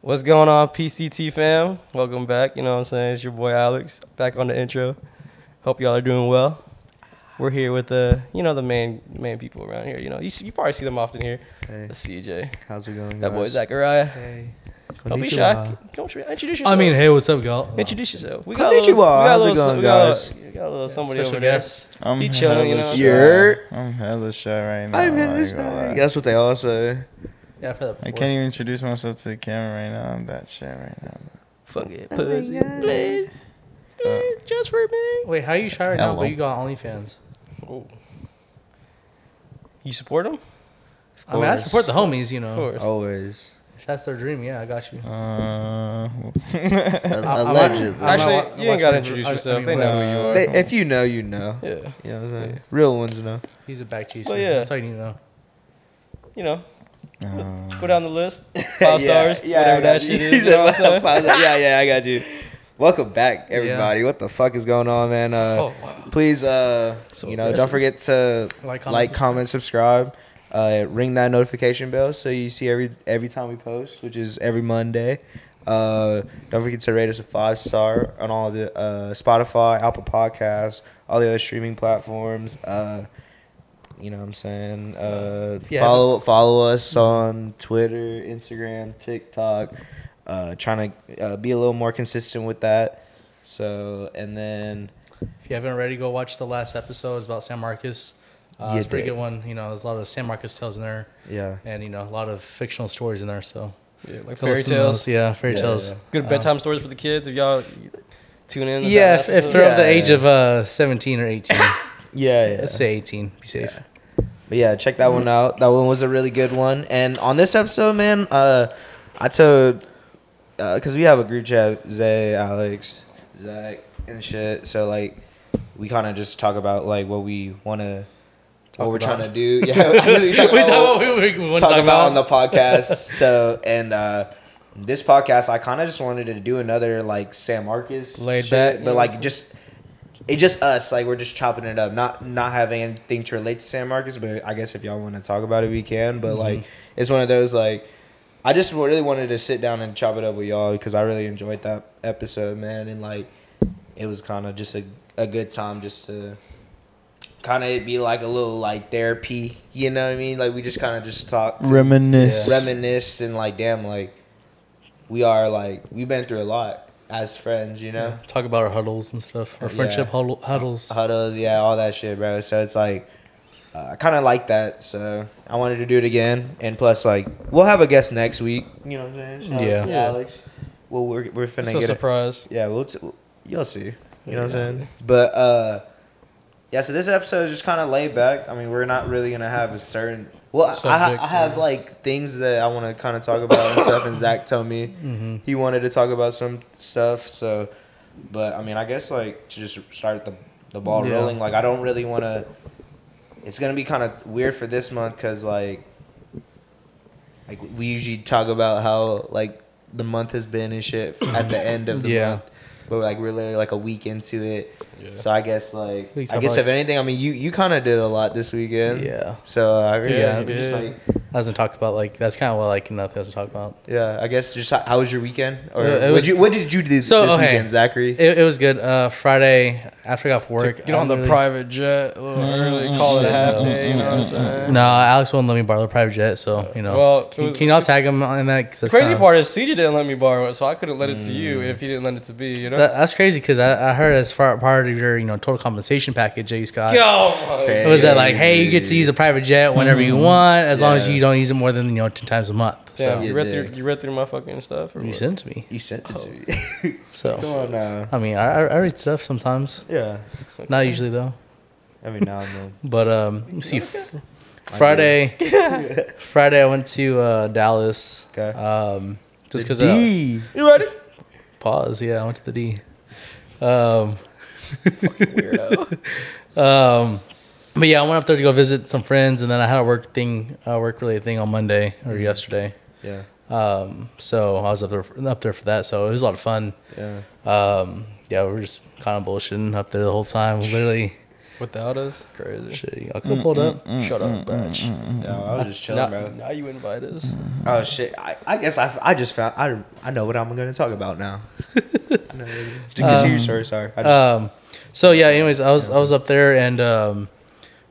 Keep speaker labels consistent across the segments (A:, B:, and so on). A: What's going on, PCT fam? Welcome back. You know what I'm saying? It's your boy Alex back on the intro. Hope y'all are doing well. We're here with the, you know, the main main people around here. You know, you, see, you probably see them often here.
B: Hey,
A: The CJ,
B: how's it going?
A: that boy
B: guys?
A: Zachariah.
B: Hey.
A: Don't be
B: Konnichiwa.
A: shy. Don't tr- introduce yourself.
C: I mean, hey, what's up, y'all?
A: introduce yourself. We
B: Konnichiwa.
A: we got a
B: How's it
A: little,
B: going,
A: we got a
B: guys?
A: little- we got a little somebody
C: special
A: over there.
C: guest.
D: I'm
A: Be chilling, you
D: hella
A: know?
D: shy.
B: You're-
D: I'm hella shy right now.
B: I'm in
D: I
B: this
D: ain't gonna
B: guy.
D: lie.
B: That's what they all say.
C: Yeah, I've heard that
D: I
C: before.
D: can't even introduce myself to the camera right now. I'm that shy right now.
A: Fuck it,
B: Oh my
A: pussy,
B: God.
A: please,
D: What's up?
A: please, just for me.
C: Wait, how are you shy right now?
D: Hello.
C: But you got OnlyFans.
A: Oh. You support him?
C: I mean, I
B: course.
C: support the homies, you
A: Of
C: know.
A: course.
B: Always.
C: If that's their dream, yeah, I got you.
D: Uh,
B: A-
C: I- I watch-
A: Actually,
B: Allegedly.
C: I wa- I
A: you ain't
C: watch
A: gotta
C: my-
A: introduce
C: I- I
A: yourself.
C: mean,
A: They know who you are.
B: uh, They- if you know, you know.
A: Yeah.
B: You know what I'm saying?
A: Yeah.
B: Real ones know.
C: He's a back cheese.
A: Well,
C: fan.
A: yeah.
C: That's all you need to know.
A: You know,
D: uh,
A: go down the list. Five
B: Yeah,
A: stars.
B: yeah, I
A: whatever
B: got
A: that
B: you.
A: shit
B: He
A: is. You
B: said
A: know what I'm saying?
B: five stars. yeah, yeah, I got you. Welcome back, everybody. What the fuck is going on, man? Uh,
A: Oh, wow.
B: Please, uh,
A: So
B: you know,
A: listen.
B: don't forget to
C: Like, comment,
B: like, comment, subscribe. Uh, ring that notification bell so you see every every time we post, which is every Monday. Uh, don't forget to rate us a five star on all the uh, Spotify, Apple Podcasts, all the other streaming platforms. Uh, you know what I'm saying? Uh,
C: Yeah.
B: follow follow us on Twitter, Instagram, TikTok. Uh, trying to uh, be a little more consistent with that. So and then
C: If you haven't already, go watch the last episode. It's about San Marcos. Uh,
B: Yeah,
C: it's a pretty
B: dude.
C: good one. You know, there's a lot of San Marcos tales in there,
B: yeah.
C: and you know, a lot of fictional stories in there. So
A: Yeah, like
C: go
A: fairy
C: listen to
A: tales.
C: those. Yeah, fairy
B: Yeah,
C: tales.
B: yeah.
A: Good
C: Uh,
A: bedtime stories for the kids. If y'all tune in. to
C: yeah,
A: that
C: if, if
A: episode.
C: they're of the
B: Yeah.
C: age of uh, 17 or 18,
B: Yeah, yeah.
C: let's say 18. Be safe.
B: But yeah, check that one out. That one was a really good one. And on this episode, man, uh, I told because we have a group chat, Zay, Alex, Zach, and shit. So like, we kind of just talk about like what we want to, what
C: Talk
B: we're
C: about.
B: trying to do. Yeah, we talk
C: we talk
B: about
C: about, we, we, we wanna
B: talk about, on the podcast. so and uh, this podcast, I kind of just wanted to do another like San Marcus
A: Laid back, you know
B: but
A: what I'm
B: like just it just us. Like we're just chopping it up, not not having anything to relate to San Marcos. But I guess if y'all want to talk about it, we can. But like it's one of those like. I just really wanted to sit down and chop it up with y'all because I really enjoyed that episode, man. And like, it was kind of just a, a good time just to kind of be like a little like therapy, you know what I mean? Like, we just kind of just talked
D: reminisce.
B: reminisced and like damn like we are like we've been through a lot as friends you know
C: Talk about our huddles and stuff, our
B: Yeah.
C: friendship huddle,
A: Uh,
C: huddles.
B: huddles yeah all that shit bro so it's like uh, i kind of like that so i wanted to do it again and plus like we'll have a guest next week you know what i'm saying Shout out
C: Yeah.
B: to
A: Yeah.
B: alex well we're, we're finna
A: It's a
B: get a,
A: surprise.
B: yeah we'll t- you'll see you know what i'm
A: You'll
B: saying but uh yeah, so this episode is just kind of laid back. I mean, we're not really gonna have a certain. Well, I- I, ha-
A: Subject,
B: I have
A: yeah.
B: like things that I want to kind of talk about and stuff. And Zach told me
C: Mm-hmm.
B: he wanted to talk about some stuff. So, but I mean, I guess like to just start the the ball
C: Yeah.
B: rolling. Like I don't really want to. It's gonna be kind of weird for this month because like, like we usually talk about how like the month has been and shit at the end of the
C: Yeah.
B: month, but like we're literally like a week into it.
A: Yeah.
B: So I guess like
C: We
B: I
C: can talk
B: guess
C: about-
B: if anything, I mean you you kind of did a lot this weekend.
C: Yeah.
B: So uh, I guess
A: Yeah,
B: we
A: you
B: just,
A: did.
B: like,
C: I was gonna talk about like that's kind of what like nothing else to talk about.
B: yeah, I guess just how, how was your weekend? Or
C: Yeah, it
B: what'd
C: was-
B: you, what did you do
C: So,
B: this
C: okay.
B: weekend, Zachary?
C: It, it was good. Uh, Friday after I got off work,
A: Get
C: I
A: on the
C: really-
A: private jet a little early, call it a half day. You know what I'm saying?
C: No, Alex wouldn't let me borrow the private jet, so you know.
A: Well, it
C: Mm-hmm. can,
A: was-
C: can
A: it
C: y'all
A: was-
C: tag him on that? 'Cause
A: The
C: that's
A: crazy
C: kinda-
A: part is CJ didn't let me borrow it, so I couldn't let it to you if you didn't let it to me. You know?
C: that- that's crazy because I, I heard as far part of your you know total compensation package, that you got.
A: Yo,
B: Okay.
C: It was that like, hey, you get to use a private jet whenever
A: Mm-hmm.
C: you want, as long as
B: Yeah.
C: you don't use it more than you know ten times a month.
A: Damn,
C: So
A: you
B: Yeah,
A: read
B: dude.
A: through you read through my fucking stuff. or
C: you
A: what?
C: sent to me.
B: You sent it to me. Come
C: So
B: on now.
C: I mean, I, I- I read stuff sometimes,
B: Oh, Yeah.
C: not usually though.
B: Every now and then.
C: But um, let's see, f- Friday, Friday I went to uh, Dallas.
B: Okay.
C: Um, just because
B: D.
A: You ready?
C: pause. Yeah, I went to the D. Um, um, but yeah, I went up there to go visit some friends, and then I had a work thing, a work related thing on Monday or yesterday.
B: Yeah.
C: Um, so I was up there up there for that. So it was a lot of fun.
B: Yeah.
C: Um, yeah, we were just kind of bullshitting up there the whole time. Literally,
A: Without us, crazy.
C: Shit, y'all could have pulled up.
A: Shut up, bitch.
B: No, I was just chilling,
A: Now,
B: bro.
A: now you invite us.
B: Oh shit! I, I guess I, I just found I I know what I'm going to talk about now. I know what it is. To continue, sorry, sorry. I just,
C: Um, so yeah. Anyways, I was I was up there and um,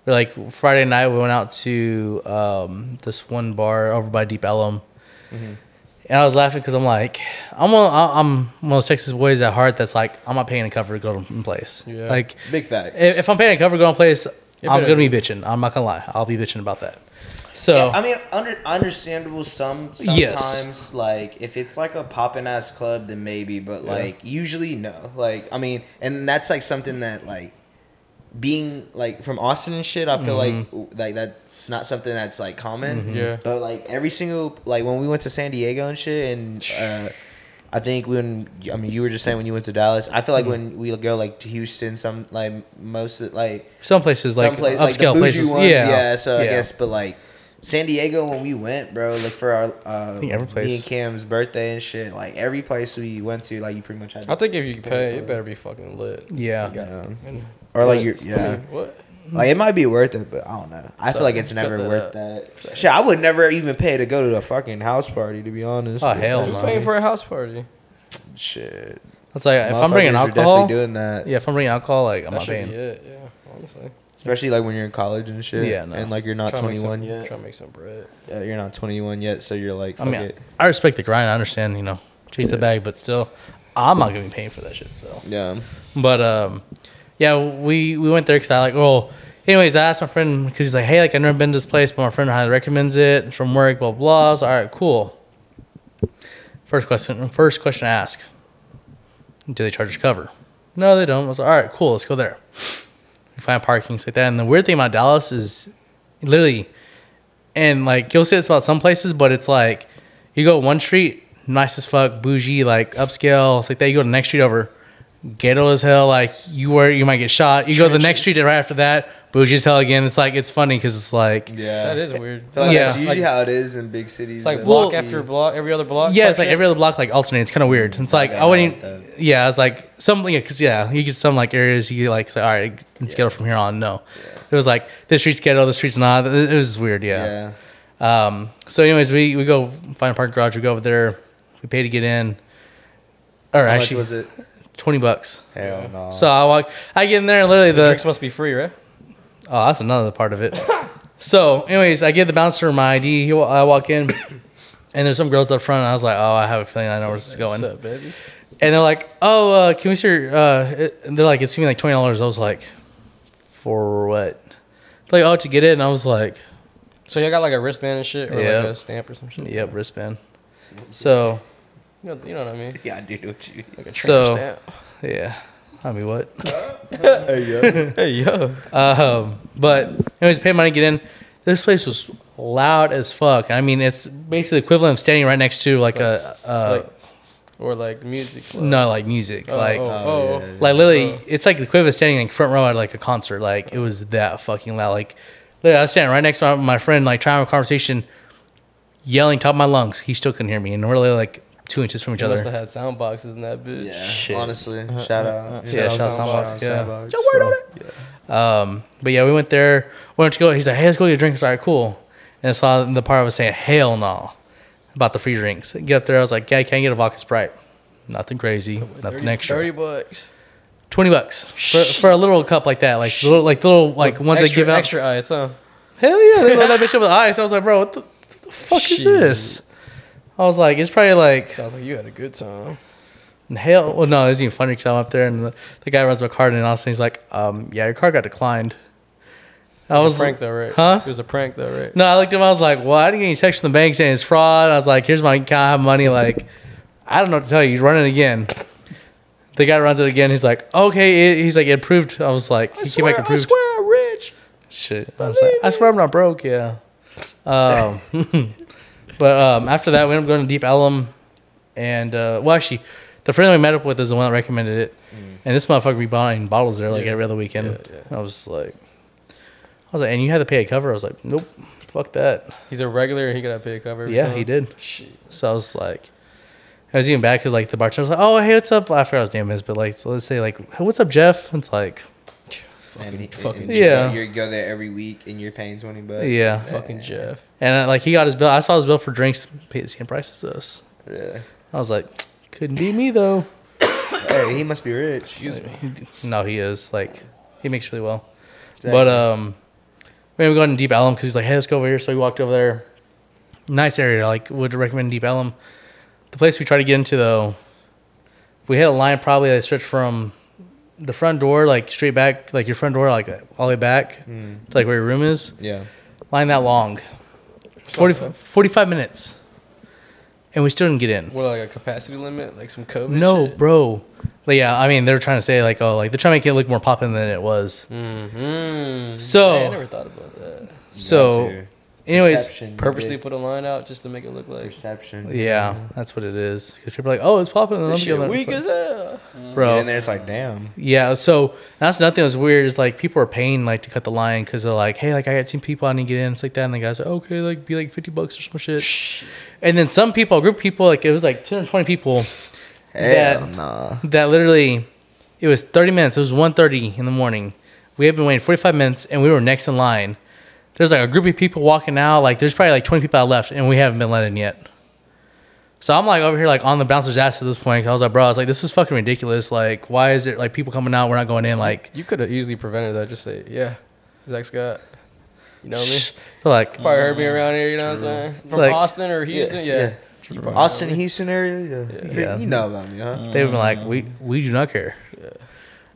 C: we're like Friday night we went out to um this one bar over by Deep Ellum,
B: Mm-hmm.
C: and I was laughing because I'm like I'm one, I- I'm one of those Texas boys at heart that's like I'm not paying a cover to go to a place.
A: Yeah.
C: Like
B: big fact.
C: if, if I'm paying a cover to go to a place, I'm
A: better
C: gonna be bitching. I'm not gonna lie. I'll be bitching about that. So
B: Yeah, I mean, under, understandable some
C: Yes.
B: sometimes. Like if it's like a poppin' ass club, then maybe. But like usually, no. Like I mean, and that's like something that like being like from Austin and shit. I feel like
C: Mm-hmm.
B: w- like that's not something that's like common.
A: Yeah.
B: But like every single like when we went to San Diego and shit, and uh, I think when I mean you were just saying when you went to Dallas, I feel like
C: Mm-hmm.
B: when we go like to Houston, some like most of, like
C: some places like
B: some place,
C: upscale
B: like the bougie
C: places,
B: ones.
C: yeah,
B: Yeah. so I
C: yeah.
B: guess, but like San Diego when we went, bro, like for our uh,
C: think every place.
B: me and Cam's birthday and shit, like every place we went to, like you pretty much had.
A: I think if you pay, it better be fucking lit.
C: Yeah.
A: Got-
B: Um,
A: and-
B: or like you,
A: It's- I
B: yeah,
A: mean, what?
B: like it might be worth it, but I don't know. I feel
A: Sorry,
B: like it's
A: cut
B: never
A: that
B: worth
A: out.
B: that. Shit, I would never even pay to go to a fucking house party to be honest.
C: Oh
B: but-
C: hell
A: Just
C: no!
A: paying for a house party.
B: shit.
C: It's like if I'm
B: Motherfuckers
C: bringing
B: are
C: alcohol,
B: definitely doing that,
C: Yeah, if I'm bringing alcohol, like I'm
A: That
C: not
A: should be
C: paying.
A: it. Yeah, honestly.
B: especially like when you're in college and shit.
C: Yeah, no.
B: and like you're not
A: Try to make some-
B: 21 yet.
A: Try to make some bread.
B: Yeah, you're not 21 yet, so you're like,
C: I
B: fuck
C: mean,
B: it.
C: I respect the grind. I understand, you know, chase the bag, but still, I'm not gonna be paying for that shit. So,
B: Yeah.
C: but um, yeah, we we went there because I like. Well, anyways, I asked my friend because he's like, hey, like I've never been to this place, but my friend highly recommends it from work. Blah blah. So, all right, cool. First question. First question I ask. Do they charge us cover? No, they don't. I was like, all right, cool. Let's go there. We find parking, stuff like that. And the weird thing about Dallas is, literally, and like you'll say this about some places, but it's like you go one street, nice as fuck, bougie, like upscale, it's like that. You go to the next street over, ghetto as hell, like you were, you might get shot. You go to the next
B: Trenches.
C: street right after that, bougie as hell again. It's like it's funny because it's like
B: Yeah.
A: That is weird.
B: I feel like
C: Yeah.
B: that's usually
A: Like-
B: how it is in big cities.
A: It's like
B: though.
A: block after block, every other block.
C: yeah, it's like
A: type
C: every other block like alternates. It's kind of weird. It's like
B: Yeah,
C: I wouldn't.
B: I like
C: yeah, it's like some yeah, cause yeah, you get some like areas you like say all right, it's ghetto from here on. No, it was like this street's ghetto, this street's not. It it was weird.
B: Yeah.
C: Um, so, anyways, we, we go find a parking garage. We go over there. We pay to get in. Or
B: How much
C: actually,
B: was it?
C: twenty bucks.
B: Hell no.
C: So I walk. I get in there. and Literally,
A: shit?
C: the
A: drinks must be free, right?
C: Oh, that's another part of it. so, anyways, I give the bouncer my ID. He, wa- I walk in, and there's some girls up front. And I was like, oh, I have a feeling I know where this is going.
A: What's up, baby?
C: And they're like, oh, uh, can we see your, uh, it- and they're like, it's gonna be like $20. I was like, for what? They're like, oh, to get in. I was like,
A: So y'all got like a wristband and shit, or
C: Yeah.
A: like a stamp or some shit.
C: yep, wristband. So,
A: You know, you know what I mean?
B: Yeah, I do know what you mean.
A: Like a
C: So-
A: tramp stamp.
C: yeah. I mean, what?
A: Hey yo.
C: Um, but anyways, pay money, get in. This place was loud as fuck. I mean, it's basically the equivalent of standing right next to like a uh,
A: like, or like the music. Club.
C: no like music,
A: Oh,
C: like
A: oh,
B: Oh,
A: oh,
B: yeah.
C: like literally,
A: Oh.
C: it's like the equivalent of standing in front row at like a concert. Like it was that fucking loud. Like literally, I was standing right next to my, my friend, like trying to have a conversation, yelling top of my lungs. He still couldn't hear me, and we're literally like two inches from each
A: You must have
C: other.
A: had sound boxes in that bitch.
B: Yeah.
C: Shit.
B: Honestly, shout out.
C: Yeah, Uh, shout out
A: Soundbox,
C: Soundbox. Yeah.
B: Don't worry about it.
C: Um, but yeah, we went there. We went to go. He's like, "Hey, let's go get drinks." All right, cool. And I saw the part I was saying, "Hell no," about the free drinks. Get up there, I was like, "Yeah, I can get a vodka sprite." Nothing crazy, nothing
A: 30,
C: extra.
A: Thirty bucks.
C: Twenty bucks for, for a little cup like that, like the little, like the little like ones
A: extra,
C: they give out.
A: extra ice, huh?
C: Hell yeah, they loaded that bitch up with ice. I was like, "Bro, what the, what the fuck is
A: Shit.
C: this?" I was like, "It's probably like
A: Sounds like you had a good time.
C: And Hell, well, no, it's even funny because I'm up there and the, the guy runs my card and all of a sudden he's like, um, yeah, your card got declined. I
A: It
C: was
A: was a prank though, right?
C: Huh?
A: It was a prank though, right?
C: No, I looked at him. I was like, well, I didn't get any text from the bank saying it's fraud. I was like, here's my account, I have money. Like, I don't know what to tell you. He's running again. The guy runs it again. He's like, okay. It, he's like, it approved. I was like, he came back
A: I
C: approved.
A: swear, I'm rich.
C: Shit. I, was like, I swear I'm not broke, yeah. Um, but um, after that, we ended up going to Deep Ellum. And, uh, well, actually, the friend that we met up with is the one that recommended it. And this motherfucker be buying bottles there like
A: Mm. Yeah.
C: every other weekend.
A: Yeah,
C: I was like, I was like, and you had to pay a cover? I was like, nope, fuck that.
A: He's a regular. and He got to pay a cover. every
C: yeah,
A: time.
C: he did.
A: Shit.
C: So I was like, I was even bad because like the bartender was like, oh, hey, what's up? I forgot what his name is, but like, so let's say like, hey, what's up, Jeff? And it's like,
B: and, he-
A: fucking
B: and
C: Yeah.
B: You go there every week and you're paying twenty bucks.
C: Yeah.
A: Fucking Jeff.
C: And uh, like he got his bill. I saw his bill for drinks. Paid the same price as us.
B: Really?
C: I was like, couldn't be me though.
B: Hey, he must be rich.
A: Excuse me.
C: No, he is like he makes really well.
B: Exactly.
C: But um, we haven't gone to Deep Ellum because he's like, hey, let's go over here. So we walked over there. Nice area. Like would recommend Deep Ellum. The place we tried to get into though, we had a line probably that stretched from the front door like straight back, like your front door like all the way back to like where your room is.
B: Yeah.
C: Line that long, 40, 45 minutes, and we still didn't get in.
A: What like a capacity limit? Like some COVID?
C: No, bro. Like, yeah, I mean, they're trying to say like, oh, like they're trying to make it look more poppin' than it was.
A: Mm-hmm.
C: So-
A: I never thought about that.
C: So,
B: Got to.
C: anyways,
B: Perception,
A: Purposely
B: dude.
A: put a line out just to make it look like
B: perception.
C: yeah, that's what it is. Because people are like, oh, it's popping.
A: this shit
C: It's
A: weak
C: like,
A: as hell.
C: bro.
B: And then it's like, damn.
C: Yeah, so that's nothing was weird. Is like people are paying like to cut the line because they're like, hey, like I got some people I need to get in. It's like that, and the guys like, okay, like be like fifty bucks or some shit. And then some people, a group of people, like it was like ten or twenty people
B: Hell
C: That-
B: nah.
C: that literally, it was thirty minutes. It was 1.30 in the morning. We had been waiting forty five minutes, and we were next in line. There's like a group of people walking out. Like there's probably like twenty people out left, and we haven't been let in yet. So I'm like over here like on the bouncer's ass at this point. 'cause I was like, bro, I was like, this is fucking ridiculous. Like, why is it like people coming out? We're not going in. Like.
A: You could have easily prevented that. Just say, yeah, Zach Scott. You know me.
C: They're like,
A: Probably heard me around here. You know what I'm saying? From
C: Like-
A: Austin or Houston. Yeah.
B: yeah.
A: You probably
B: Austin,
A: know me.
B: Houston area. Yeah. You-
C: Yeah.
B: You know about me, huh?
C: they've been like, we we do not care.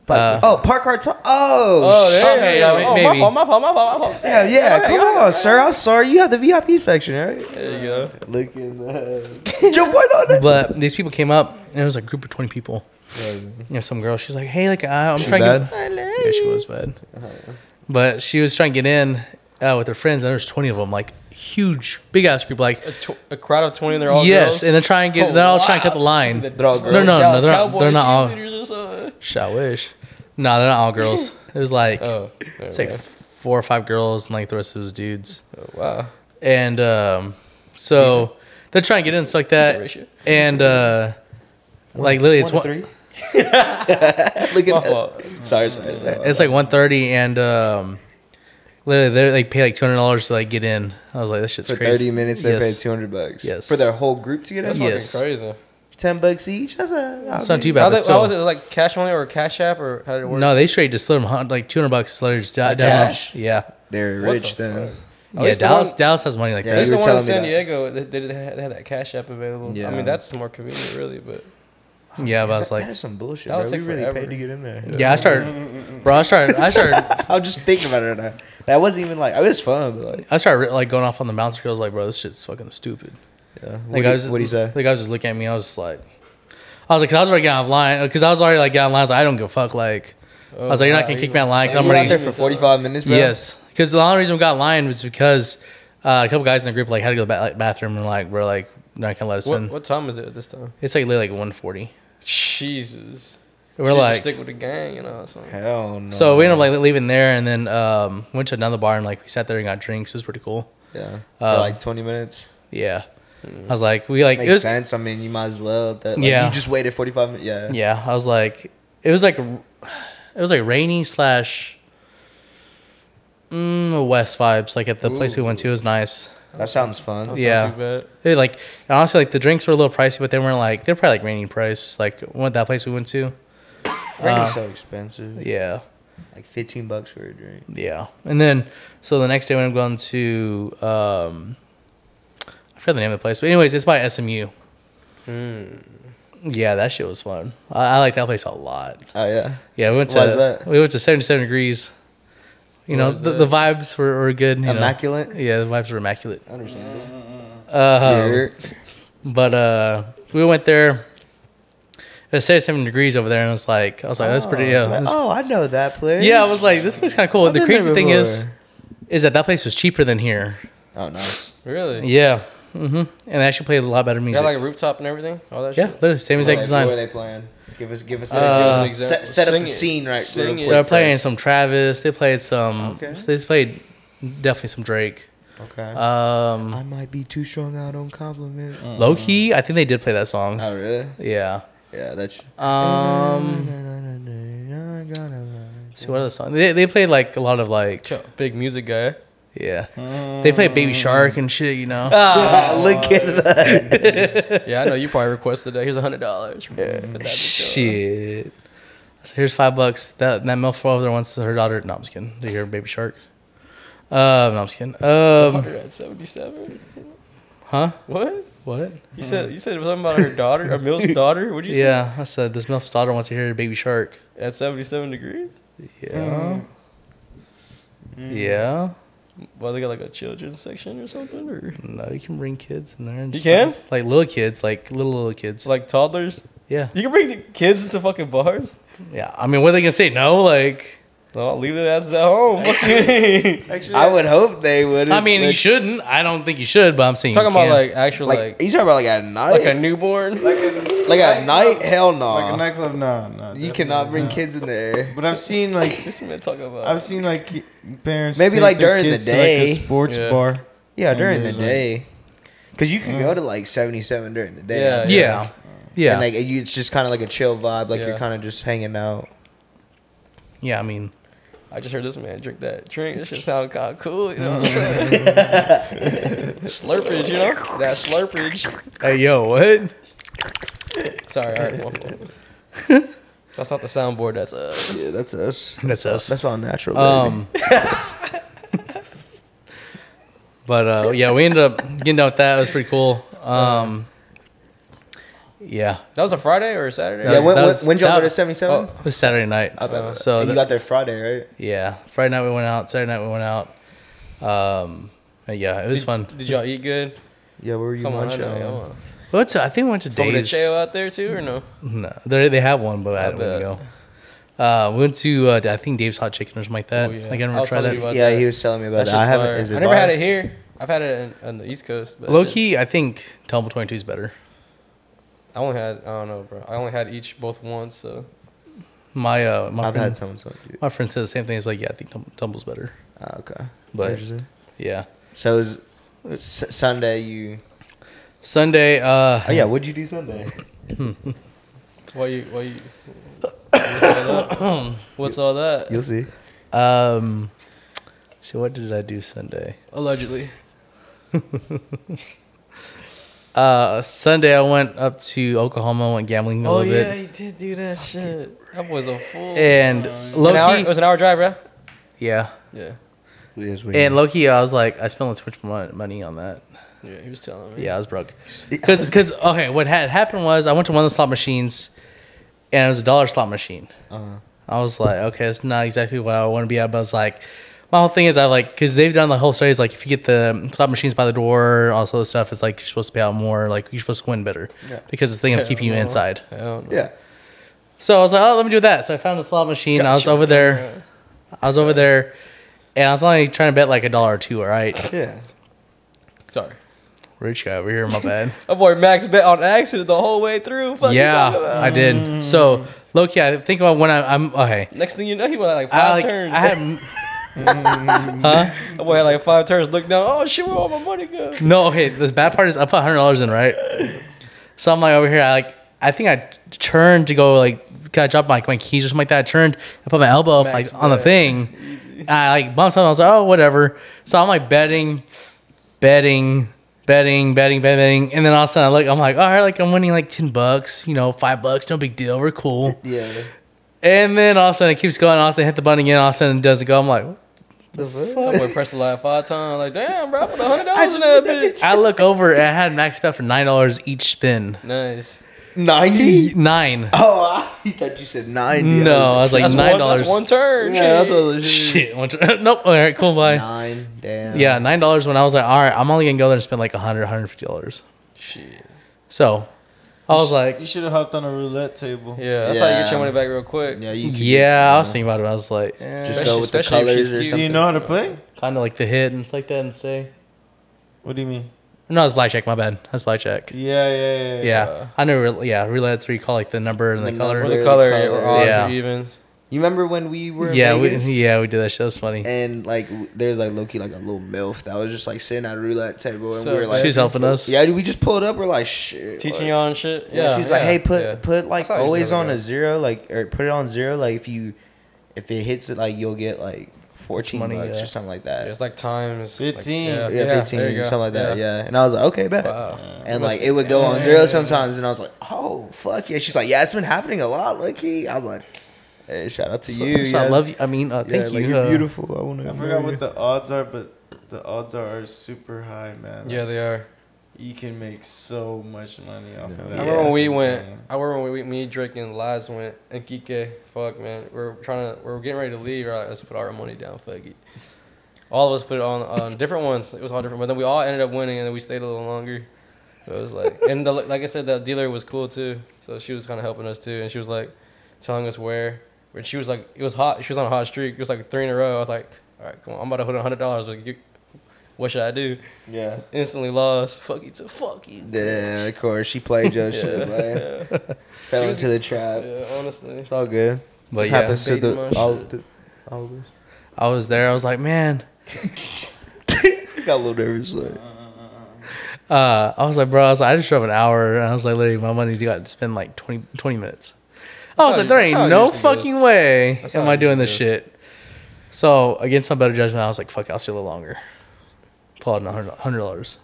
B: But,
C: Uh,
B: oh, Park Hart. Oh,
A: Oh,
B: oh
A: there
C: Okay,
A: you go.
C: yeah,
A: oh,
C: maybe.
A: my fault. My fault. My fault. My fault.
B: yeah, yeah. Come on, sir. I'm sorry. You have the VIP section, right?
A: There you go.
B: Looking. Uh, jump right on it.
C: But these people came up, and it was a group of twenty people. You know, some girl, she's like, hey, like I, I'm trying
B: bad?
C: to. Get... Yeah, she was bad.
A: Uh-huh.
C: But she was trying to get in uh, with her friends, and there's twenty of them, like huge, big ass group, like.
A: A, tw- a crowd of twenty, and they're all
C: yes,
A: girls?
C: and they're trying to get.
A: Oh,
C: they're all trying to cut
A: wow.
C: the line.
A: They're all
C: No, no,
A: Dallas
C: no, they're not.
A: Cowboys,
C: They're not all.
A: cheerleaders or something.
C: Shit, I wish. No, they're not all girls. It was like
A: Oh, never
C: it's like
A: mind.
C: four or five girls, and like the rest of it was dudes.
A: Oh,
C: Uh,
A: wow.
C: and um, so they're trying to get in stuff like
A: decent
C: that,
A: ratio.
C: and uh, like literally it's one,
B: three. Look
A: My
B: at that.
A: fault.
B: Sorry, sorry, sorry.
C: it's like one thirty, and um, literally they like pay like two hundred dollars to like get in. I was like, this shit's
B: For
C: crazy.
B: thirty minutes, they
C: Yes.
B: paid two hundred bucks.
C: Yes.
B: For their whole group to get in.
A: That's
C: Yes.
A: fucking crazy.
B: Ten bucks each. That's a.
C: It's not too bad.
A: How,
C: but
A: they,
C: still.
A: how was it like cash only or cash app or how did it work?
C: No, they straight just slid them hun- like two hundred bucks. Slid just down, down.
B: cash?
C: Yeah, Oh,
B: They're
A: What
B: rich
A: the
B: then.
A: fuck?
C: yeah.
A: least the
C: Dallas,
A: one-
C: Dallas has money like
B: Yeah,
A: At
C: that.
A: least
B: you
A: the
B: were
A: one in
B: telling me
A: San
B: that.
A: Diego, they, they did have, they had that cash app available. I
B: Yeah.
A: mean, that's more convenient, really. But
C: Yeah, but I was
B: that
C: like,
B: is some bullshit.
A: That'll
B: Bro. We
A: take
B: really
A: forever.
B: paid to get in there.
C: yeah, I started, bro. I started, I started,
B: I'm just thinking about it right now. That wasn't even like it was fun, but like
C: I started like going off on the bouncer. I was like, bro, this shit's fucking stupid.
B: yeah. What
C: Like
B: do
C: I
B: you-
C: was,
B: what do you say?
C: The guy was just looking at me. I was just like, I was like, 'cause I was already getting online. Because I was already like getting online. I was like, I don't give a fuck. Like,
A: oh,
C: I was like, you're not gonna kick me online because
B: Like,
C: I'm
B: we were out there
C: already.
B: for 45 minutes, bro.
C: Yes, because the only reason we got online was because uh, a couple guys in the group like had to go to the ba- like, bathroom and like we're like not gonna let us in.
A: what, what time is it at this time?
C: It's like literally like 1:40.
A: Jesus.
C: We're
A: Should've
C: like,
A: stick with the gang, you know. So.
B: Hell no.
C: so we ended up like leaving there and then um, went to another bar and like we sat there and got drinks. It was pretty cool.
B: yeah,
C: Uh,
B: for like 20 minutes.
C: Yeah,
A: Hmm.
C: I was like, we like
B: Makes
C: it was
B: sense. I mean, you might as well. That, like,
C: Yeah.
B: You just waited 45 minutes. Yeah.
C: Yeah, I was like, it was like, it was like rainy slash mm, west vibes. Like at the place we went to, it was nice.
B: That sounds fun.
C: Yeah.
A: Not too bad.
C: It, like and honestly, like the drinks were a little pricey, but they weren't like they're probably like rainy price. Like what that place we went to,
B: Rainy's so expensive.
C: Uh, yeah,
B: Like 15 bucks for a drink.
C: yeah. And then so the next day when I'm going to, um, I forgot the name of the place, but anyways, it's by SMU.
B: Hmm.
C: Yeah, that shit was fun. I, I like that place a lot.
B: Oh yeah.
C: Yeah, we went to
B: Why is that?
C: we went to seventy seven degrees. You know,
A: Why is
C: the, the
A: that?
C: vibes were, were good. You
B: Immaculate?
C: Know. Yeah, the vibes were immaculate.
B: Understandable.
C: Uh,
B: Yeah.
C: But uh, we went there. It was seventy seven degrees over there, and it's like I was like, that's pretty. Yeah,
B: Like,
C: that's-
B: oh, I know that place.
C: yeah. I was like, this place kind of cool.
B: I've
C: the
B: been there
C: crazy thing is,
B: before.
C: is that that place was cheaper than here.
B: Oh nice.
A: Really?
C: Yeah. Mm-hmm. And they actually played a lot better
A: You
C: music.
A: got like a rooftop and everything. All that
C: yeah,
A: shit.
C: literally same exact
B: Like, what were
C: design.
B: they playing? Give us, give us. a,
A: Give us an
C: Uh,
A: example.
B: set- set up the
A: Sing it.
B: scene right-
A: Sing
B: real
A: it.
B: quick.
C: They're playing some Travis. They played some.
B: Okay.
C: They played definitely some Drake.
B: okay.
C: Um,
B: I might be too strong out on compliment.
C: Low key, I think they did play that song.
B: Oh really?
C: Yeah.
B: Yeah, that's.
C: Um. See what other song? They, they played like a lot of like
E: Big music guy.
C: yeah. They played Baby Shark and shit. You
E: Ah,
C: know.
B: Look at that.
E: Yeah, I know you probably requested that. Here's a hundred dollars.
C: Shit. So here's five bucks. That that milf over there wants her daughter. No, I'm just kidding. Do you hear Baby Shark? Um, no, I'm just kidding. Um,
E: Hundred at seventy-seven.
C: huh?
E: What?
C: What?
E: You said you said something about her daughter, or Mills' daughter. What did you
C: Yeah, I said this milf's daughter wants to hear Baby Shark.
E: say? At seventy-seven degrees. Hmm.
C: Yeah. Yeah.
E: Well, they got like a children's section or something, or
C: No, you can bring kids in there. And
E: You
C: just, like-
E: can?
C: Like, little kids, like little little kids.
E: like toddlers.
C: yeah.
E: You can bring the kids into fucking bars.
C: Yeah. I mean, what are they gonna say? No, like.
E: No, I'll leave their asses at home. Fuck you.
B: Actually, I would hope they would.
C: I mean, you shouldn't. I don't think you should, but I'm saying.
E: Talking
C: you
E: about
C: can.
E: like actual
B: Like,
E: like
B: you talking about like at night?
E: like a newborn.
D: Like a,
B: Like at night? Hell no.
D: Like a nightclub? No, no.
B: you cannot
D: definitely
B: bring
D: not.
B: kids in there.
D: But I've seen like
E: This man talking about.
D: I've seen like ki- parents
B: Maybe,
D: take
B: like,
D: their
B: during the
D: kids to, like, a
B: day.
D: sports
E: Yeah.
D: bar.
B: Yeah,
D: And
B: during the
D: there's, like-
B: day. Because you can go to like 77 during the day.
E: Yeah,
C: Yeah. Yeah.
B: And like you, it's just kind of like a chill vibe. Like
E: Yeah.
B: you're kind of just hanging out.
C: yeah. I mean.
E: I just heard this man drink that drink. This shit sound kind of cool, you know what I'm saying? slurpage, you know? That slurpage.
C: Hey, yo, what?
E: Sorry, all right, one That's not the soundboard, that's uh
B: Yeah, that's us.
C: That's us.
B: That's all natural.
C: Um, but uh, yeah, we ended up getting down with that. It was pretty cool. Um, yeah,
E: That was a Friday or a Saturday?
B: yeah,
C: that was-
B: when,
C: that was-
B: when, when y'all
C: that-
B: go to 77?
E: oh,
C: it was Saturday night.
B: I
E: uh,
B: bet.
C: so
B: And
C: the-
B: you got there Friday, right?
C: yeah, Friday night we went out. Saturday night we went out. Um, and yeah, it was fun.
E: Did y'all eat good?
B: Yeah, where were you
E: Come on, I
B: lunching?
E: know, come on.
C: We went to, I think we went to
E: Over the
C: Dave's.
E: Cheo out there too, or no?
C: No, they they have one, but
E: I
C: I, didn't
E: bet.
C: go. Uh, we went to uh, I think Dave's Hot Chicken or something like that.
E: Oh, yeah.
C: Like I
E: I
C: never
E: was
C: tried
E: telling
C: that.
E: you about
B: Yeah,
E: that.
B: he was telling me about
E: That
B: that.
E: shit's
B: I haven't.
E: fire.
B: Is it
E: I never had
B: vibe?
E: it here. I've had it in, on the East Coast. But
C: Low
E: shit,
C: key, I think Tumble Twenty Two is better.
E: I only had, I don't know, bro. I only had each both once, so.
C: My uh, my
B: I've
C: friend-
B: had someone tell me.
C: My friend said the same thing. He's like, yeah, I think tum- Tumble's better.
B: Ah, okay.
C: But-
B: Interesting.
C: Yeah.
B: so is S- Sunday you?
C: Sunday, uh,
B: Oh yeah, what'd you do Sunday?
E: Why you, why you. what's all that? What's all that?
B: You'll see.
C: um, so what did I do Sunday?
E: Allegedly.
C: Uh, Sunday I went up to Oklahoma, went gambling a
E: Oh
C: little
E: yeah,
C: bit,
E: you did do that shit. That was a fool.
C: and low
E: an hour, it
C: key,
E: was an hour drive, bro.
C: yeah,
E: Yeah,
B: Yes, we-
C: and low key I was like, I spent too much mon- money on that.
E: yeah, he was telling me.
C: Yeah, I was broke. Cause, cause, okay, what had happened was I went to one of the slot machines, and it was a dollar slot machine.
B: Uh-huh.
C: I was like, okay, it's not exactly what I want to be at, but I was like, my whole thing is I like, cause they've done the whole studies like if you get the slot machines by the door, all this other stuff, it's like you're supposed to pay out more, like you're supposed to win better,
B: Yeah.
C: because this thing of keeping you
E: Uh-huh.
C: inside.
E: I don't know.
B: yeah.
C: So I was like, oh, let me do that. So I found the slot machine. I was
E: Gotcha.
C: over there. I was over there, and I was only trying to bet like a dollar or two. All right,
B: Yeah.
E: Sorry.
C: rich guy over here, my bad.
E: That boy Max bet on accident the whole way through. Fuck you talking
C: yeah,
E: about?
C: I did. So Loki, I think about when I, I'm okay.
E: Next thing you know, he went like five
C: I like,
E: turns.
C: I had
E: that boy had like five turns. Looked down. Oh shit, where all my money go?
C: No, okay. This bad part is I put hundred dollars in, right? So I'm like over here. I like I think I turned to go like kind of drop my my keys or something like that. I turned. I put my elbow up
E: Max
C: like on the
E: bet.
C: thing. And I like bumped something. I was like, oh whatever. So I'm like betting, betting, betting, betting, betting, and then all of a sudden I look. I'm like, all right, like I'm winning like ten bucks. You know, five bucks. No big deal. We're cool.
B: Yeah.
C: And then all of a sudden it keeps going. All of a sudden I hit the button again. All of a sudden it doesn't go. I'm like.
B: The fuck?
E: That boy pressed the line five times. Like damn, bro, I put a hundred dollars in that bitch.
C: I look over. and I had max bet for nine dollars each spin.
E: Nice.
B: Ninety?
C: Nine.
B: Oh, I thought you said ninety.
C: No, I was like
E: That's
C: nine
E: one,
C: dollars.
E: that's one turn.
B: Yeah, that's what I
E: shit.
B: was
C: Shit. One tr- nope. All right. Cool. Bye.
B: Nine. Damn.
C: Yeah, nine dollars when I was like, all right, I'm only gonna go there and spend like 100 dollars.
E: Shit.
C: So, I was like,
D: You should have hopped on a roulette table.
E: Yeah, that's how you get
B: Yeah.
E: your money back real quick.
B: Yeah. You
C: yeah. I was thinking about it. I was like,
B: Just
E: Especially-
B: go with the
E: especially if
B: colors
E: she's
B: or
E: cute.
D: Do you
B: something.
D: know how to play?
C: kind of like the hit and it's like that and stay.
D: What do you mean?
C: No, it's blackjack. My bad. That's blackjack.
D: Yeah, yeah, yeah.
C: Yeah,
E: Yeah.
C: I never. really- Yeah, roulets where you call like the number and the,
B: The
E: Or
C: color.
E: the
B: Yeah.
E: color, yeah, or odds
C: Yeah.
E: or evens.
B: You remember when we were in
C: Yeah, we,
B: Vegas?
C: yeah, we did that shit. That was funny.
B: And like w- there was like Loki like a little milf that was just like sitting at a roulette table and
E: So
B: we were like
C: She's helping us.
B: Yeah, dude, we just pulled up, we're like shit.
E: Teaching
B: like-
E: y'all and shit.
B: Yeah,
E: Yeah.
B: she's like,
E: yeah,
B: Hey put
E: yeah.
B: put
E: I
B: like
E: thought you was
B: always
E: another
B: on
E: guy.
B: a zero, like or put it on zero, like if you If it hits it, like you'll get like fourteen
C: Money,
B: bucks
C: yeah.
B: or something like that.
E: It's like times like,
D: 15.
E: yeah,
B: yeah,
E: yeah,
B: fifteen
E: there you go.
B: or something like that. Yeah. and I was like, okay, bet.
E: Wow.
B: And like it would go on zero sometimes, and I was like, "Oh fuck yeah!" She's like, "Yeah, it's been happening a lot, lucky." I was like, "Hey, shout out to you."
C: So I
B: yeah.
C: love you. I mean, uh,
B: Yeah,
C: thank
B: like,
C: you.
B: you're
C: uh,
B: beautiful. I want to.
D: I forgot what the odds are, but the odds are super high, man.
E: Yeah, they are.
D: You can make so much money off of that.
E: I remember when we went.
D: Yeah.
E: I remember when we, me, Drake, and Laz went, and Kike. Fuck, man, we are trying to, we are getting ready to leave. We're like, let's put all our money down. Fuck it. All of us put it on on different ones. It was all different, but then we all ended up winning, and then we stayed a little longer. So it was like, and the, like I said, the dealer was cool too. So she was kind of helping us too, and she was like telling us where. But she was like, it was hot. She was on a hot streak. It was like three in a row. I was like, all right, come on, I'm about to put a hundred dollars. Like, you- what should I do?
D: Yeah.
E: Instantly lost. Fuck you, to fuck you.
B: Yeah, of course. She played Joe shit,
E: Yeah.
B: Fell
E: She was-
B: into the trap.
E: Yeah, honestly.
B: It's all good.
C: but
B: It
C: yeah,
B: happens to
E: Baiting my
B: the all,
E: shit.
B: the, all of us.
C: I was there. I was like, man,
B: Got a little nervous. Like,
C: uh, I was like, bro, I was like, I just drove an hour, and I was like, literally, my money got to spend like 20, 20 minutes. I was
E: how
C: like, there
E: you- that's how
C: ain't
E: it
C: no
E: usually
C: fucking way
E: That's
C: am
E: how it
C: I doing
E: usually
C: this
E: goes.
C: shit. So against my better judgment, I was like, fuck, it, I'll stay a little longer. Pull out a hundred dollars.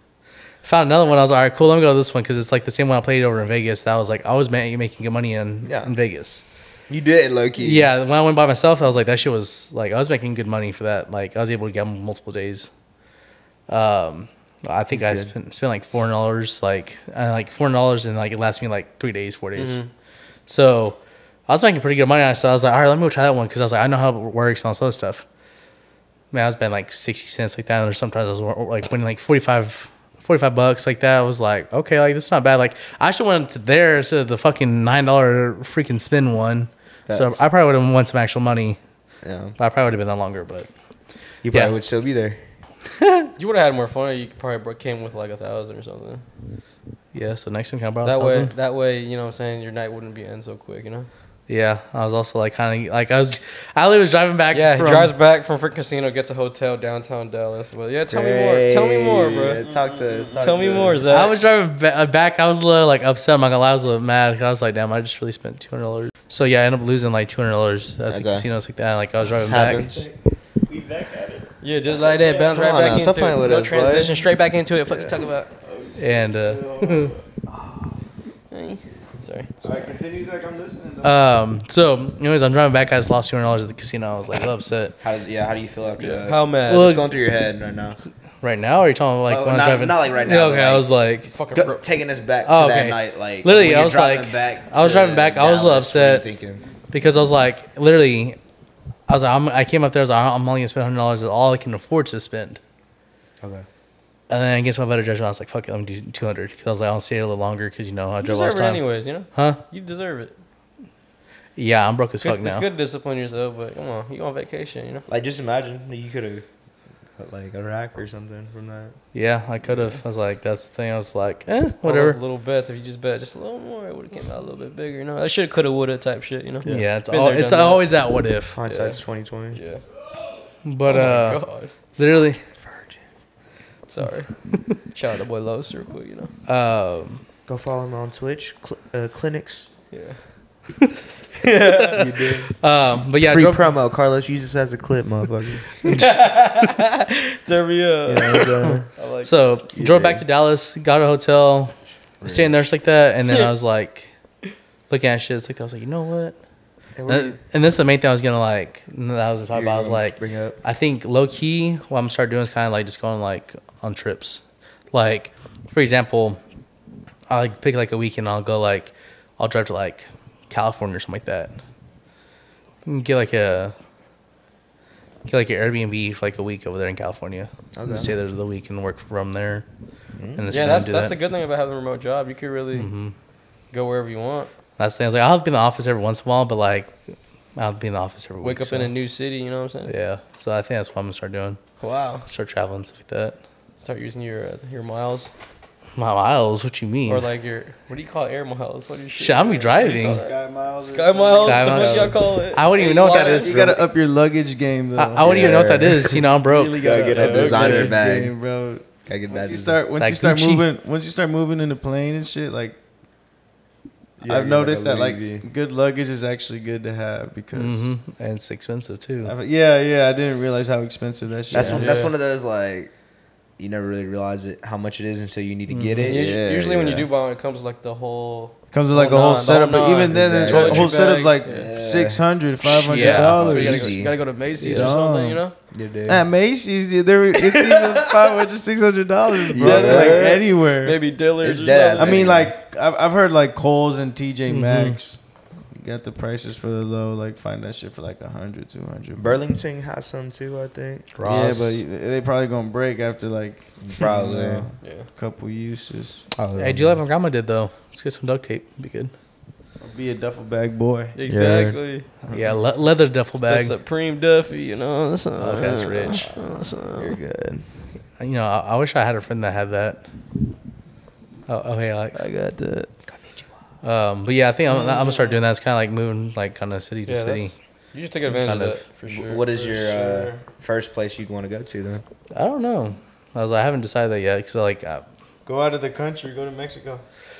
C: Found another one. I was like, all right, cool. Let me go to this one because it's like the same one I played over in Vegas. That I was like, I was ma- making good money in
B: Yeah.
C: in Vegas.
B: you did it, Loki.
C: Yeah, when I went by myself, I was like, that shit was like, I was making good money for that. Like, I was able to get them multiple days. Um, I think I spent spent like four dollars, like uh, like four dollars, and like it lasted me like three days, four days. So I was making pretty good money. So I was like, all right, let me go try that one because I was like, I know how it works and all this other stuff. Man, I was betting like sixty cents like that, or sometimes I was wa- like winning like 45, 45 bucks like that. I was like, okay, like this is not bad. Like I should went to there instead of the fucking nine dollar freaking spin one. So
B: Facts.
C: I probably would have won some actual money.
B: Yeah.
C: But I probably would have been on longer, but
B: You probably
C: Yeah.
B: would still be there.
E: You would have had more fun. if You probably bro- came with like a thousand or something.
C: yeah. So next time, can I borrow
E: That
C: a thousand?
E: way, that way, you know, what I'm saying your night wouldn't be end so quick. You know.
C: Yeah, I was also like kind of like I was. I literally was driving back.
E: Yeah, he
C: from,
E: drives back from freaking casino, gets a hotel downtown Dallas. Well, yeah, tell me more. Tell me more, bro.
B: Yeah, talk to us. talk
E: Tell me
B: to
E: more,
B: us.
E: Zach.
C: I was driving ba- uh, back. I was a little like upset. I'm not gonna lie. I was a little mad 'cause I was like, damn, I just really spent two hundred dollars. So yeah, I ended up losing like two hundred dollars at the
B: Okay.
C: casinos like that. Like I was driving
B: Happens.
C: back.
D: We back at it.
E: yeah, just like that, bounce
B: Come
E: right
B: on
E: back
B: now,
E: into
B: stop
E: it.
B: playing with
E: no
B: us, boy.
E: transition, straight back into it. Fuck you, talk about.
C: And uh,
E: Sorry.
D: All right, continue, Zach. I'm listening.
E: Uh,
D: though.
C: um, so anyways, I'm driving back. I just lost two hundred dollars at the casino. I was like upset.
B: How does yeah? How do you feel after that?
E: How mad?
C: Well,
B: What's going through your head right now?
C: Right now, or are you talking about like
B: Oh,
C: when
B: not-
C: I was driving?
B: not, like, right
C: Yeah,
B: now,
C: okay,
B: but,
C: I
B: like-
C: was like,
E: fucking
B: Go-
E: broke.
B: taking us back to
C: Oh,
B: that
C: okay.
B: night, like
C: Literally,
B: when
C: I
B: you're
C: was
B: driving
C: like-
B: back
C: I was
B: to
C: driving back, I was a little
B: Dallas, what are you
C: upset.
B: Thinking,
C: because I was like, literally, I was like, I'm, I came up there. I was like, I'm only gonna spend hundred dollars. All I can afford to spend.
B: okay,
C: And then against my better judgment, I was like, fuck it, let me do two hundred because I was like, I'll stay a little longer because you know I
E: You
C: drove
E: deserve
C: last
E: it
C: time.
E: anyways. You know.
C: Huh?
E: You deserve it.
C: Yeah, I'm broke as
E: It's
C: fuck
E: good, it's
C: now.
E: good to discipline yourself, but come on, you on vacation, you know.
B: like just imagine that you could have got like a rack or something from that.
C: Yeah, I could have. I was like, that's the thing. I was like, eh,
E: All
C: whatever.
E: those little bets. If you just bet just a little more, it would have came out a little bit bigger. You know, I should, coulda, woulda type shit. You know.
C: yeah. it's
E: Been
C: all,
E: there,
C: it's
E: done that.
C: always that what if.
B: Hindsight's twenty twenty.
E: Yeah.
C: But
E: oh my
C: uh,
E: God.
C: literally,
E: Sorry. Shout out to boy Los real quick. You know.
C: um,
B: Go follow him on Twitch. Cl- uh, clinics.
E: Yeah.
B: you did.
C: um, but yeah, I
B: Free
C: drove,
B: promo, Carlos. Use this as a clip, motherfucker.
E: There we
B: You
E: are.
B: know what I'm saying?
E: uh, I like.
C: so
B: You
C: drove back
B: did.
C: to Dallas, got a hotel, staying there just like that, and then I was like, looking at shit. It's like I was like, you know what?
B: Hey, what are
C: And, and this is the main thing I was gonna like. That I was talking
B: you
C: about. I was
B: gonna
C: like,
B: bring up.
C: I think low key, what I'm gonna start doing is kind of like just going like on trips. Like, for example, I like pick like a weekend. I'll go like, I'll drive to like California or something like that. And Get like a get like an Airbnb for like a week over there in California.
B: Okay.
C: And stay there the week and work from there. And just
E: Mm-hmm. Yeah,
C: kinda
E: that's
C: do
E: that's the
C: that. Mm-hmm.
E: good thing about having a remote job. You could really go wherever you want.
C: That's the thing. I was like, I'll have to be in the office every once in a while, but like, I'll be in the office every
E: Wake
C: week.
E: up in a new city. You know what I'm saying?
C: yeah. So I think that's what I'm gonna start doing.
E: Wow.
C: Start traveling stuff like that.
E: Start using your uh, your miles
C: My miles, what you mean?
E: or like your what do you call it, air miles? What do you
C: Shit, I'm be driving.
D: Sky Miles. or
E: Sky miles.
C: Sky
E: That's what
C: miles.
E: y'all call it.
C: I wouldn't even know what that is.
D: You gotta up your luggage game though.
C: I, I wouldn't even know what that is. You know, I'm broke.
D: Really
B: Gotta get
D: up
B: a
D: your
B: designer
D: luggage
B: bag.
D: game, bro.
B: Gotta get
D: Once
B: that
D: you start, once
C: Like
D: you start
C: Gucci.
D: moving, once you start moving in the plane and shit, like
B: Yeah,
D: I've
B: you're
D: noticed
B: like a
D: that like
B: lady.
D: good luggage is actually good to have because
E: Mm-hmm.
C: hmm And it's expensive too.
D: I've- yeah, yeah, I didn't realize how expensive that shit.
B: That's one,
D: is.
B: that's
E: Yeah.
B: one of those like you never really realize it how much it is until you need to get
E: Usu-
B: it.
E: Usually,
D: Yeah,
E: when you
D: yeah.
E: do buy one, it comes with, like the whole.
D: comes with like
E: Whole
D: a whole
E: nine, the
D: setup,
E: whole
D: but even
E: nine,
D: then,
B: exactly.
D: the whole
E: Toiletry
D: setup's
E: bag,
D: like
E: yeah.
D: six hundred, five hundred
C: Yeah.
E: So
D: dollars.
E: you gotta, go,
B: Easy.
E: you gotta go to Macy's
D: Oh, Yeah.
E: or something, you know.
B: You do.
E: Um,
D: At Macy's, dude, they're, it's even five hundred, six hundred dollars, bro.
B: Dead
D: like
B: ass.
D: anywhere.
E: Maybe
B: It's
E: Dillard's. or
B: dead ass.
E: something.
D: I mean, like I've, I've heard like Coles and TJ Maxx got the prices for the low. Like find that shit for like 100, 200.
B: Burlington has some too, I think.
C: Ross.
D: Yeah, but you- they probably gonna break after like
B: Probably.
D: you know,
E: Yeah.
D: a couple uses.
C: Hey, do you
E: Um,
C: like my grandma did though? Let's get some duct tape. Be good.
D: Be a duffel bag boy.
E: Exactly.
C: Yeah, le- leather duffel
E: It's
C: bag.
E: The Supreme Duffy, you know. That's, uh,
C: Oh, that's rich.
E: that's, uh,
B: You're good.
C: You know, I, I wish I had a friend that had that. Oh, oh hey, Alex.
E: I got that.
C: Um, but yeah, I think I'm, I'm gonna start doing that. It's kind of like moving, like kind of city to
E: Yeah,
C: city.
E: that's- You should take advantage
C: Kind
E: of
C: of.
E: that for sure.
B: what is
E: for
B: your uh,
E: sure.
B: first place you'd want to go to then?
C: I don't know. I was, I haven't decided that yet because like, uh,
D: Go out of the country. Go to Mexico.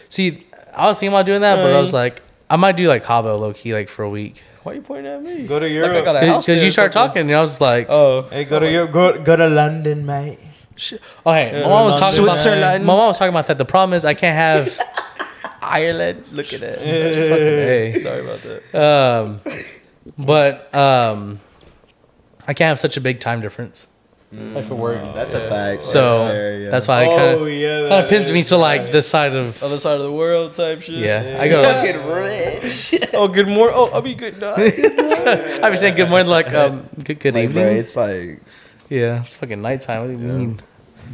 C: see, I was thinking about doing that, but I was like, I might do like Cabo low key, like for a week.
E: Why you pointing at me?
D: Go to
E: Like,
D: Europe.
E: I got a house
C: Because
E: there
C: you
E: or
C: start
E: something.
C: talking, and I was like,
E: Oh,
D: hey, go to Europe. Go, go to London, mate.
C: Sh- Okay, my mom was talking about
E: Switzerland.
C: My mom was talking about that. The problem is I can't have.
E: Ireland. Look at that.
C: hey,
E: Sorry about that.
C: um, but um, I can't have such a big time difference. Like for work,
B: That's a fact.
C: so that's,
B: fair, yeah.
C: why it kind of
D: Oh, yeah,
C: kind of pins me to like this side of.
E: Other side of the world type shit.
C: Yeah, I go.
B: fucking rich.
E: Oh, good morning. Oh, I'll be good night.
C: I've been saying good morning, like um, good good
B: Like,
C: evening.
B: bro, it's like
C: Yeah, it's fucking nighttime. What do you mean?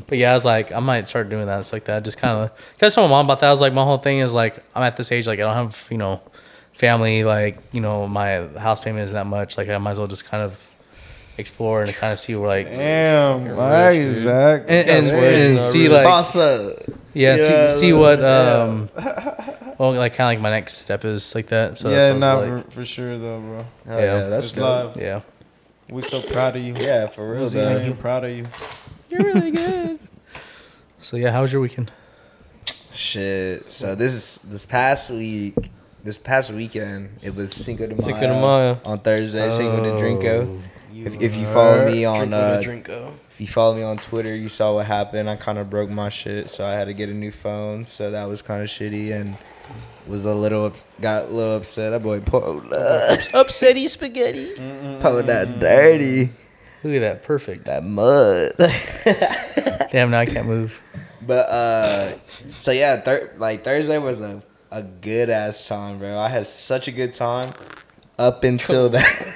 C: But yeah, I was like, I might start doing that. It's like that. Just kind of. I told my mom about that. I was like, my whole thing is like, I'm at this age, like I don't have, you know, family. Like you know, my house payment isn't that much. Like I might as well just kind of explore and kind of see where like. And,
D: Damn, why Zach?
C: and,
E: switch,
C: and
E: though,
C: see
E: really.
C: like
B: boss up.
C: yeah, see, see what um well like kind of like my next step is like that so
D: yeah,
C: that sounds
D: not
C: like
D: for, for sure though, bro.
B: Oh,
C: Yeah.
B: yeah, that's
D: It's
B: good.
D: love.
C: yeah
D: We're so proud of you.
B: Yeah, for real
D: Rosie,
B: though.
D: I'm proud of you.
C: you're really good so yeah how was your weekend
B: Shit. So this is this past week, this past weekend, it was Cinco de Mayo,
E: Cinco de Mayo.
B: on Thursday. Cinco de Drinko.
C: Oh.
B: If, if you follow
D: are
B: me on uh,
E: Drinko.
B: if you follow me on Twitter, you saw what happened. I kind of broke my shit, so I had to get a new phone. So that was kind of shitty and was a little got a little upset. That boy pulled up,
E: Upsetty spaghetti.
B: pulled that dirty,
C: look at that perfect
B: that mud.
C: damn now I can't move
B: But uh, so yeah, thir- like Thursday was a, a good ass time, bro. I had such a good time up until that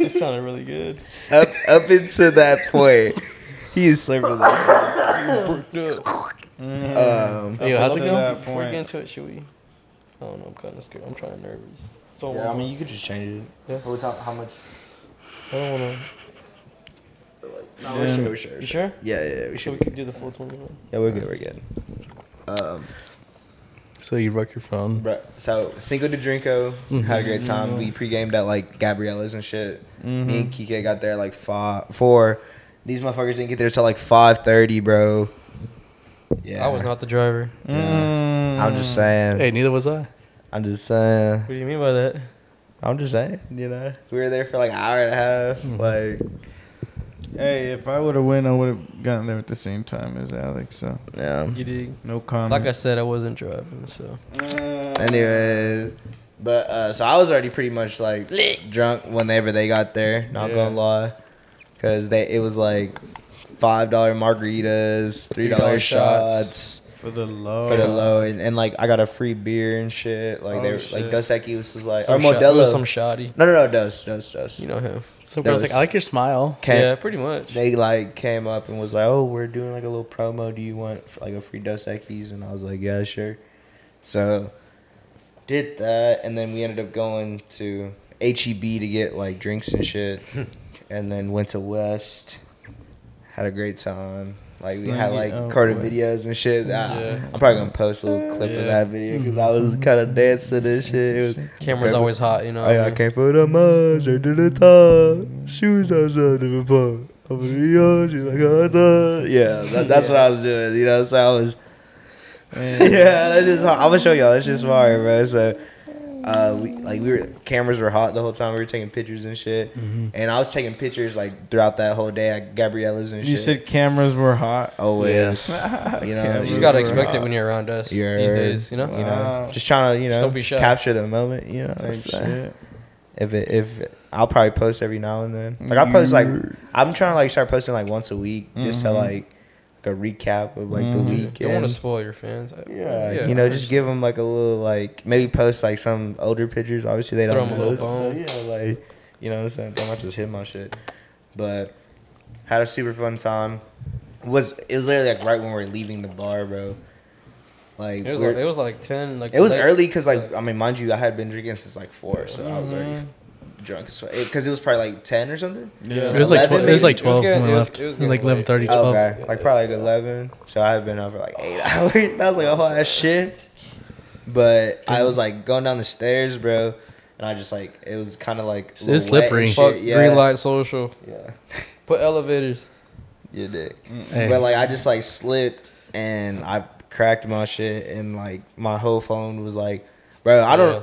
E: That sounded really good.
B: up up until that point. He is slurping. that.
E: Worked up.
B: Um,
C: Yo, how's it
D: to
C: going?
D: Uh, that
E: Before we
D: point.
E: get into it, should we? I don't know. I'm kind of scared. I'm trying to nervous. So
B: yeah, I mean, you could just change it.
E: Yeah.
B: How much?
E: I don't want to.
B: No, we're sure, we're sure, we're
E: You sure?
B: Yeah, yeah, yeah, we
E: Should
B: should.
E: we could do the full 21?
B: Yeah, we're good. We're good. Um,
C: so you broke your phone
B: bro, so Cinco de Drinko
E: Mm-hmm.
B: had a great time. We pre-gamed at like Gabriella's and shit.
D: Mm-hmm.
B: Me and
E: Mm-hmm.
B: Kike got there at, like five, four. These motherfuckers didn't get there till like five thirty, bro. Yeah,
E: I was not the driver.
D: Mm-hmm.
B: I'm just saying.
C: Hey, neither was I.
B: I'm just saying.
E: What do you mean by that?
B: I'm just saying. You know, we were there for like an hour and a half.
E: Mm-hmm.
B: Like,
D: Hey, if I would have win, I would have gotten there at the same time as Alex. So
B: yeah.
E: You dig?
D: no comment.
E: Like I said, I wasn't driving, so.
B: Anyways, but uh, so I was already pretty much like drunk whenever they got there. Not
D: Yeah.
B: gonna lie, because they it was like five dollar margaritas, three dollar
E: $3 shots.
B: shots.
D: for the love.
B: For the low and, and like I got a free beer and shit. Like they
D: Oh,
B: were like
D: shit.
B: Dos Equis was like
E: Some
B: or
E: sho- it was
B: Modelo.
E: some shoddy.
B: no no no Dos Dos Dos.
E: You know him.
C: So
B: That
C: I was like,
B: was-
C: I like your smile.
B: Came-
E: Yeah, pretty much.
B: They like came up and was like, "Oh, we're doing like a little promo. Do you want like a free Dos Equis?" And I was like, "Yeah, sure." So did that, and then we ended up going to HEB to get like drinks and shit, and then went to West. Had a great time. Like we had
D: Slingy
B: like
D: Oak
B: Carter
D: West.
B: videos and shit. That
E: Yeah.
B: I'm probably gonna post a little clip
E: Yeah.
B: of that video because I was kind of dancing and shit. It was,
E: Camera's always hot, you know.
B: I, I came for the mud, straight to the top. Shoes outside of the park. I'm gonna be yours, you like a dog. Yeah, that, that's what I was doing. You know, so I was
D: And
B: yeah, that's just. hot. I'm gonna show y'all. That's just fire, bro. So, uh, we like we were cameras were hot the whole time. We were taking pictures and shit.
E: Mm-hmm.
B: And I was taking pictures like throughout that whole day at Gabriella's and
D: you
B: shit.
D: said cameras were hot.
B: always. You know,
D: Cameras
E: You just gotta
D: were
E: expect it
D: hot.
E: when you're around us
B: Yeah.
E: these days, you know.
B: You know,
D: Wow.
B: just trying to you know
E: Just don't be shy.
B: capture the moment. You know,
D: Type
B: So,
D: shit.
B: if it, if I'll probably post every now and then. Like I post like
D: Word.
B: I'm trying to like start posting like once a week just to
D: Mhm.
B: like like a recap of like
D: Mhm.
B: the
E: You
B: week.
E: Don't want to spoil your fans. I-
B: Yeah, you know, just give them like a little like maybe post like some older pictures. Obviously, they
E: Throw
B: don't
E: 'em a little
B: know,
E: bone.
B: So, yeah, like you know, what I'm saying don't just hit my shit. But had a super fun time. Was it was literally like right when we were leaving the bar, bro. Like
E: It was
B: we're-
E: like it was like ten. Like
B: it was
E: late-
B: early because, like, I mean, mind you, I had been drinking since like four, so I was already
D: Mhm.
B: drunk as fuck. Because it was probably like ten or something.
E: Yeah.
C: It was like 12,
B: 11
C: it was like
E: maybe? It was
C: 12 when
E: getting-
C: I
E: it was-
C: left.
E: it was
C: like
E: getting
C: 11, 30,
B: Oh,
E: late.
C: 12.
B: okay, like probably like eleven. So I had been out for like eight hours. That was like a whole ass shift. But I was like going down the stairs, bro, and I just like it was kind of like
C: It's
B: a little wet
C: slippery.
B: and
E: Fuck
B: shit, yeah,
E: green light social.
B: Yeah,
E: Put elevators.
B: you dick.
C: Hey.
B: But like I just like slipped and I cracked my shit and like my whole phone was like, bro, I don't.
E: Yeah.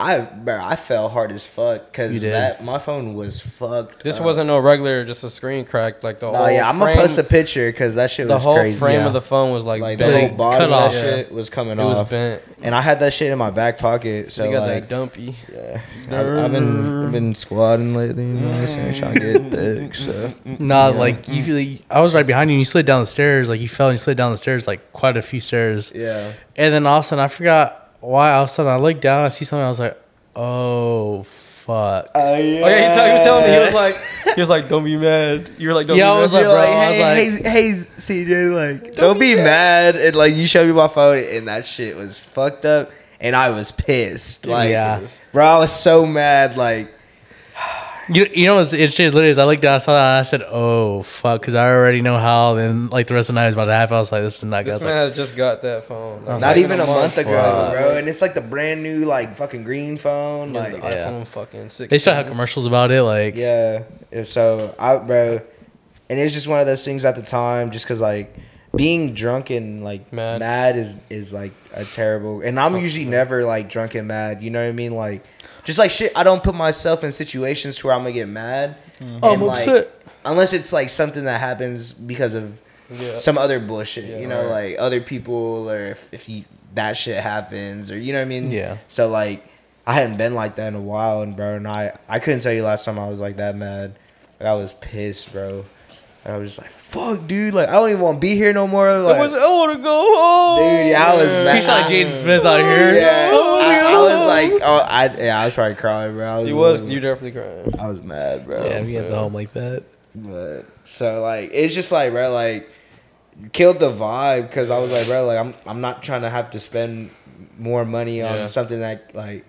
B: I bro, I fell hard as fuck
C: You
B: because
C: did.
B: that my phone was fucked.
E: This
B: up.
E: wasn't no regular, just a screen crack. Like the
B: No,
E: whole.
B: Uh. yeah, I'm
E: frame,
B: gonna post a picture because that shit
E: The
B: was
E: whole
B: crazy.
E: frame
C: Yeah.
E: of the phone was like,
B: Like the
E: bent.
B: whole
C: Cut
B: bottom
C: off.
B: of that shit was coming
E: It
B: off,
E: was bent.
B: and I had that shit in my back pocket.
E: So
B: So
E: you got
B: like,
E: that dumpy.
B: yeah, I've, I've been I've been squatting lately. You know what I'm saying? Trying to get thick. So
C: Nah, like you, like, I was right behind you. and You slid down the stairs, like you fell and you slid down the stairs, like quite a few stairs.
B: yeah,
C: And then all of a sudden, I forgot why. All of a sudden, I looked down, I see something, I was like, oh fuck.
B: oh yeah.
E: Oh yeah, he, tell- he was telling me he was like, he was like, don't be mad. You were like, don't
C: Yeah, I
E: be
C: was
E: mad.
C: like,
B: You're
C: bro,
B: like,
C: I was
B: hey,
C: like,
B: hey, hey, CJ, like, don't, be mad. And like, you showed me my phone, and that shit was fucked up, and I was pissed. Like,
C: Yeah.
B: bro, I was so mad. Like,
C: You, you know what's interesting? is Literally, as I looked down, I saw that, and I said, "Oh fuck," because I already know how. Then, like the rest of the night was about to happen. I was like, "This is not good."
E: This
C: I was
E: man
C: like,
E: has just got that phone. Like,
C: was
B: not
C: like,
B: even a month ago,
C: Wow.
B: bro. And it's like the brand new, like, fucking green phone.
E: like,
B: Like,
E: the
C: yeah.
E: iPhone fucking six.
C: they still have commercials about it. Like,
B: yeah. And So, I, bro, and it's just one of those things at the time, just because, like, being drunk and like mad.
E: Mad.
B: is is like a terrible and I'm usually never like drunk and mad, you know what I mean? Like just like shit, I don't put myself in situations to where I'm gonna get mad.
C: I'm
B: And, like,
C: upset.
B: Unless it's like something that happens because of
E: Yeah.
B: some other bullshit,
E: Yeah,
B: you know,
E: right.
B: like other people or if, if you that shit happens or you know what I mean?
C: Yeah.
B: So like I hadn't been like that in a while and bro and I I couldn't tell you last time I was like that mad. Like I was pissed, bro. I was just like, fuck dude, like I don't even want to be here no more. Like,
E: I was I want to go home.
B: Dude, yeah, I was mad.
C: we saw Jaden Smith out here.
B: Yeah,
C: Oh,
B: I, I
C: yeah.
B: was like, oh, I, yeah, I was probably crying, bro. I was,
E: He was.
B: literally-
E: You definitely crying.
B: I was mad, bro.
C: yeah, we had the home like that.
B: But so like, it's just like, bro, like killed the vibe because I was like, bro, like I'm, I'm not trying to have to spend more money on
E: Yeah.
B: something that like,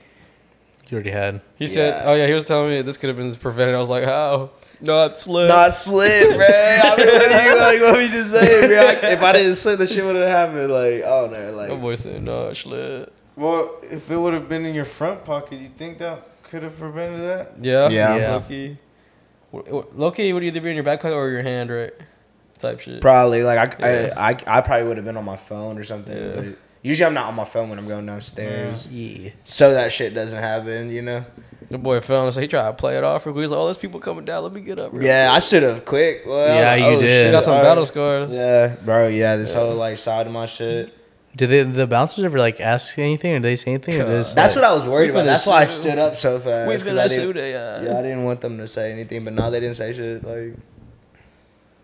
C: You already had.
E: He said,
B: Yeah.
E: "Oh yeah," he was telling me this could have been prevented. I was like, "How? Not slip."
B: not slip, bro. I mean, what do you like? What we just say, bro? Like, if I didn't slip, the shit would have happened. Like, oh no,
E: My
B: like,
E: boy said, "Not slip."
D: Well, if it would have been in your front pocket, you think that could have prevented that?
E: Yeah.
B: Yeah.
C: Yeah.
E: Loki. Loki would either be in your backpack or your hand, right? Type shit.
B: probably like I,
E: Yeah.
B: I, I, I probably would have been on my phone or something.
E: Yeah.
B: But usually, I'm not on my phone when I'm going downstairs.
C: Yeah.
B: so that shit doesn't happen, you know?
E: The boy fell, so he tried to play it off. real quick. He's like, "Oh, there's people coming down. Let me get up." real
B: Yeah, I
E: quick."
B: stood up quick. Well,
C: Yeah,
B: I'm
C: you
B: like, oh,
C: did.
B: shit,
E: She got some
B: all
E: battle
B: right.
E: scars.
B: Yeah, bro, yeah, this whole like side of my shit.
C: Did they, the bouncers ever like ask anything? Or did they say anything? Or this?
B: That's what I was worried
E: We
B: about.
E: finna
B: That's why I
E: sue.
B: stood up so fast.
E: We
B: 'cause I
E: finna
B: didn't-
E: sue they, uh,
B: Yeah, I didn't want them to say anything, but now they didn't say shit. Like,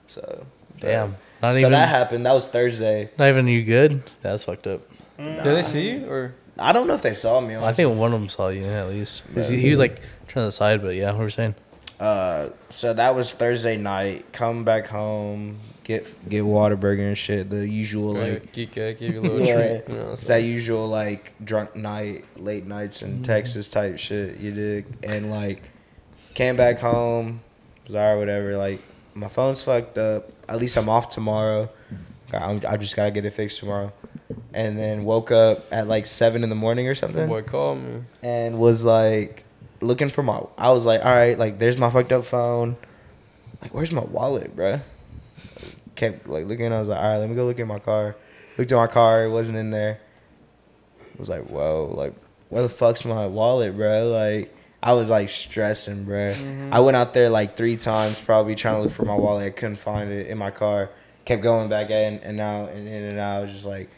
B: so
C: Damn.
B: So
C: Not even.
B: that happened. That was Thursday.
C: not even you good. That's fucked up.
E: Did they see you or?
B: I don't know if they saw me.
C: I
B: Honestly.
C: think one of them saw you at least. He was, he was like trying to side, but yeah, we were saying.
B: Uh, so that was Thursday night. Come back home, get get Waterburger and shit. The usual like
E: Like, geek, I give you a little
B: Yeah.
E: treat. You know, what I'm
B: It's
E: saying?
B: that usual like drunk night, late nights
C: Mm.
B: in Texas type shit. You dig? And like, came back home, was alright, whatever. Like, my phone's fucked up. At least I'm off tomorrow. I'm, I just gotta get it fixed tomorrow. And then woke up at like seven in the morning or
E: the
B: something,
E: boy called me.
B: and was like looking for my. I was like, all right, like there's my fucked up phone. Like, where's my wallet, bruh? Kept like looking. I was like, all right, let me go look in my car. Looked at my car, it wasn't in there. I was like, whoa, like, where the fuck's my wallet, bro? Like, I was like stressing, bro. I went out there like three times, probably trying to look for my wallet. I couldn't find it in my car. Kept going back in and out and in and out. I was just like,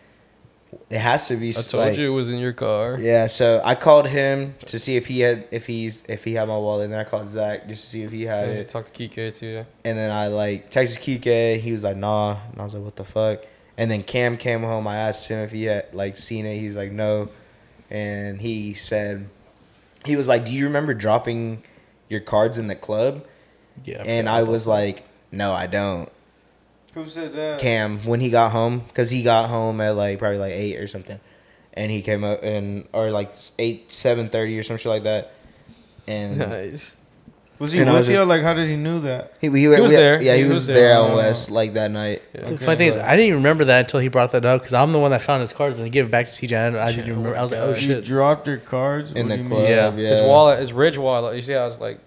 B: it has to be.
E: I told
B: like-
E: you it was in your car.
B: yeah, so I called him to see if he had if he if he had my wallet, and then I called Zach just to see if he had
E: Yeah,
B: it.
E: talk to Kike too.
B: And then I like texted Kike, he was like, nah. And I was like, what the fuck? And then Cam came home, I asked him if he had like seen it. He's like, no. And he said he was like, Do you remember dropping your cards in the club?
C: Yeah.
B: and I was like, No, I don't.
D: Who said that?
B: Cam when he got home because he got home at like probably like eight or something, and he came up and or like eight seven thirty or some shit like that, and
E: Nice.
D: Was he
B: And I
D: with
B: was
D: you?
B: just-
D: Like, how did he knew that?
B: he, he, was
E: there.
B: Yeah, he, was, there out west like that night.
C: The funny thing is, I didn't even remember that until he brought that up because I'm the one that found his cards and gave it back to CJ. I, didn't- I didn't
E: Yeah,
C: remember. I was like,
E: oh
C: oh
E: my
D: You
C: shit.
D: dropped your cards
B: In
D: What do
B: the
D: you
B: club,
D: mean?
B: yeah.
C: Yeah.
E: His wallet, his ridge wallet. You see how it's like,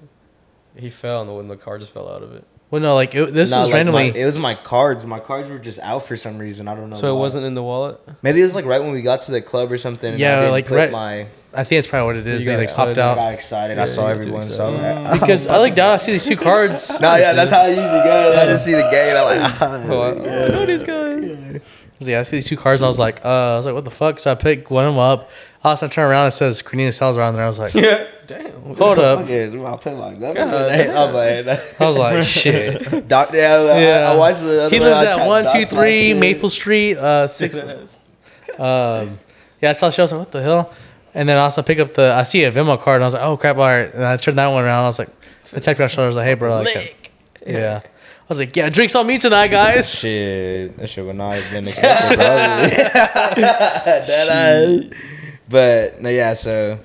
E: he fell and the, and the car just fell out of it.
C: Well, no, like it, this
B: Nah,
C: was
B: like, my-
C: randomly.
B: it was my cards. My cards were just out for some reason. I don't know.
E: So it
B: why.
E: wasn't in the wallet.
B: Maybe it was like right when we got to the club or something. and I
C: Yeah,
B: didn't
C: like,
B: put
C: right-
B: My
C: I think that's probably what it is.
E: You
C: They
E: got
C: like
E: excited.
C: popped out
B: got Oh, excited. I
E: Oh. Yeah,
B: saw
E: you got too
B: everyone. So
E: excited.
B: I'm like,
C: because I look down. I see these two cards.
B: no, yeah, that's how I usually go. I just see the gate. I'm like,
E: Oh, I, I know these guys.
C: So, yeah, I see these two cars. I was like, uh, I was like, what the fuck? So I picked one of them up. Also, I turn around. It says Cornelius Sal's around there. I was like,
E: Yeah. Damn.
C: hold up.
B: okay, I'll put my glove. in there. I'm like,
C: I was like, shit.
B: Doctor, yeah, I-
C: Yeah.
B: I, I watched the other
C: He
B: one, I
C: lives
B: tried
C: at
B: to
C: one two
B: dox my
C: three
B: shit.
C: Maple Street, uh, six. Um, yeah, I saw the show. I was like, what the hell? And then I also pick up the I see a Venmo card and I was like, oh crap, all right. And I turned that one around. I was like, I tapped my shoulder. I was like, hey bro, like, yeah. I was like, yeah, drinks on me tonight, guys.
B: Shit, that shit would not have been accepted, probably. Dead ass. But no, yeah, so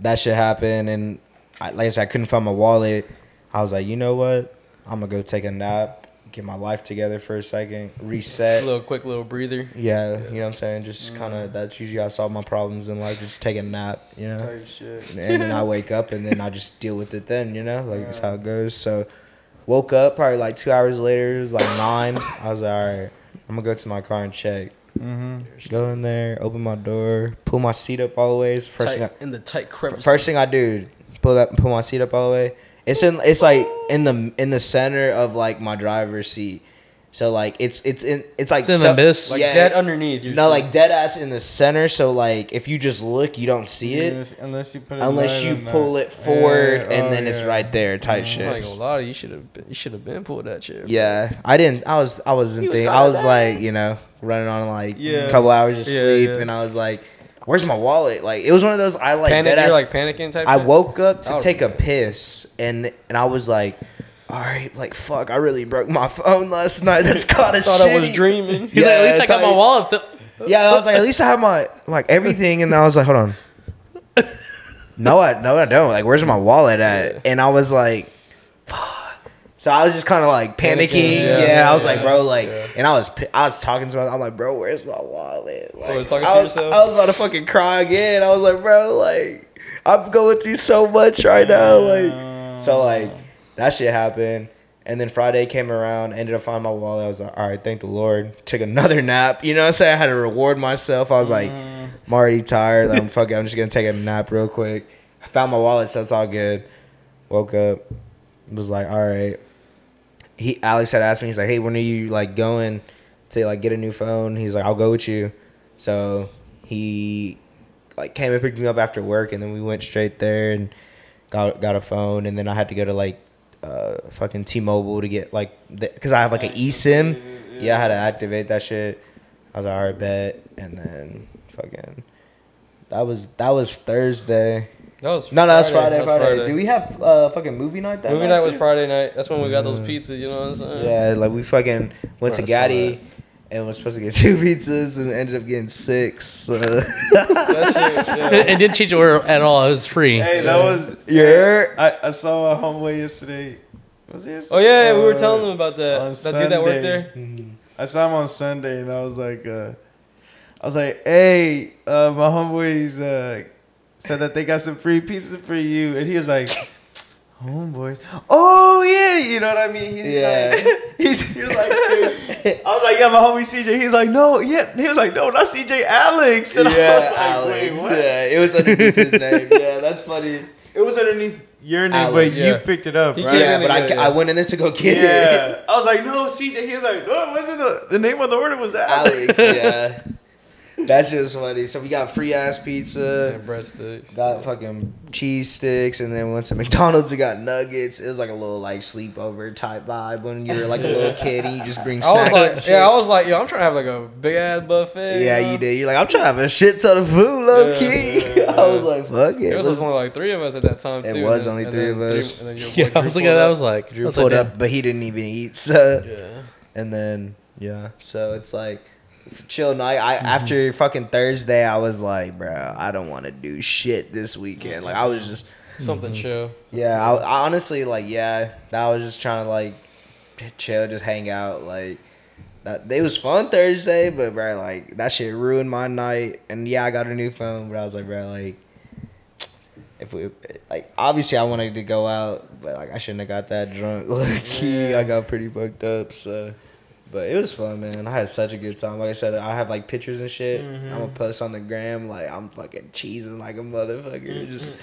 B: that shit happened, and I, like I said, I couldn't find my wallet. I was like, you know what? I'm gonna go take a nap, get my life together for a second, reset.
E: little quick little breather.
B: Yeah, you know what I'm saying. Just kind of that's usually how I solve my problems in life. Just take a nap, you know.
D: Type shit.
B: and then I wake up and then I just deal with it then, you know? Like that's how it goes. So woke up probably like two hours later, it was like nine. I was like, all right, I'm gonna go to my car and check.
D: Mm-hmm.
B: Go in there, open my door, pull my seat up all the way. It's the first thing
E: Tight- in the tight
B: I,
E: crevice.
B: first thing I do, pull that pull my seat up all the way. It's in it's like in the in the center of like my driver's seat. So like it's it's in it's like
C: It's in
B: so-
C: the abyss.
E: like
B: yeah.
E: dead underneath. You're
B: no
E: just
B: like dead ass in the center. So like if you just look, you don't see it
D: Unless, unless you put it
B: unless
D: right
B: you
D: on that.
B: pull it forward
D: Yeah,
B: and
D: oh,
B: then it's
D: yeah.
B: right there type
E: I'm not gonna
B: shit
E: lie, to you, you should have been, you should have been pulled that chair.
B: yeah i didn't i was i wasn't
E: He was
B: thinking i
E: kinda
B: was
E: bad.
B: like you know running on like
E: Yeah.
B: a couple hours of
E: Yeah,
B: sleep
E: yeah.
B: and i was like where's my wallet like it was one of those i like,
E: panic.
B: dead
E: You're
B: ass-
E: like panicking type.
B: i
E: shit?
B: woke up to
E: I would-
B: take a piss and and i was like all right like fuck i really broke my phone last night that's kind of
E: Thought I was
B: shitty.
E: dreaming.
C: He's like,
B: Yeah,
C: at least I
B: it's
C: got my
B: like-
C: wallet. Th-
B: Yeah, I was like, at least I have my like everything, and I was like, hold on. No, I no, I don't. Like, where's my wallet at? And I was like, fuck. So I was just kind of like panicking.
E: Panicking,
B: Yeah,
E: yeah,
B: I was
E: yeah,
B: like, bro, like,
E: yeah.
B: and I was pi- I was talking to myself. I'm like, bro, where's my wallet? Like,
E: Oh, was talking
B: I
E: to
B: was,
E: yourself?
B: I was about to fucking cry again. I was like, bro, like, I'm going through so much right now. Like, so like that shit happened. And then Friday came around, ended up finding my wallet. I was like, all right, thank the Lord. Took another nap. You know what I'm saying? I had to reward myself. I was like, I'm already tired. I'm fucking, I'm just going to take a nap real quick. I found my wallet, so it's all good. Woke up, was like, all right. He Alex had asked me, he's like, hey, when are you like going to like get a new phone? He's like, I'll go with you. So he like came and picked me up after work, and then we went straight there and got got a phone, and then I had to go to like uh fucking T-Mobile to get like because I have like an eSIM. Yeah. I had to activate that shit. I was like, all right, bet, and then fucking. That was that was Thursday.
E: That was
B: No, no, that's Friday.
E: That was
B: Friday. Do we have uh fucking movie night? That
E: Movie night
B: too? Mm.
E: was Friday night. That's when we got those pizzas. You know what I'm saying?
B: Yeah, like we fucking went to
E: Bro, I saw
B: Gaddy and was supposed to get two pizzas and ended up getting six. uh. So.
E: That shit. Yeah.
C: it, it didn't change order at all. It was free.
D: Hey, that was
B: Yeah.
D: I, I saw a homeboy yesterday. Was it
E: Oh
D: yesterday?
E: yeah, we were
D: Uh,
E: telling them about that.
D: on
E: That dude that worked
D: Sunday.
E: there.
B: Mm.
D: I saw him on Sunday, and I was like, uh, I was like, hey, uh, my homeboys uh, said that they got some free pizza for you, and he was like, homeboys, oh yeah, you know what I mean? He's
B: Yeah.
D: like, he's, he was like,
B: yeah,
D: I was like, yeah, my homie CJ. He's like, no, yeah. He was like, no, not CJ, Alex. And I was like,
B: Alex.
D: wait, what?
B: Yeah, it was underneath his name. Yeah, that's funny.
D: It was underneath your name,
B: Alex,
D: but
B: yeah.
D: you picked it up,
E: He
D: right?
E: can't-
B: Yeah, but I, I went in there to go get it.
D: Yeah. I was like, no, CJ. He was like, oh, no, wasn't the the name on the order was
B: Alex,
D: Alex.
B: yeah. That's just funny. So we got free ass pizza.
E: And breadsticks.
B: Got fucking cheese sticks, and then went to McDonald's and got nuggets. It was like a little like sleepover type vibe when you were like a little kid and you just bring
E: I
B: snacks.
E: was
B: and
E: like,
B: shit.
E: yeah, I was like, yo, I'm trying to have like a big ass buffet.
B: Yeah,
E: know?
B: you did. You're like, I'm trying to have a shit ton of food, low
E: Yeah,
B: key.
E: yeah,
B: I was
E: yeah.
B: like, fuck it.
E: There was
B: let's-
E: only like three of us at that time.
B: It
E: too,
B: was
E: and
B: only
E: and
B: three
E: then
B: of us.
E: and then your boy
C: Yeah, I
E: Drew
C: was like,
E: pulled
C: that
E: up.
C: was like, I
B: Drew
C: was like,
B: pulled
C: damn.
B: up, but he didn't even eat. So,
E: Yeah.
B: and then yeah, so it's like chill night. I
C: Mm-hmm.
B: after fucking Thursday, I was like, bro, I don't want to do shit this weekend. Like I was just
C: Mm-hmm.
E: Something chill.
B: Yeah, I, I honestly like yeah. I was just trying to like chill, just hang out. Like that, it was fun Thursday, but bro, like that shit ruined my night. And yeah, I got a new phone, but I was like, bro, like if we like obviously I wanted to go out, but like I shouldn't have got that drunk. Like I got pretty fucked up, so. But it was fun, man. I had such a good time. Like I said, I have like pictures and shit. I'm gonna post on the gram. Like I'm fucking cheesing like a motherfucker, just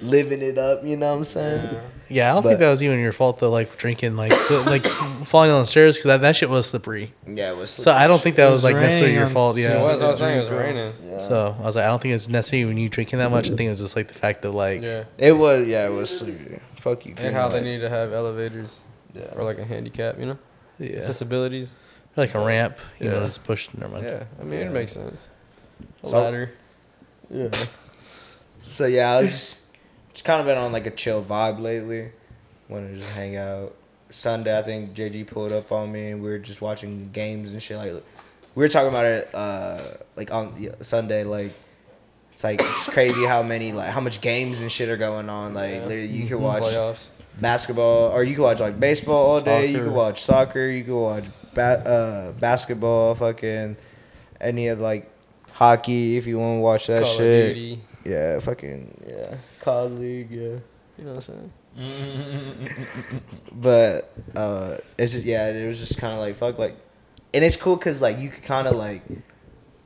B: living it up. You know what I'm saying?
C: yeah, I don't
B: but-
C: think that was even your fault though. Like drinking, like the, like falling down the stairs because that, that shit was slippery.
B: Yeah, it was.
C: So I don't think that
D: It
C: was,
D: was
C: like necessarily
D: raining
C: your
D: on-
C: fault.
D: so
C: Yeah.
E: Well, as I was uh,
D: Yeah.
E: saying, it was raining.
B: Yeah.
C: So I was like, I don't think it's necessarily when you drinking that much. I think it was just like the fact of like,
E: Yeah.
B: it was. Yeah, it was. Sleepy. Fuck you.
E: And how they need to have elevators or like a handicap, you know?
C: yeah,
E: Accessibilities.
C: like a ramp. You know,
E: Yeah.
C: it's pushed. Never mind.
E: Yeah. I mean,
B: Yeah.
E: it makes sense. A
B: So-
E: ladder.
B: Yeah. So yeah, I was just, just kind of been on like a chill vibe lately. Wanted to just hang out. Sunday, I think JG pulled up on me, and we were just watching games and shit. Like, we were talking about it, uh, like on yeah, Sunday, like. It's like it's crazy how many like how much games and shit are going on. Like
E: Yeah.
B: literally, you can watch
E: Playoffs.
B: basketball, or you can watch like baseball all day. You
D: Soccer.
B: can watch soccer. You can watch ba- uh, basketball, fucking any of like hockey if you want to watch that
E: Call of
B: shit.
E: Duty.
B: Yeah, fucking yeah, COD League. Yeah,
E: You know what I'm saying?
B: but uh, it's just yeah, it was just kind of like fuck like, and it's cool because like you could kind of like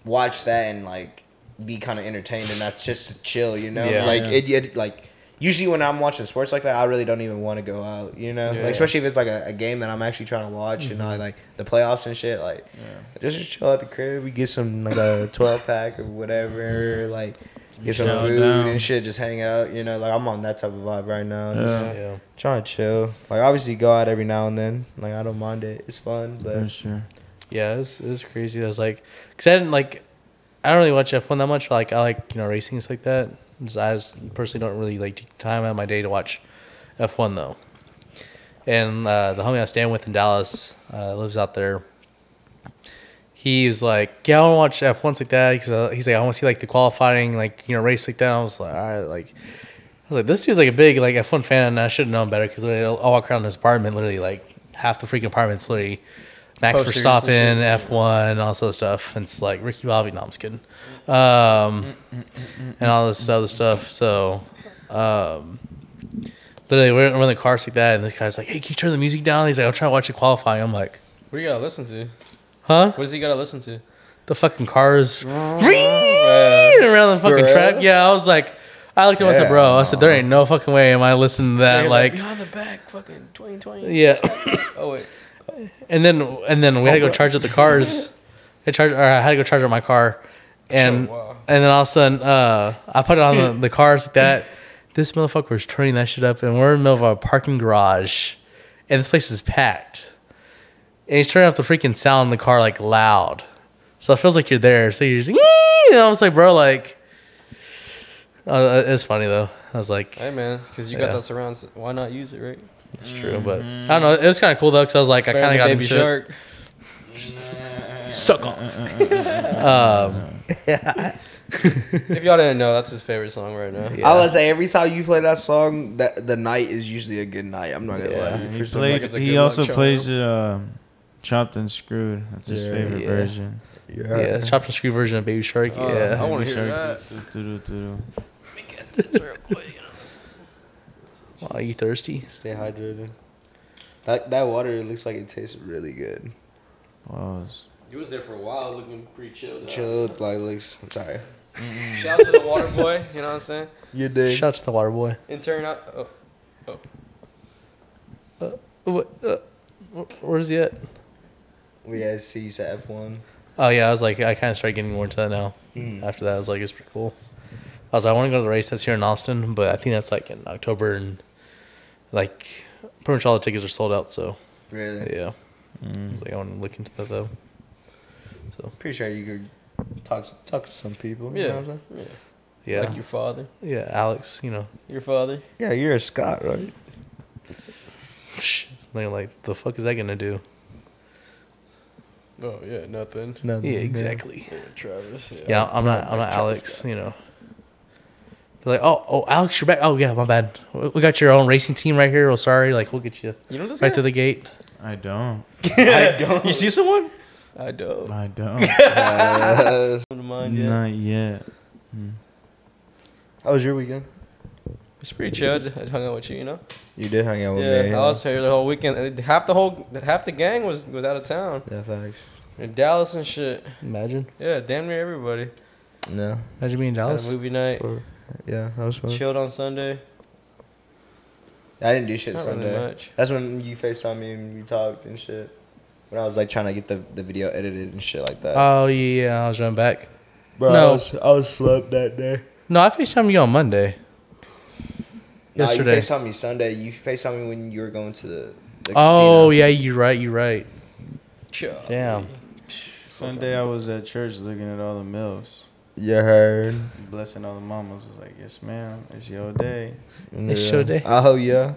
B: watch that and like be kind of entertained, and that's just to chill, you know.
C: Yeah.
B: like
D: Yeah.
B: It, it like usually when I'm watching sports like that, I really don't even want to go out, you know.
E: Yeah.
B: Like especially if it's like a, a game that I'm actually trying to watch and not like the playoffs and shit. Like just just chill at the crib, we get some like a twelve pack or whatever, like. Get some
D: Chill
B: food
D: down.
B: and shit, just hang out, you know. Like I'm on that type of vibe right now.
D: Yeah.
B: Just
C: Yeah.
B: Trying to chill. Like obviously go out every now and then. Like I don't mind it. It's fun,
D: For
B: but
D: sure.
C: Yeah, it was, it was crazy. I was like, because I didn't like, I don't really watch F1 that much. Like, I like, you know, racing and stuff like that. Just, I just personally don't really like take time out of my day to watch F1 though. And uh, the homie I stand with in Dallas uh, lives out there. He was like, yeah, I want to watch F1s like that because he's like, I want to see like the qualifying, like, you know, race like that. I was like, all right, like, I was like, this dude's like a big like F1 fan, and I should have known better because I walk around his apartment, literally like half the freaking apartment's literally Max
E: Posters and
C: Verstappen,
E: shit.
C: F1, and all this other stuff. And it's like Ricky Bobby, no, I'm just kidding,
E: Mm,
C: um, and all this other stuff. So, um, literally, we're, we're in the car seat like that, and this guy's like, hey, can you turn the music down? He's like, I'm trying to watch you qualifying. I'm like,
E: What do you gotta listen to?
C: huh?
E: What does he gotta listen to?
C: The fucking cars Uh,
E: Yeah.
C: around the fucking
B: Bruh.
C: track. Yeah, I was like, I looked at him, I said,
B: Yeah,
C: bro, I said, there ain't no fucking way am I listening to
E: Yeah,
C: that.
E: you're
C: Like,
E: behind the back, fucking 2020.
C: yeah.
E: Oh wait,
C: And then and then we had to
E: Oh,
C: go charge up the cars. I charge or I had to go charge up my car. And
E: Oh, wow.
C: and then all of a sudden uh, I put it on the, the cars like that. This motherfucker was turning that shit up and we're in the middle of a parking garage and this place is packed. And he's turning up the freaking sound in the car like loud. So it feels like you're there. So you're just "Ee!" and I was like, bro, like uh, it's funny though. I was like,
E: hey man, because you
C: Yeah.
E: got that surround. so Why not use it, right?
C: it's true, but I don't know. It was kind of cool though, because I was like, I
E: Better
C: kind
E: than
C: of got
E: baby
C: into it.
E: shark.
C: suck off. um,
E: if y'all didn't know, that's his favorite song right now.
C: yeah.
B: I was say every time you play that song, that the night is usually a good night. I'm not gonna
C: Yeah.
B: lie.
D: And
B: to
D: he
B: you. For some-
D: played.
E: like, it's a
D: He
E: good
D: also
E: luck charm.
D: plays um, chopped and screwed. That's his
B: Yeah.
D: favorite
C: Yeah.
D: version.
B: yeah.
C: yeah, the chopped and screw version of Baby Shark.
E: Oh, I
C: yeah,
E: wanna hear
D: Sure.
E: that.
D: Do- do- do- do- do.
C: wow, you thirsty?
B: Stay hydrated. That that water it looks like it tastes really good.
D: Wow, it's-
E: You was there for a while, looking pretty chilled. out.
B: Chill, like, leaks. I'm sorry.
E: Shout out to the water boy. You know what I'm saying?
B: You dig?
C: Shout out to the water boy.
E: Intern out. Oh,
C: What, uh, wh- where's he at?
B: We had C's to F1.
C: Oh yeah, I was like, I kind of started getting more into that now.
B: Hmm, Mm.
C: After that, I was like, it's pretty cool. I was like, I want to go to the race that's here in Austin, but I think that's like in October, and like pretty much all the tickets are sold out. So
B: Really?
C: yeah, I
D: Mm.
C: was like I want to look into that though. So
B: Pretty sure you could talk, talk to some people. You know what
E: yeah.
B: I'm saying?
E: yeah.
C: yeah,
E: Like your father.
C: yeah, Alex, you know,
E: Your father.
B: Yeah, you're a Scot, right?
C: like, like the fuck is that gonna do?
E: Oh yeah, nothing.
B: Nothing.
C: Yeah, exactly.
E: Yeah, Travis. Yeah.
C: Yeah, I'm not, I'm not Alex. You know, they're like, oh, oh, Alex, you're back. Oh yeah, my bad. We we got your own racing team right here. Oh sorry, like we'll get you
E: You know this
C: right
E: guy?
C: to the gate.
D: I don't.
B: I don't.
E: You see someone? I don't.
D: I don't.
B: Uh,
E: Come to mind yet.
D: Not yet. Mm.
B: how was your weekend?
E: It's pretty chill. I just hung out with you, you know.
B: You did hang out with
E: Yeah,
B: me.
E: I was here the whole weekend. Half the whole, half the gang was was out of town
B: Yeah, thanks.
E: in Dallas and shit.
C: Imagine,
E: Yeah, damn near everybody.
B: No.
C: imagine being in
E: Had a
C: Dallas.
E: movie night.
B: Yeah, that was fun.
E: Chilled on Sunday.
B: I didn't do shit
E: Not
B: Sunday.
E: really much.
B: That's when you FaceTime me and we talked and shit. When I was like trying to get the, the video edited and shit like that.
C: Oh yeah, I was running back.
B: Bro,
C: no.
B: I was, I was slept that day.
C: No, I FaceTimed you on Monday.
B: Nah,
C: Yesterday.
B: you FaceTime me Sunday. You FaceTime me when you were going to the, the
C: oh
B: casino.
C: yeah, you're right. You're right.
E: Chill.
C: Damn.
D: Sunday I was at church looking at all the milfs,
B: You heard.
D: blessing all the mamas. I was like, yes, ma'am, it's your day.
C: It's your day.
B: Oh, yeah.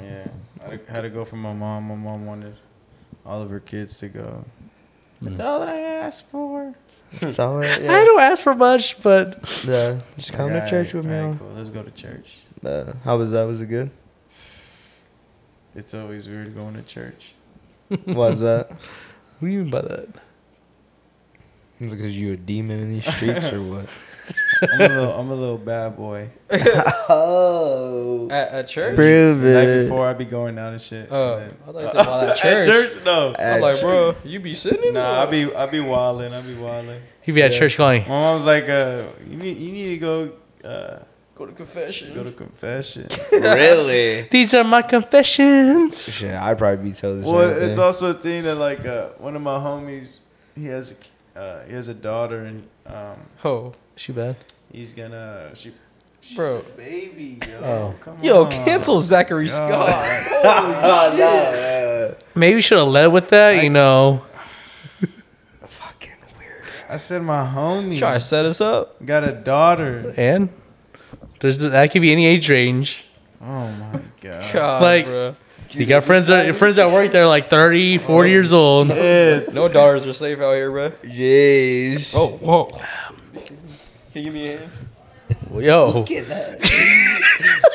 D: Yeah, I had to- had to go for my mom. My mom wanted all of her kids to go. That's all that I asked for.
B: It's all right. Yeah.
C: I don't ask for much, but
B: Yeah, just come
D: Like,
B: to church
D: "Alright,
B: with me.
D: alright,
B: on-
D: Cool. Let's go to church.
B: Uh, how was that? Was it good?
D: It's always weird going to church.
B: was that?
C: what do you mean by that?
B: Because you a demon in these streets or what?
D: I'm a little, I'm a little bad boy.
B: oh.
E: At, at church?
B: Prove
D: The night
B: it.
D: before I be going down and shit.
E: Oh,
D: and then-
E: I thought you said while at
D: At
E: church.
D: church, no.
E: I'm
B: At
E: like,
B: church.
E: bro, you be sitting?
D: Nah, I be I be wilding. I be wilding.
C: He'd be at church going.
D: My mom's like, uh, you need you need to go uh
E: go to confession.
D: go to confession.
B: really?
C: These are my confessions.
B: Shit, I'd probably be told the
D: Well,
B: same
D: it's
B: thing.
D: also a thing that like uh, one of my homies, he has a, k- uh, he has a daughter and um,
E: oh,
C: She bad.
D: he's gonna she, she's
E: Bro.
D: a baby. Yo,
C: Oh.
D: come
E: yo,
D: on.
E: cancel Zachary Scott.
B: oh, no. uh,
C: Maybe should have led with that. you know.
B: fucking weird.
D: I said my
E: Try to
D: homie
E: set us up.
D: got a daughter.
C: And there's the, that could be any age range.
D: Oh my god.
E: God,
C: Like-
E: bro.
C: You got friends that your friends at work. They're like 30, 40 years old.
D: It's,
E: No daughters are safe out here, bro.
B: Jeez.
E: Oh, whoa. Can you give me a hand?
C: Yo,
E: Just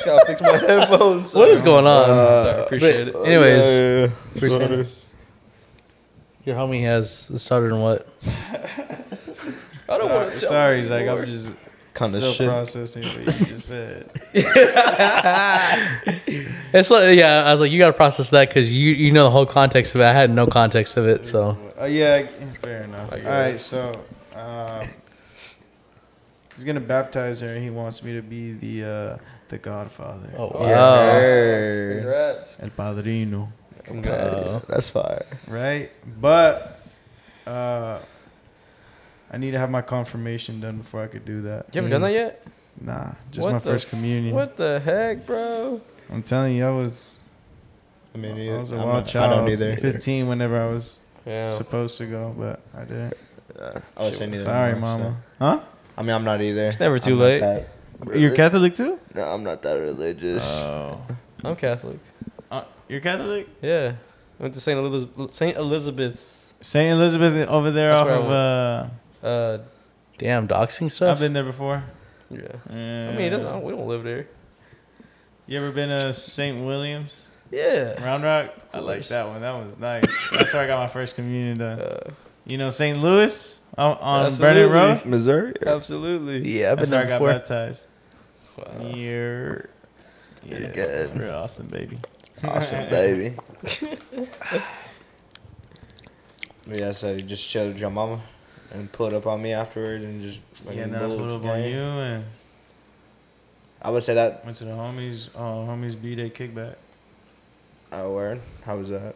E: gotta fix my headphones. Uh,
C: what is going on?
E: Sorry, appreciate it.
C: But anyways,
B: Uh,
C: Chris Evans. your homie has started in what?
E: I don't want
D: sorry,
E: to tell
D: sorry
E: you
D: Zach.
E: anymore.
D: I'm just
B: kind of
D: still
B: shit.
D: processing what you just said.
C: It's like yeah, I was like, you gotta process that because you you know the whole context of it. I had no context of it, so
D: Oh yeah, fair enough. All right, so um, he's gonna baptize her, and he wants me to be the uh, the Godfather,
C: oh
E: Oh,
C: wow,
B: Err.
E: Congrats.
D: El Padrino,
E: Congrats.
C: Wow.
B: That's fire.
D: right? But uh, I need to have my confirmation done before I could do that.
E: You haven't done that yet?
D: Nah, just
E: What
D: my
E: the
D: first
E: f-
D: communion.
E: What the heck, bro?
D: I'm telling you, I was
B: I
D: I,
B: mean,
D: was a
B: I'm
D: wild
B: not-
D: child.
B: I don't either.
D: 15 whenever I was
E: Yeah.
D: supposed to go, but I didn't.
B: Uh, I was saying neither.
D: Sorry,
B: am I, so-
D: mama. Huh?
B: I mean, I'm not either. It's
E: never too late.
D: You're Catholic too?
B: No, I'm not that religious.
E: Uh,
D: Oh,
E: I'm Catholic.
D: uh, you're Catholic.
E: Yeah. I went to St. Elizabeth. St. Elizabeth's.
D: St. Elizabeth over there
E: That's
D: off
E: where I
D: of. Uh,
E: Uh,
C: damn doxing
D: I've
C: stuff.
D: been there before.
E: yeah.
D: Yeah.
E: I mean, it doesn't, we don't live there.
D: You ever been to St. Williams
E: Yeah.
D: Round Rock? I like
E: course.
D: that one. That one's nice. That's where I got my first communion done.
E: Uh,
D: You know, St. Louis on, on
E: Absolutely.
D: Brennan Road.
B: Missouri?
E: absolutely.
C: yeah, I've been
D: That's where I
C: there
D: got
C: before.
D: baptized.
E: Wow.
D: Yeah. Yeah.
B: good.
D: Real awesome, baby.
B: Awesome, baby. Yeah, so he just chilled with your mama and pulled up on me afterwards and just
D: Yeah,
B: fucking
D: and then I
B: bull-
D: pulled up on
B: yeah.
D: you and
B: I would say that.
D: went to the homies. Uh, homies B day kickback.
B: Oh, word. How was that?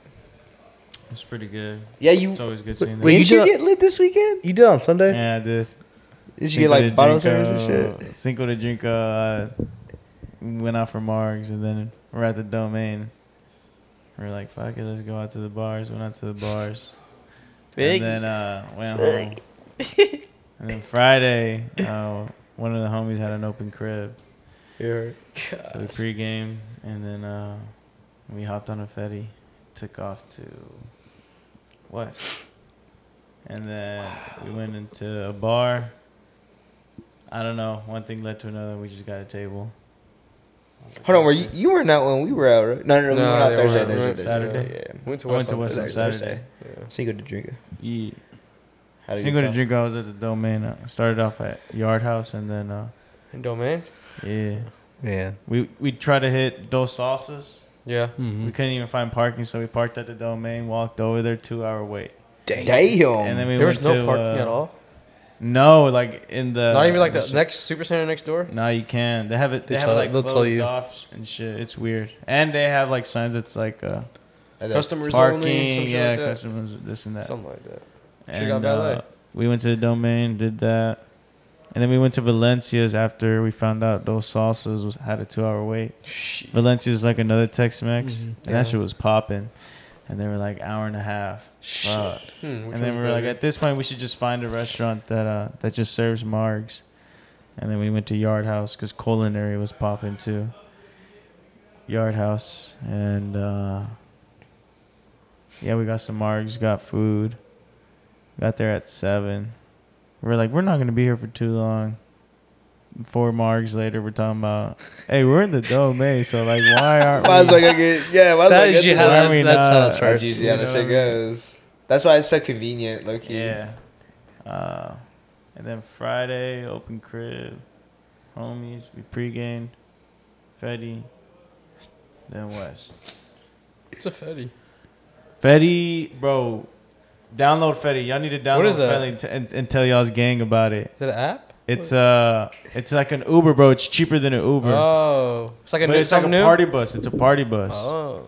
D: It's pretty good.
B: Yeah, you.
D: It's always
C: Wait,
D: good seeing
C: wait,
D: them.
B: did
C: you
B: you,
C: do-
B: get lit this weekend?
C: You did on Sunday.
D: Yeah, I did.
B: Did you get like bottle service
D: uh,
B: and shit?
D: shit? Cinco de Drinko. Uh, went out for Margs and then we're at the domain. We're like, fuck it, let's go out to the bars. Went out to the bars.
A: Big.
D: And then uh, went home. and then Friday, uh, one of the homies had an open crib.
B: Yeah.
D: So we pregame and then uh, we hopped on a Fetty, took off to West. And then we went into a bar. I don't know. One thing led to another. We just got a table.
B: Hold on, were you you weren't out when we were out, right? No, no, no, we
E: No,
B: were not
E: they
B: Thursday,
E: weren't. We
B: Thursday,
E: went
B: Thursday.
D: Saturday.
B: Yeah, yeah.
E: went to
D: I went
E: West
D: to
E: on
D: West on
E: Thursday.
D: Saturday.
E: Yeah.
B: Cinco de Drinko.
D: Yeah.
B: How did
D: Cinco
B: you
D: de Drinko, I was at the Domain. I started off at Yard House and then, uh,
E: And Domain?
D: yeah.
C: Man.
D: We we tried to hit Dos Salsas.
E: Yeah.
D: We couldn't even find parking, so we parked at the Domain, walked over there, two hour wait.
B: Damn. Damn.
D: And then we
E: Oh, there
D: went
E: was no
D: to,
E: parking
D: uh,
E: at all.
D: No, like in the
E: Not even like the
D: shit-
E: next super center next door.
D: No, you can. They have it. They,
C: They
D: have
C: tell-
D: it like
C: they'll
D: closed
C: tell you.
D: off and shit. It's weird. And they have like signs that's like uh,
B: And then-
E: Customers only, some
D: parking,
E: shit
D: yeah,
E: like that.
D: customers, this and that.
E: Something like that.
D: and,
E: got valet.
D: uh, we went to the domain, did that, and then we went to Valencia's after we found out those salsas was, had a two-hour wait. Valencia's like another Tex-Mex,
C: Mhm.
D: and
E: Mm-hmm. Yeah.
D: that shit was popping. And they were like hour and a half. Fuck.
E: Hmm, which
D: and then
E: one's
D: we were like,
E: better?
D: at this point, we should just find a restaurant that uh, that just serves margs. And then we went to Yard House because culinary was popping too. Yard House and uh, yeah, we got some margs, got food, got there at seven. We were like, we're not gonna be here for too long. Four margs later, we're talking about, hey, we're in the domain, so like, why aren't
B: Why
D: we?
B: was I gonna get? Yeah, why was
C: That
B: I
C: is
B: get?
C: you
D: Why
C: how
B: to-
D: are
C: that,
D: we
C: that's how
D: not-
C: that
B: That's
C: starts.
B: usually how
D: You
B: that
D: know
B: shit
D: what I
B: goes. That's why it's so convenient, low key.
D: Yeah. Uh, and then Friday, open crib, homies, we pre-gamed, Fetty, then West.
E: it's a Fetty.
D: Fetty, bro, download Fetty. Y'all need to download
E: What is that?
D: Fetty and, t- and, and tell y'all's gang about it.
E: Is it an app?
D: It's uh, it's like an Uber, bro. It's cheaper than an Uber.
E: Oh, it's like a
D: but
E: new,
D: it's like a
E: something new?
D: party bus. It's a party bus.
E: Oh,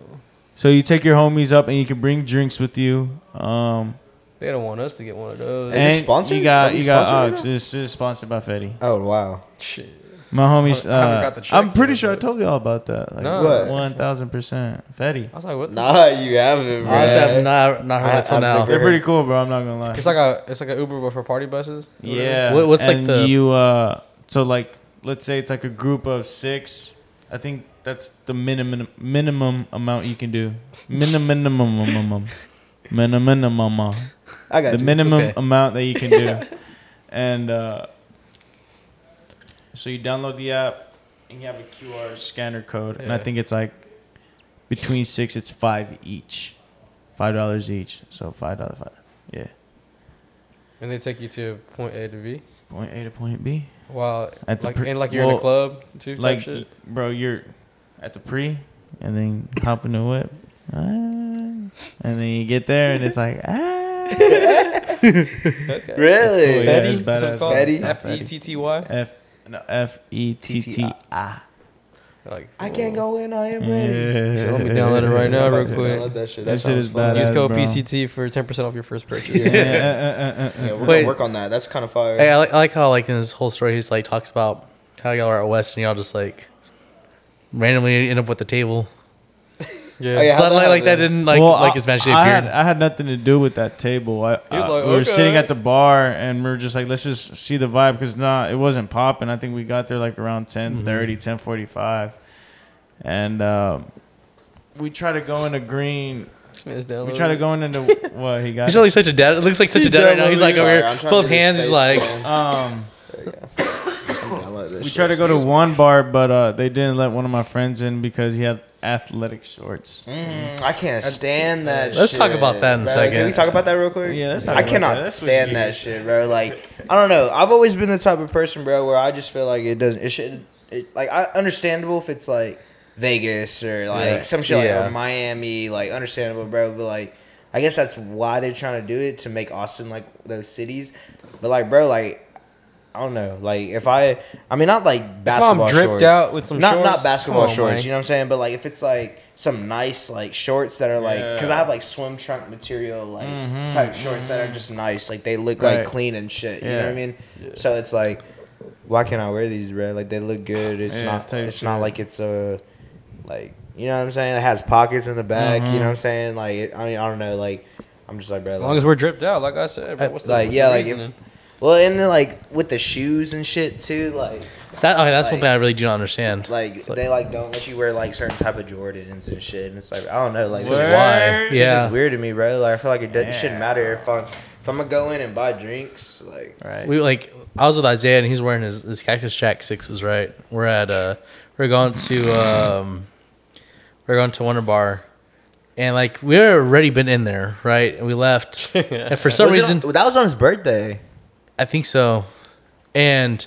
D: So you take your homies up and you can bring drinks with you. Um,
E: they don't want us to get one of those.
B: Is it
D: and
B: sponsored? Are
D: You got,
B: we
D: you got.
B: sponsored right
D: Ox.
B: now?
D: this is sponsored by Fetty.
B: Oh wow.
E: Shit.
D: My homies,
E: I haven't got
D: uh,
E: the check
D: I'm pretty
E: yet,
D: sure I
E: but-
D: told y'all about that. Like,
E: No.
B: What?
D: one thousand percent, Fetty.
E: I was like, what? The?
B: Nah, you haven't, bro.
C: Honestly, I've not not heard
B: I-
C: that till
B: I've
C: now.
B: never-
D: They're pretty cool, bro. I'm not gonna lie.
E: It's like a it's like an Uber but for party buses.
D: yeah.
C: What- what's, like,
D: and
C: the-
D: you? Uh, so like, let's say it's like a group of six. I think that's the minimum minimum amount you can do. Minimum minimum minimum minimum minimum.
B: I got
D: the
B: you.
D: minimum
C: okay.
D: amount that you can do. and uh, so you download the app and you have a QR scanner code. And I
E: Yeah.
D: think it's like between six, it's five each. Five dollars each. So five dollar five. Yeah.
E: And they take you to point A to B.
D: Point A to point B.
E: Wow.
D: At the
E: like,
D: pre-
E: and like you're in
D: well,
E: a club too.
D: like
E: type shit.
D: bro, you're at the pre and then hop in the whip. Ah, and then you get there and it's like ah
E: Okay.
B: Really?
D: cool, yeah.
E: Fetty. That's
D: it's
E: what
D: badass.
E: it's called.
B: Fetty?
E: F E T T Y.
D: F no F E T T I.
E: Like
B: I can't go in. I am ready.
D: Yeah.
E: So let me download it right now, real quick.
B: Download that shit.
D: That shit is
B: sounds fun.
D: badass.
E: Use code
D: bro.
E: PCT for ten percent off your first purchase.
D: Yeah, uh, uh, uh,
B: Yeah,
D: uh,
B: we're
C: Wait.
B: gonna work on that. That's kind of fire.
C: Hey, I like, I like how like in this whole story he's like talks about how y'all are at West and y'all just like randomly end up with the table.
E: Yeah.
B: Oh, yeah.
C: It's
B: how'd
C: not
B: that
C: like, like that
B: happen?
C: didn't like
D: Well,
C: like
D: I-
C: it's magically
D: I
C: appeared.
D: had, I had nothing to do with that table. I,
E: He was
D: I-
E: like,
D: we were sitting
E: "Okay."
D: at the bar and we were just like, let's just see the vibe because nah, it wasn't popping. I think we got there like around
C: Mm-hmm.
D: 1030, 1045. And um, we try to go into green. We try to go into what he got.
C: He's like such a dad. It looks like such a
D: He's
C: dad right now. He's like
B: Sorry,
C: over
B: I'm trying
C: here,
B: to
C: both
B: do this
C: hands, is
B: face
C: like
B: scan.
D: um,
B: Download this
D: we
B: shit.
D: tried to go to one bar, but uh, they didn't let one of my friends in because he had athletic shorts.
B: Mm, I can't stand that.
C: Let's talk
B: shit,
C: about that in a
B: bro.
C: second.
B: Can we talk about that real quick?
D: Yeah, let's talk
B: I
D: about
B: cannot
D: that. That's what
B: stand
D: you-
B: that shit, bro. Like, I don't know. I've always been the type of person, bro, where I just feel like it doesn't. It should. It, like, I understandable if it's like Vegas or like some shit
C: Yeah.
B: like or Miami, like understandable, bro. But like, I guess that's why they're trying to do it to make Austin like those cities. But like, bro, like I don't know. Like if I, I mean, not like basketball.
E: I'm dripped
B: shorts.
E: out with some
B: not
E: shorts,
B: not basketball
E: come on,
B: shorts.
E: man.
B: You know what I'm saying? But like if it's like some nice like shorts that are like because I have like swim trunk material like type shorts that are just nice. Like they look like
D: Mm-hmm. Right.
B: clean and shit. You know
D: Yeah.
B: what I mean? So it's like, why can't I wear these, bro? Like they look good. It's
D: Yeah,
B: not.
D: type
B: It's not
D: shit.
B: like it's a, like you know what I'm saying. It has pockets in the back.
D: Mm-hmm.
B: You know what I'm saying? Like it, I mean I don't know. Like I'm just like, bro.
E: As
B: like-
E: long as we're dripped out, like I said, bro, what's the,
B: Uh, like
E: what's
B: yeah,
E: the
B: like if,
E: reasoning?
B: well, and then like with the shoes and shit too, like
C: That okay, that's one
B: Like-
C: thing I really do not understand.
B: like,
C: It's like-
B: they like don't let you wear like certain type of Jordans and shit, and it's like I don't know, like
C: It's
B: this
C: like,
B: is,
C: why?
B: this is
C: Yeah,
B: weird to me, bro. Like I feel like it, doesn't, it
D: Yeah.
B: shouldn't matter if I'm if I'm gonna go in and buy drinks, like
D: Right.
C: we like I was with Isaiah and he's wearing his, his Cactus Jack sixes. Right, we're at uh we're going to um we're going to Wonder Bar, and like we had already been in there, right? And we left, and for some
B: Was it
C: reason
B: on- that was on his birthday.
C: I think so. And,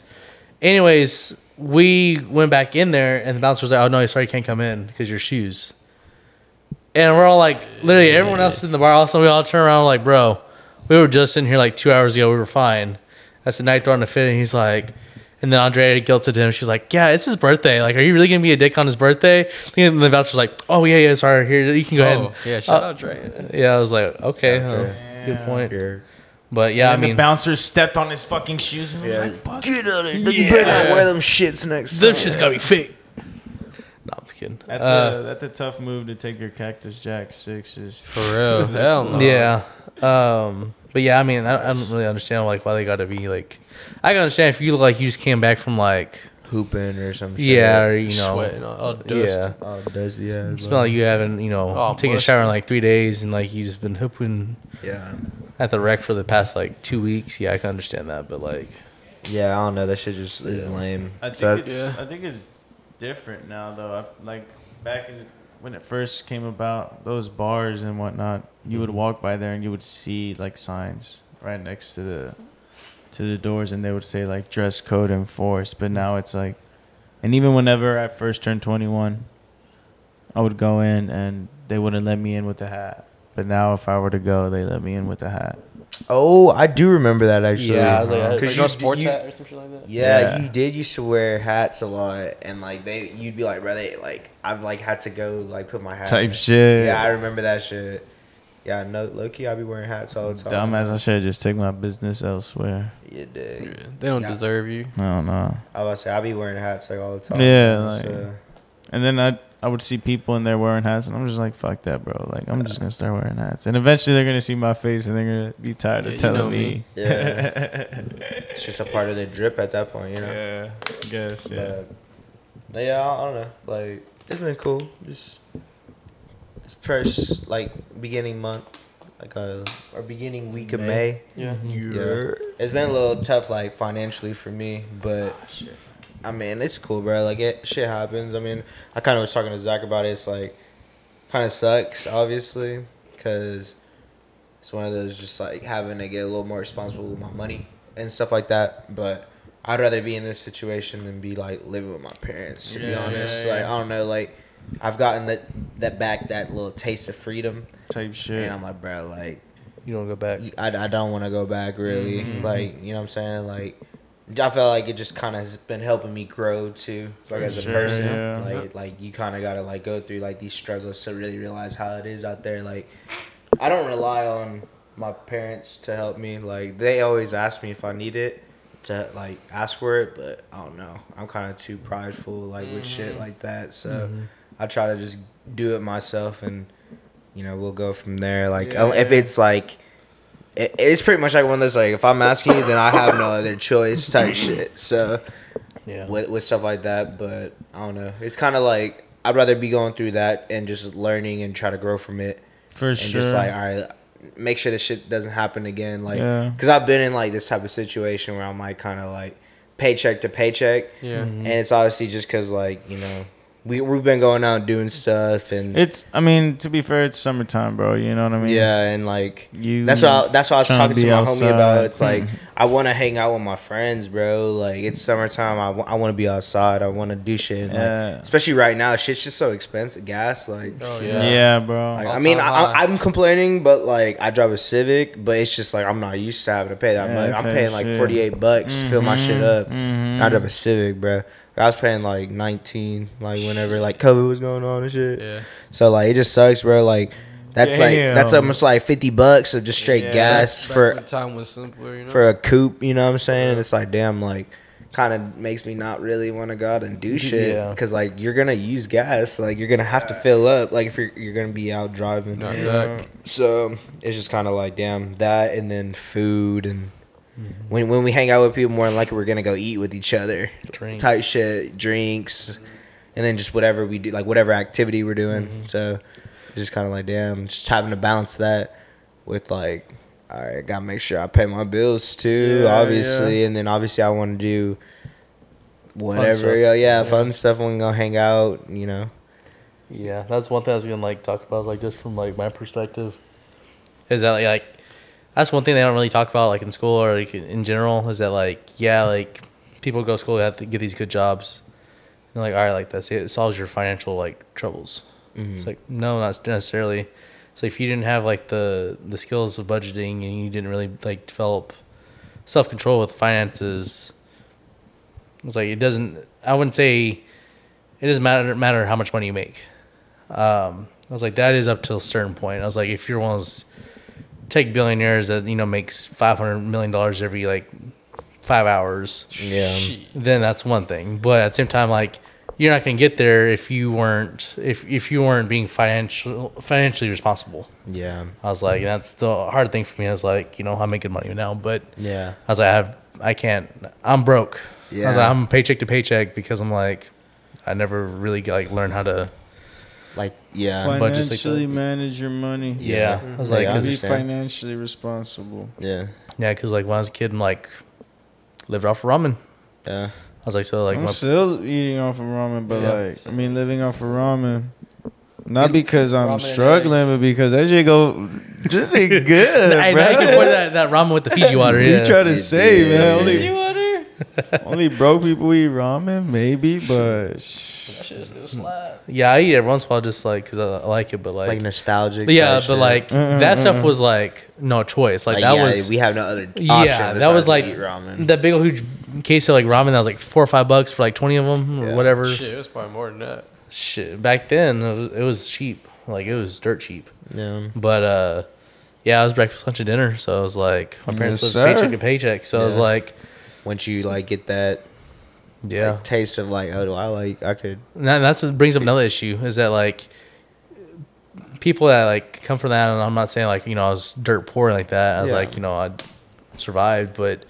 C: anyways, we went back in there, and the bouncer was like, "Oh no, sorry, you can't come in because your shoes." And we're all like, literally, everyone else in the bar. Also, we all turn around like, "Bro, we were just in here like two hours ago. We were fine." That's the night on the fit, and he's like. And then Andrea guilted him. She's like, "Yeah, it's his birthday. Like, are you really gonna be a dick on his birthday?" And the bouncer's like, "Oh yeah, yeah, sorry. Here, you can go ahead."
E: Oh,
C: and-
E: yeah, shout
C: Uh,
E: out Dre.
C: Yeah, I was like, "Okay,
B: Shout out
C: huh,
B: Dre.
C: good point."
B: You're-
C: But yeah, I
D: and
C: mean, Uh,
D: the bouncer stepped on his fucking shoes and was
B: Yeah.
D: like, "Fuck."
B: Get out of here! You better not wear them shits next. summer.
C: Them shit's gotta be fake. No, I'm just kidding.
D: That's
C: Uh,
D: a that's a tough move to take your Cactus Jack sixes.
E: For real, hell no.
C: yeah. Um, but yeah, I mean, I, I don't really understand like why they gotta be like. I can understand if you look like you just came back from like
B: hooping or some shit.
C: yeah, or you know,
E: sweating, all all dust.
C: yeah,
B: Oh, does yeah.
C: it smell like you haven't you know
E: Oh,
C: taken a
E: busted.
C: shower in like three days and like you just been hooping
B: yeah,
C: at the wreck for the past like two weeks. Yeah, I can understand that, but like,
B: yeah. I don't know. That shit just is lame.
D: I think
B: So
D: it's
B: that's-
D: I think it's different now though. I've, like back in when it first came about, those bars and whatnot, you
B: Mm-hmm.
D: would walk by there and you would see like signs right next to the to the doors, and they would say like dress code enforced. But now it's like, and even whenever I first turned twenty one, I would go in and they wouldn't let me in with the hat. But now if I were to go, they let me in with the hat.
B: Oh, I do remember that actually.
C: yeah, I was like,
D: Uh-huh.
C: I-
B: 'Cause
E: Like
B: you-
E: no sports
B: you-
E: hat or some shit like that.
B: Yeah,
D: Yeah.
B: you did used to wear hats a lot, and like they, you'd be like, bro, they like I've like had to go like put my hat.
D: Type
B: on."
D: shit.
B: Yeah, I remember that shit. Yeah, no, low key, I be wearing hats all the time.
D: Dumbass, I should just take my business elsewhere.
B: You
E: Yeah,
B: dig?
E: they don't
B: Yeah.
E: deserve you.
D: I don't know.
B: I was say I be wearing hats like all the time.
D: Yeah,
B: you know,
D: like-
B: so-
D: And then I I would see people in there wearing hats, and I'm just like, fuck that, bro. Like I'm just gonna start wearing hats, and eventually they're gonna see my face, and they're gonna be tired
E: Yeah,
D: of
E: you
D: telling
E: know
D: me.
E: me.
B: yeah, it's just a part of the drip at that point, you know.
D: Yeah, I guess yeah.
B: But, but yeah, I I don't know. Like it's been cool. This this first like beginning month, like uh, or beginning week of
D: May.
B: May.
E: Yeah.
B: Yeah. It's been a little tough, like financially for me, but I mean, it's cool, bro. Like, it shit happens. I mean, I kind of was talking to Zach about it. It's like, kind of sucks, obviously, because it's one of those just like having to get a little more responsible with my money and stuff like that. But I'd rather be in this situation than be like living with my parents. To be
D: Yeah,
B: honest,
D: yeah,
B: like
D: yeah.
B: I don't know, like I've gotten that that back that little taste of freedom,
D: Type shit.
B: and I'm like, bro, like
C: you don't go back.
B: I, I don't want to go back really.
D: Mm-hmm,
B: Like, you know what I'm saying? Like, I feel like it just kind of has been helping me grow too, like
D: For
B: as a
D: sure,
B: person.
D: yeah.
B: Like, like you kind of gotta like go through like these struggles to really realize how it is out there. Like, I don't rely on my parents to help me. Like, they always ask me if I need it to like ask for it, but I don't know. I'm kind of too prideful like with shit like that. So I try to just do it myself and you know, we'll go from there. Like,
E: Yeah,
B: if
E: yeah.
B: it's like, it, it's pretty much like one of those, like, if I'm asking you, then I have no other choice type shit. So,
C: Yeah,
B: with, with stuff like that, but I don't know. It's kind of like, I'd rather be going through that and just learning and try to grow from it.
D: For
B: And
D: sure.
B: just like, all right, make sure this shit doesn't happen again. Like,
D: Yeah.
B: because I've been in like this type of situation where I'm like kind of like paycheck to paycheck.
E: Yeah.
D: Mm-hmm.
B: Mm-hmm. And it's obviously just because, like, you know, we we've been going out doing stuff and
D: It's. I mean, to be fair, it's summertime, bro. You know what I mean?
B: yeah, and like
D: You.
B: that's what I, that's what I was
D: tryna
B: talking to
D: be
B: my homie
D: outside.
B: about. It's like I want to hang out with my friends, bro. Like it's summertime. I want to be outside. I want to do shit. Like,
D: Yeah.
B: Especially right now, shit's just so expensive. Gas, like.
E: Oh
D: Yeah,
E: yeah.
D: bro.
B: Like, I
E: All-time
B: mean, I, I-
E: high.
B: I'm complaining, but like I drive a Civic, but it's just like I'm not used to having to pay that
D: Yeah,
B: much.
D: that's
B: I'm
D: how
B: paying
D: it
B: like
D: should.
B: 48 bucks to fill my shit up.
D: Mhm.
B: And I drive a Civic, bro. I was paying like 19, like whenever like COVID was going on and shit.
E: Yeah.
B: So like it just sucks, bro. Like that's like that's
D: Damn.
B: almost like 50 bucks of just straight
D: Yeah.
B: gas
E: Back
B: for
E: when time was simpler, you know.
B: for a coupe. You know what I'm saying? And it's like, damn, like kind of makes me not really want to go out and do shit
C: Yeah.
B: because like you're gonna use gas, like you're gonna have to fill up, like if you're you're gonna be out driving.
E: Not exact.
B: So it's just kind of like, damn, that and then food and
C: Mm-hmm.
B: when when we hang out with people, more than likely we're gonna go eat with each other,
C: Drinks.
B: type shit, drinks, and then just whatever we do, like whatever activity we're doing.
C: Mm-hmm.
B: So it's just kind of like, damn, just having to balance that with like, all right, gotta make sure I pay my bills too,
D: Yeah,
B: obviously, and then obviously I want to do whatever,
C: stuff.
B: yeah, yeah, fun stuff when we go hang out, you know.
C: Yeah, that's one thing I was gonna like talk about. Is like just from like my perspective, is that like, like that's one thing they don't really talk about like in school or like in general. Is that like yeah, like people go to school, they have to get these good jobs, and like all right, like that's it. It solves your financial like troubles. It's like no, not necessarily. So if you didn't have like the the skills of budgeting and you didn't really like develop self control with finances, it's like it doesn't. I wouldn't say it doesn't matter matter how much money you make. Um, I was like, that is up to a certain point. I was like, if you're one of those tech billionaires that you know makes five hundred million dollars every like five hours,
B: Yeah.
E: Shit.
C: then that's one thing. But at the same time, like you're not gonna get there if you weren't if if you weren't being financial financially responsible.
B: Yeah. um,
C: I was like, that's the hard thing for me. I was like, you know, I'm making money now, but
B: Yeah.
C: I was like, I have, I can't, I'm broke. I was
B: Yeah.
C: like, I'm paycheck to paycheck because I'm like, I never really like learned how to.
B: Like yeah.
D: Mm-hmm.
C: but just like
D: Financially
C: the-
D: manage your money.
C: Yeah, I was like,
B: Yeah.
C: cause,
D: Be
C: yeah,
B: understand.
D: financially responsible.
B: Yeah.
C: because like when I was a kid, I'm like, lived off ramen.
B: Yeah.
C: I was like, so like,
D: I'm
C: my,
D: still eating off of ramen, but
C: Yeah.
D: like, I mean, living off of ramen. Not because
E: Ramen
D: I'm
E: and
D: struggling,
E: eggs.
D: but because that shit go, this ain't good,
C: I,
D: bro.
C: I can pour that, that ramen with the Fiji water.
D: You
C: Yeah.
D: try to
B: It
D: say,
B: did.
D: man. Only, only broke people eat ramen, maybe, but
E: That shit still slap.
C: yeah, I eat it once in a while just like because I, I like it, but like,
B: Like nostalgic. type
C: yeah, but
B: shit. Mm,
C: like that stuff was like no choice. Like, that
B: yeah,
C: was
B: we have no other option.
C: yeah, that
B: besides
C: was
B: to
C: like
B: eat ramen.
C: that big old huge case of like ramen that was like four or five bucks for like twenty of them or
B: Yeah.
C: whatever.
E: Shit, it was probably more than that.
C: shit back then it was, it was cheap like it was dirt cheap
B: yeah.
C: but uh yeah it was breakfast lunch and dinner so I was like my parents
D: Yes,
C: lived
D: sir.
C: paycheck to paycheck so I was
B: Yeah.
C: like
B: Once you like get that
C: yeah
B: like, taste of like, oh, do I like I could.
C: and that, that's that brings up another issue is that like people that like come from that and i'm not saying like you know i was dirt poor like that i was
B: Yeah.
C: like you know i survived but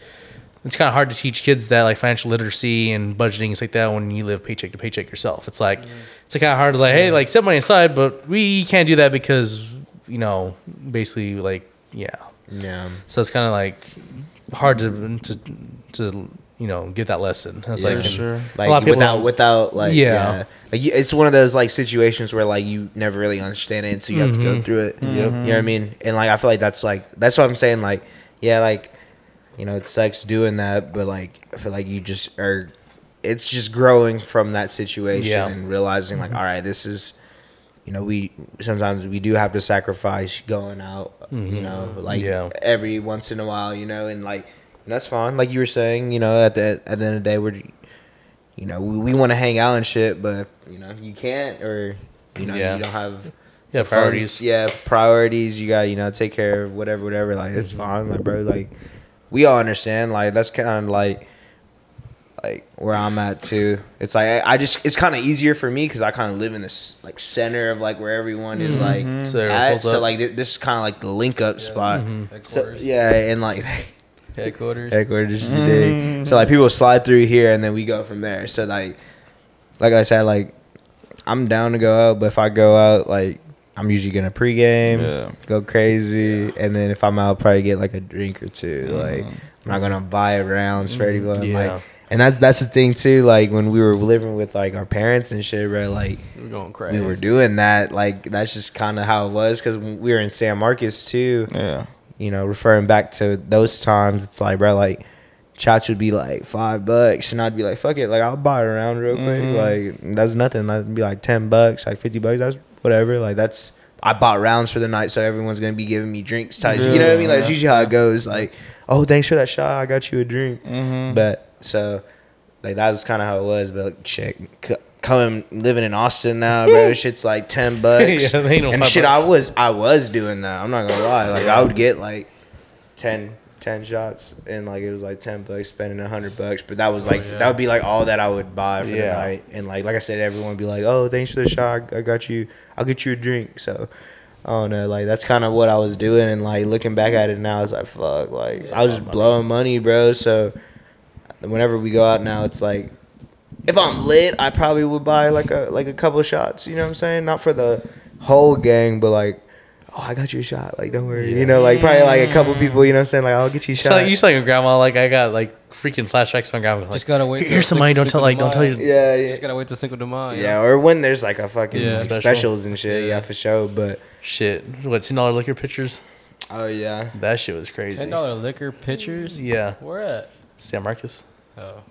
C: it's kind of hard to teach kids that like financial literacy and budgeting is like that when you live paycheck to paycheck yourself it's
B: Mm-hmm.
C: like it's kind of hard to like hey like set money aside but we can't do that because you know basically like yeah
B: Yeah.
C: so it's kind of like hard to to to you know get that lesson it's
B: Yeah.
C: like
D: for
C: and-
D: sure.
B: Like
C: lot of people
B: without
C: don't-
B: without like yeah.
C: Yeah.
B: Like you, it's one of those like situations where like you never really understand it until you have to go through it. Yep. You know what I mean? And like I feel like that's like that's what I'm saying. Like yeah, like you know it sucks doing that, but like I feel like you just are. It's just growing from that situation
C: Yeah.
B: and realizing like all right, this is. You know, we sometimes we do have to sacrifice going out. You know, like
C: Mm-hmm. Yeah.
B: every once in a while. You know, and like and that's fine. Like you were saying, you know, at the at the end of the day, we're you know, we, we want to hang out and shit, but you know, you can't or you know,
C: Yeah.
B: you don't have
C: yeah
B: funds.
C: priorities
B: Yeah, priorities. You got you know, take care of whatever, whatever. Like
C: Mhm.
B: it's fine, like bro. Like we all understand. Like that's kind of like like where I'm at too. It's like I, I just it's kind of easier for me because I kind of live in this like center of like where everyone is like
C: Mm-hmm. so there
B: at.
C: pulls
B: So
C: up. Mm-hmm.
B: like th- this is kind of like the link up spot. So
E: Headquarters.
B: yeah, and like.
E: Headquarters.
B: headquarters you dig? So like people slide through here and then we go from there. So like like I said, like I'm down to go out, but if I go out, like I'm usually gonna pregame,
D: Yeah.
B: go crazy, and then if I'm out, probably get like a drink or 2 Like I'm not gonna buy rounds for anyone.
C: Yeah.
B: Like And that's that's the thing too. Like when we were living with like our parents and shit, bro. Like
E: We're going crazy.
B: we were doing that. Like that's just kind of how it was because we were in San Marcos too.
D: Yeah.
B: You know, referring back to those times, it's like, bro, like chats would be like five bucks, and I'd be like, fuck it, like I'll buy it around real quick. Like that's nothing. That'd be like ten bucks, like fifty bucks. That's whatever. Like that's I bought rounds for the night, so everyone's gonna be giving me drinks. Type, you know what I mean? Like that's usually how it goes. Like, oh, thanks for that shot. I got you a drink.
D: Mm-hmm.
B: But so, like that was kind of how it was. But like, shit, c- coming living in Austin now, bro, shit's like ten bucks.
C: Yeah, they ain't no
B: and
C: five
B: shit,
C: bucks.
B: I was I was doing that. I'm not gonna lie. Like I would get like 10, 10 shots, and like it was like ten bucks, spending hundred bucks. But that was
C: Oh,
B: like that would be like all that I would buy for
E: Yeah.
B: the night. And like like I said, everyone would be like, oh, thanks for the shot. I got you. I'll get you a drink. So. I don't know, like that's kind of what I was doing, and like looking back at it now, it's like fuck, like I was just blowing money, bro. So whenever we go out now, it's like if I'm lit, I probably would buy like a like a couple shots. You know what I'm saying? Not for the whole gang, but like, oh, I got you a shot. Like, don't worry. You know, like probably like a couple people. You know what I'm saying? Like, I'll get you a
C: So
B: shot.
C: you sound like a grandma. Like I got like freaking flashbacks on grandma. Like,
E: Just gotta wait. till
C: Here's some money.
E: Cinco
C: Don't tell
E: de
C: like don't tell
E: Mayo.
C: you.
B: yeah, yeah.
E: Just gotta wait till Cinco de Mayo.
B: yeah, or when there's like a fucking
E: Yeah.
B: like,
C: Special.
B: specials and shit, yeah.
E: Yeah.
B: for sure. But
C: Shit, what ten dollar liquor pitchers?
B: oh yeah,
C: That shit was crazy.
E: Ten dollar liquor pitchers.
C: Yeah,
E: Where at?
C: San Marcos.
E: Oh,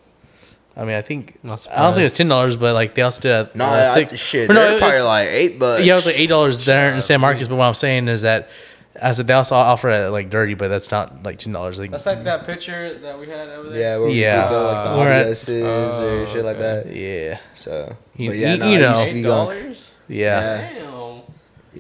C: I mean, I think
E: Not
C: I don't think it's ten dollars, but like they also did at,
B: no,
C: uh,
B: I-
C: six-
B: shit,
C: or
B: they're
C: it-
B: probably
C: it's-
B: like eight bucks.
C: yeah, it was like eight dollars there in San Marcos. But what I'm saying is that as a they also offer it like dirty, but that's not like ten dollars. Like, uh,
E: that's like that picture that we had over there.
B: Yeah, where
C: Yeah.
B: we throw like the
C: We're at-
B: obviouses or shit like that.
C: yeah,
B: So,
C: You-
B: but yeah,
C: you-
B: nah,
C: you
B: it
C: know.
B: used to be
E: Eight
B: going-
E: dollars.
C: yeah,
B: Yeah.
E: Damn.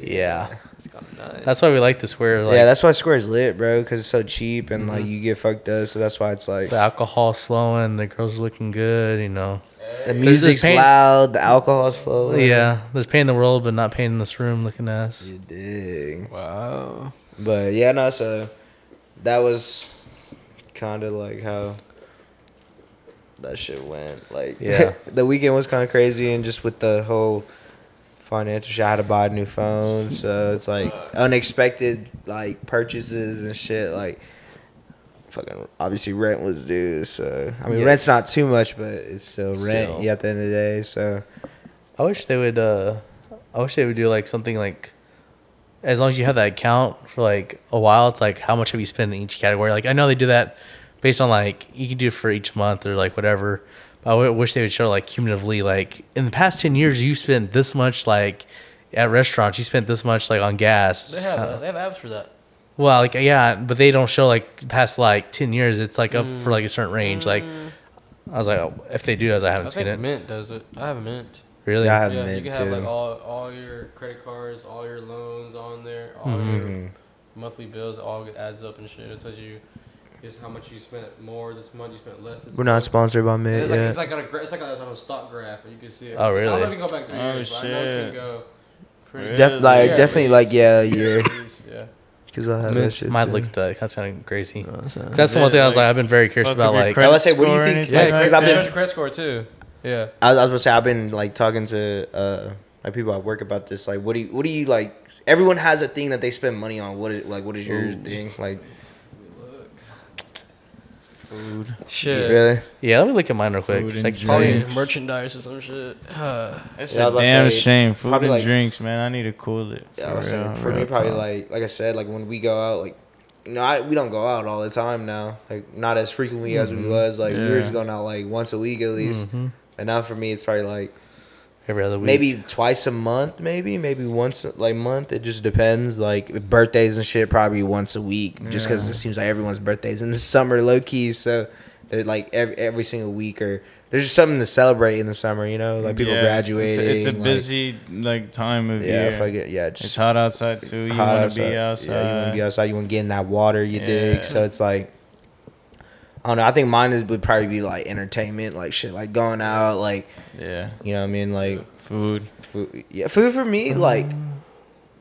C: yeah,
E: It's kind of nuts.
C: That's why we like this where like Mhm.
B: yeah, that's why Square's lit, bro, because it's so cheap and like you get fucked up. So that's why it's like
C: the alcohol slowing, the girls are looking good, you know.
B: The
C: There's this
B: music's
C: pain-
B: loud, the alcohol's flowing.
C: Yeah, there's pain in the world, but not pain in this room looking at us.
B: You dig.
E: wow.
B: But yeah, no, so that was kind of like how that shit went. Like,
C: Yeah.
B: the weekend was kind of crazy, and just with the whole financial shit, I had to buy a new phone. So it's like unexpected, like purchases and shit. Like, fucking obviously rent was due. So, I mean,
C: Yes.
B: rent's not too much, but it's still rent
C: Still.
B: yeah, at the end of the day. So,
C: I wish they would. uh I wish they would do like something like, as long as you have that account for like a while, it's like how much have you spent in each category. Like I know they do that based on like you can do it for each month or like whatever. But I w- wish they would show like cumulatively. Like in the past ten years, you spent this much like at restaurants. You spent this much like on gas.
E: They have
C: Uh,
E: that. they have apps for that.
C: well, like yeah, but they don't show like past like ten years. It's like up
E: Mm.
C: for like a certain range. Like I was like, oh, if they do, I, was, like, I haven't
E: I
C: seen
E: think
C: it.
E: Mint does it. I have Mint.
C: Really?
B: yeah, I have
E: yeah, you
B: mint
E: can
B: too.
E: have like all all your credit cards, all your loans on there, all
B: Mm-hmm.
E: your monthly bills. it All adds up and shit. It tells you just how much you spent more this month, you spent less. This
B: We're not
E: month.
B: sponsored by
E: And
B: Mint
E: It's like
B: yet.
E: it's like on a gra- it's like on a, on a stock graph, and you can see it.
C: Oh,
E: I don't
C: really?
E: know if you can go back three
D: Oh,
E: years, but I know it
D: shit.
E: can go pretty.
D: Really?
B: Def- like
E: Yeah,
B: definitely
E: it's-
B: like yeah, yeah.
E: at least, yeah.
B: Because I have that
C: Mitch
B: shit.
C: might
B: too.
C: look at that. That's kind of crazy.
E: sounds-
C: That's the one thing I was like, I've been very curious
D: Fuck
C: about.
D: up your
C: Like,
D: credit
B: about to say, what do you
D: score or
B: think-
D: anything
E: Yeah,
B: Yeah,
D: like
E: because
B: because
E: i have
B: I've
D: that?
E: been
B: been-
E: shows your credit score too. Yeah.
B: I was, I was gonna say I've been like talking to uh like people at work about this. Like, what do you what do you like? Everyone has a thing that they spend money on. What is like what is your thing? Like,
D: food.
E: Shit.
B: really?
C: yeah, let me look at mine real quick.
D: Food
C: so I
D: and
C: can tell
E: Probably
C: you.
D: drinks.
E: merchandise or some shit. Uh,
D: It's
B: Yeah, I
D: a
B: was about to
D: damn
B: say,
D: shame. Food
B: probably
D: and
B: like-
D: drinks, man. I need to cool it.
B: Yeah, I was
D: real,
B: saying, for me
D: real
B: probably
D: talk.
B: like like I said like when we go out like. You know, I, we don't go out all the time now. Like not as frequently as we was like years
D: Yeah.
B: ago. Now like once a week at least.
D: Mm-hmm.
B: And now for me, it's probably like
C: Every other week.
B: maybe twice a month maybe maybe once like month it just depends like with birthdays and shit probably once a week just because it seems like everyone's birthdays in the summer low key so they're like every, every single week or there's just something to celebrate in the summer you know like people
D: Yeah, it's-
B: graduating
D: It's, a
B: like-
D: busy like time of
B: yeah
D: year.
B: if I get yeah
D: It's
B: just
D: hot outside too. You
B: hot
D: want
B: outside.
D: to be
B: Yeah, you want to
D: outside.
B: be outside. You want to get in that water. You
D: Yeah.
B: dig. So it's like, I don't know. I think mine is, would probably be like entertainment, like shit, like going out, like
D: Yeah,
B: you know what I mean, like
D: food.
B: Food, yeah, food for me, like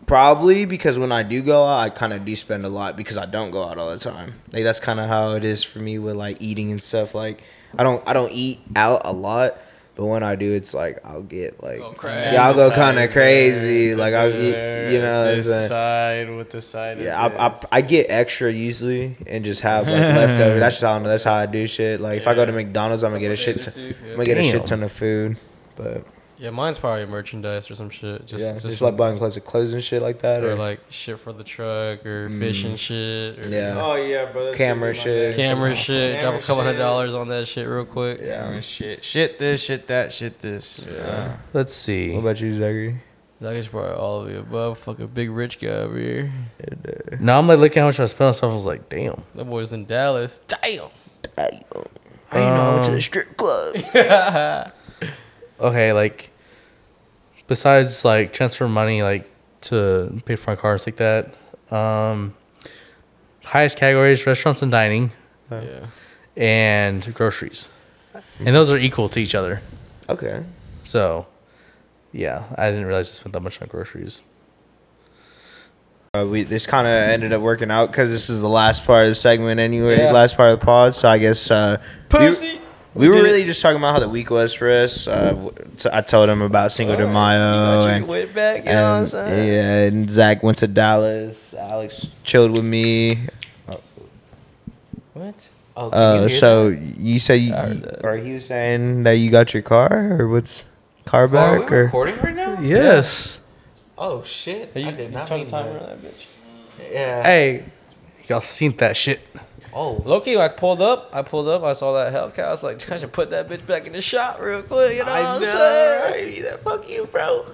B: probably because when I do go out, I kind of do spend a lot because I don't go out all the time. Like that's kind of how it is for me with like eating and stuff. Like I don't, I don't eat out a lot, But when I do, it's like I'll get like
E: Go crazy.
B: yeah, I'll go kind
D: Appetizer,
B: of crazy. Like I'll eat, you know,
D: there's
B: it's
D: this
B: like-
D: side with the side.
B: yeah,
D: of
B: I, I,
D: this.
B: I get extra usually and just have like leftover. That's how that's how I do shit. Like if I go to McDonald's, I'm gonna get a shit. T-
E: Days or two,
B: I'm
E: yeah.
B: gonna get a
C: Damn.
B: shit ton of food, but
E: Yeah, mine's probably merchandise or some shit. Just,
B: yeah,
E: just,
B: just, like buying clothes, clothes and shit like that,
E: or
B: or,
E: like shit for the truck or fishing shit or
B: Mm. yeah,
A: Oh yeah, bro. that's gonna
B: Camera
A: be my
B: shit.
A: next-
E: camera shit.
A: Camera
E: drop a couple
A: shit.
E: hundred dollars on that shit real quick.
B: yeah.
D: Yeah, shit, shit this, shit that, shit this. Yeah.
B: What
C: Let's see.
B: about you, Zachary?
E: That is probably all of the above. Fuck a big rich guy over here.
C: Now I'm like looking how much I spent on stuff. I was like, damn.
E: That boy's in Dallas. Damn.
B: I you know I went to the strip club.
C: Okay, like besides like transfer money like to pay for my cars like that. Um, highest categories: restaurants and dining,
E: Yeah.
C: and groceries, and those are equal to each other.
B: Okay,
C: So, yeah, I didn't realize I spent that much on groceries.
B: uh, we this kind of ended up working out because this is the last part of the segment anyway,
A: Yeah.
B: last part of the pod. So I guess uh, we-
A: Pussy.
B: We
A: did
B: were
A: it.
B: really just talking about how the week was for us. Uh, w- t- I told him about Cinco de Mayo
A: Got
B: and
A: Oh, you went back. You know what I'm
B: And,
A: saying?
B: Yeah, and Zach went to Dallas. Alex chilled with me.
A: What? Oh, did
B: Uh,
A: you hear
B: so you say, you,
A: I heard that.
B: or he was saying that you got your car, or what's car
F: Oh, are we
B: back, or
F: recording right now?
C: Yes.
F: Oh shit!
A: that? Are you,
F: I did
A: you
F: not
A: turned
F: mean
A: the timer
F: that.
A: on that bitch.
F: Yeah.
C: Hey, y'all seen that shit?
F: Oh.
A: Loki, I pulled up. I pulled up. I saw that Hellcat. I was like, I should put that bitch back in the shop real quick. You know
F: I
A: what I'm
F: know,
A: saying?
F: That fuck you, bro.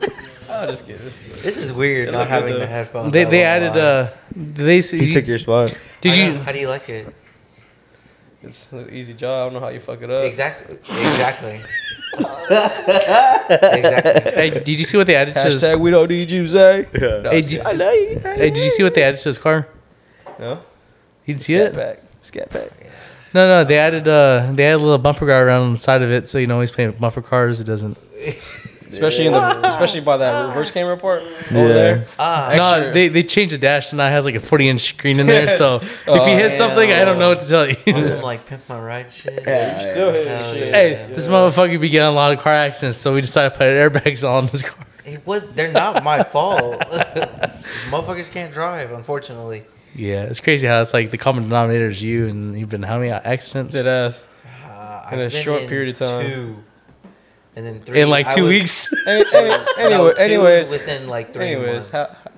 A: Oh, just kidding.
F: this is weird.
A: It
F: Not
A: looked good,
F: having
A: though.
F: the headphones.
C: They
F: I
C: they
F: won't
C: added
F: lie.
C: uh did they see
B: he took your spot?
C: did
F: I
C: you
F: know. How do you like it?
A: It's an easy job. I don't know how you fuck it
F: Uh,
A: up.
F: Exactly. Exactly. exactly.
C: hey, did you see what they added to his
A: Hashtag we don't need you, Zay. No,
C: Hey,
A: I'm just
C: did-
A: kidding. I love you.
C: Hey, did you see what they added to his car?
A: No.
C: You didn't see
A: Scat
C: it?
A: pack. Scat pack.
C: No, no, they added uh they added a little bumper guard around the side of it so you know he's playing with bumper cars, it doesn't
A: Especially in the especially by that reverse camera part
B: Yeah.
A: over there.
F: Ah.
C: No, they, they changed the dash and now it has like a forty inch screen in there, so if you hit
F: Oh,
C: something I don't know what to tell
F: On
C: you.
F: some like pimp my ride shit.
A: Still hitting
F: Hell
A: shit.
F: yeah.
C: hey, this motherfucker be getting a lot of car accidents, so we decided to put airbags all on this car.
F: It was. They're not my fault. Motherfuckers can't drive, unfortunately.
C: Yeah, it's crazy how it's like the common denominator is you and you've been how many accidents?
E: Dead ass.
F: Uh,
E: In a
F: I've been
E: short period of time.
F: Two, and then three
C: in like
F: I
C: two
F: was-
C: weeks.
A: Any, any,
F: no,
A: anyway,
F: two
A: anyways,
F: within like three
A: anyways,
F: months.
A: how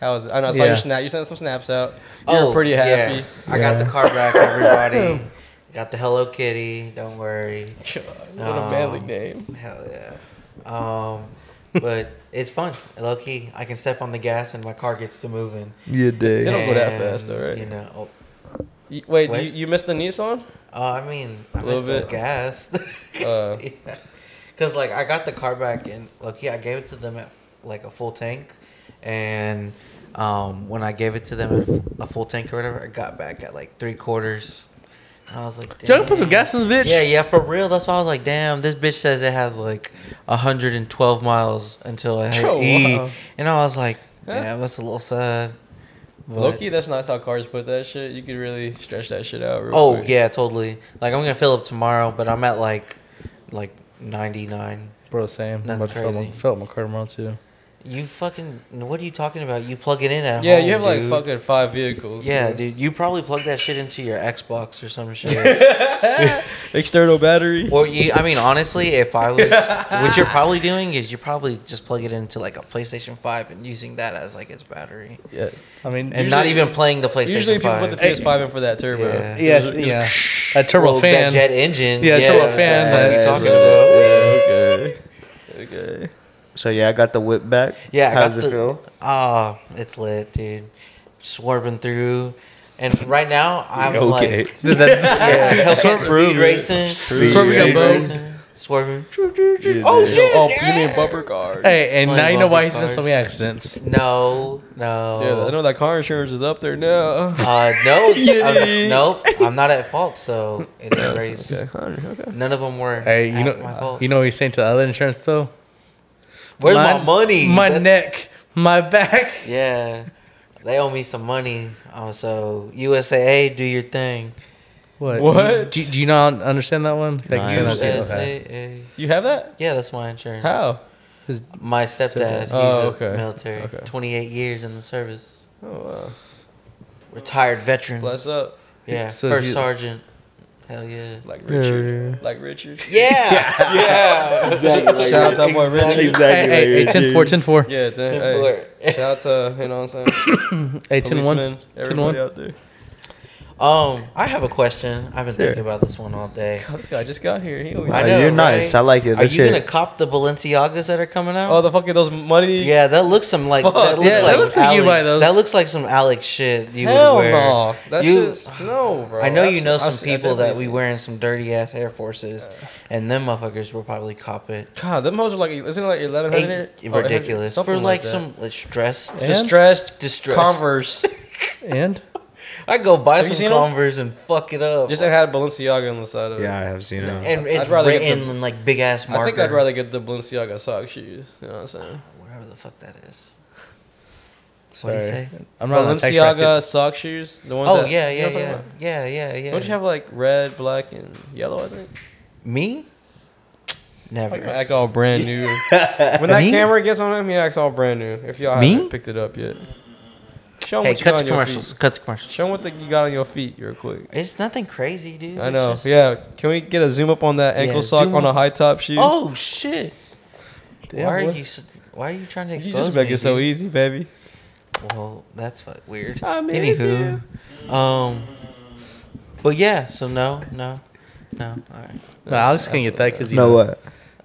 A: how is it? I know I saw
C: Yeah.
A: your snap. You sent some snaps out. You were pretty
F: Oh, yeah.
A: happy.
F: I got the car back, everybody. got the Hello Kitty. Don't worry.
A: What a manly
F: Um,
A: name.
F: Hell yeah. Um, but it's fun. Low key, I can step on the gas and my car gets to moving.
B: You
A: It
B: dig?
A: don't go that
F: And,
A: fast though, right?
F: You know. Oh,
A: You- Wait,
F: What?
A: You, you missed the Nissan?
F: Uh, I mean, I
A: Little
F: missed the
A: bit.
F: gas.
A: Uh.
F: Because, like, I got the car back, and, look, yeah, I gave it to them at, like, a full tank. And um, when I gave it to them at a full tank or whatever, I got back at, like, three quarters. And I was like,
C: Do you want to put some
F: "Damn."
C: gas in this bitch?
F: Yeah, yeah, for real. That's why I was like, damn, this bitch says it has like 112 miles until I hit
A: Oh,
F: E.
A: wow.
F: And I was like,
A: Yeah.
F: damn, that's a little sad. But-
A: Loki, that's not how cars put that shit. You could really stretch that shit out. Real
F: Oh,
A: quick.
F: yeah, totally. Like, I'm going to fill up tomorrow, but I'm at like like 99.
C: Bro, same.
F: Nothing
C: I'm about to fill my,
F: crazy.
C: fill up my car tomorrow too.
F: You fucking, what are you talking about? You plug it in at
A: Yeah,
F: home,
A: you have like
F: dude.
A: fucking five vehicles.
F: Yeah,
A: so-
F: dude, you probably plug that shit into your Xbox or some shit.
A: External battery.
F: or you, I mean, honestly, if I was, what you're probably doing is you're probably just plug it into like a PlayStation Five and using that as like its battery.
A: Yeah.
C: I mean,
F: and not even playing the PlayStation
A: Usually people put
F: 5.
A: the PS5 in for that turbo.
F: Yeah.
C: yes, yeah, a turbo
F: Well,
C: fan.
F: That jet engine.
C: Yeah, turbo fan,
F: What are
C: that-
F: you talking
B: Yeah.
F: about?
A: Okay. Okay.
B: So yeah, I got the whip back.
F: Yeah, I
B: how does
F: got
B: it
F: the-
B: feel?
F: Ah, it's lit, dude. Swerving through. And right now, I'm
B: Okay.
F: like,
C: Did that-
F: yeah, Hellcat
B: Swerving.
F: speed racing.
B: Swerving
F: speed
C: combo.
F: racing, Swerving.
A: Oh shit! Oh, you mean bumper cars?
C: hey, and
F: Playing
C: now you know why he's been
F: multi-cars.
C: so many accidents.
F: No, no.
A: Yeah, I know that car insurance is up there now.
F: Uh, no,
A: Yeah.
F: I'm, nope. I'm not at fault, so it varies.
A: Okay. okay.
F: None of them were
C: Hey,
F: at
C: you
F: my
C: know, uh,
F: fault.
C: you know what he's saying to the other insurance though.
F: Where's my,
C: Mine-
F: money?
C: My
F: That-
C: neck, my back.
F: Yeah, they owe me some money. Uh, so USAA, do your thing.
C: What?
E: What?
C: Do, do you not understand that one? That-
B: I
C: yeah, that's it, okay.
F: USAA.
E: You have that?
F: Yeah, that's my insurance.
E: How?
F: My stepdad, he's
E: Oh,
F: a
E: okay.
F: military,
E: Okay.
F: 28 years in the service,
E: Oh, wow.
F: retired veteran.
E: Bless up.
F: Yeah,
C: So
F: first
C: you-
F: sergeant. Hell yeah.
E: Like Richard. Like Richard.
F: Yeah. yeah.
B: Exactly.
E: Shout out that boy
B: Exactly.
E: Richard.
B: Exactly.
C: Hey, hey, hey,
B: right here,
C: 10 4,
B: dude.
C: 10 4.
E: Yeah,
F: Tim
E: then, hey,
F: Fuller.
E: shout out to, you know what I'm saying?
C: Hey, 10 1.
E: Policemen,
C: 1.
E: Everybody out there.
F: Um, I have a question. I've been
B: Sure.
F: thinking about this one all day.
E: God, this guy just got here. He always
F: I
B: Oh,
F: know,
B: you're
F: right?
B: nice. I like it.
F: Are
B: Let's
F: you
B: hear
F: gonna
B: it.
F: cop the Balenciagas that are coming out?
E: Oh, the fucking those money.
F: yeah, that looks some like
E: Fuck.
F: that looks
E: Yeah, that
F: like
C: looks like you
F: Alex-
C: buy those.
F: That looks like some Alex shit. You
E: Hell
F: would wear.
E: no. That's
F: You-
E: just no, bro.
F: I know you
E: That's-
F: know
E: I've
F: some
E: seen- I
F: people that
E: definitely
F: we
E: seen-
F: wearing some dirty ass Air Forces, and them motherfuckers will probably cop it.
E: God, them hoes are like isn't it like eleven
F: Ain't
E: hundred? Oh,
F: ridiculous for like, some like, stressed,
C: Yeah.
E: distressed,
F: distressed.
E: Converse.
C: And?
F: I go buy
E: Have you
F: some
E: seen 'em?
F: Converse and fuck it up.
E: just it had Balenciaga on the side of it.
B: Yeah, I have seen it.
F: and it's
E: I'd rather get
F: written
E: the-
F: in like big ass marker.
E: I think I'd rather get the Balenciaga sock shoes. You know what I'm saying?
F: whatever the fuck that is. What do you
C: Sorry.
F: say?
C: I'm not on the text bracket.
E: Balenciaga sock shoes. The ones.
F: Oh
E: that,
F: yeah,
E: you know what
F: yeah,
E: I'm talking
F: yeah,
E: about?
F: yeah, yeah, yeah.
E: Don't you have like red, black, and yellow? I think.
F: me? Never.
E: Like, act all brand new. when that
F: Me?
E: camera gets on him, he acts all brand new. If y'all
F: Me?
E: haven't picked it up yet, show him
F: hey,
E: what you got
F: cut to
E: on your
F: commercials.
E: feet.
F: Cut to
E: Show
F: commercials.
E: him what the, you got on your feet, real quick.
F: It's nothing crazy, dude.
E: I
F: It's
E: know.
F: just-
E: yeah. Can we get a zoom up on that ankle
F: Yeah,
E: sock
F: zoom
E: on a
F: up.
E: high top shoe?
F: Oh shit.
C: Damn,
F: why are
C: what-
F: you? s- Why are you trying to
E: you
F: expose
E: just make
F: me,
E: it so
F: dude?
E: easy, baby.
F: Well, that's fu- weird.
E: I mean,
F: Anywho, um, but yeah. So no, no, no. All right.
C: No, Alex can get that because he,
B: No, what?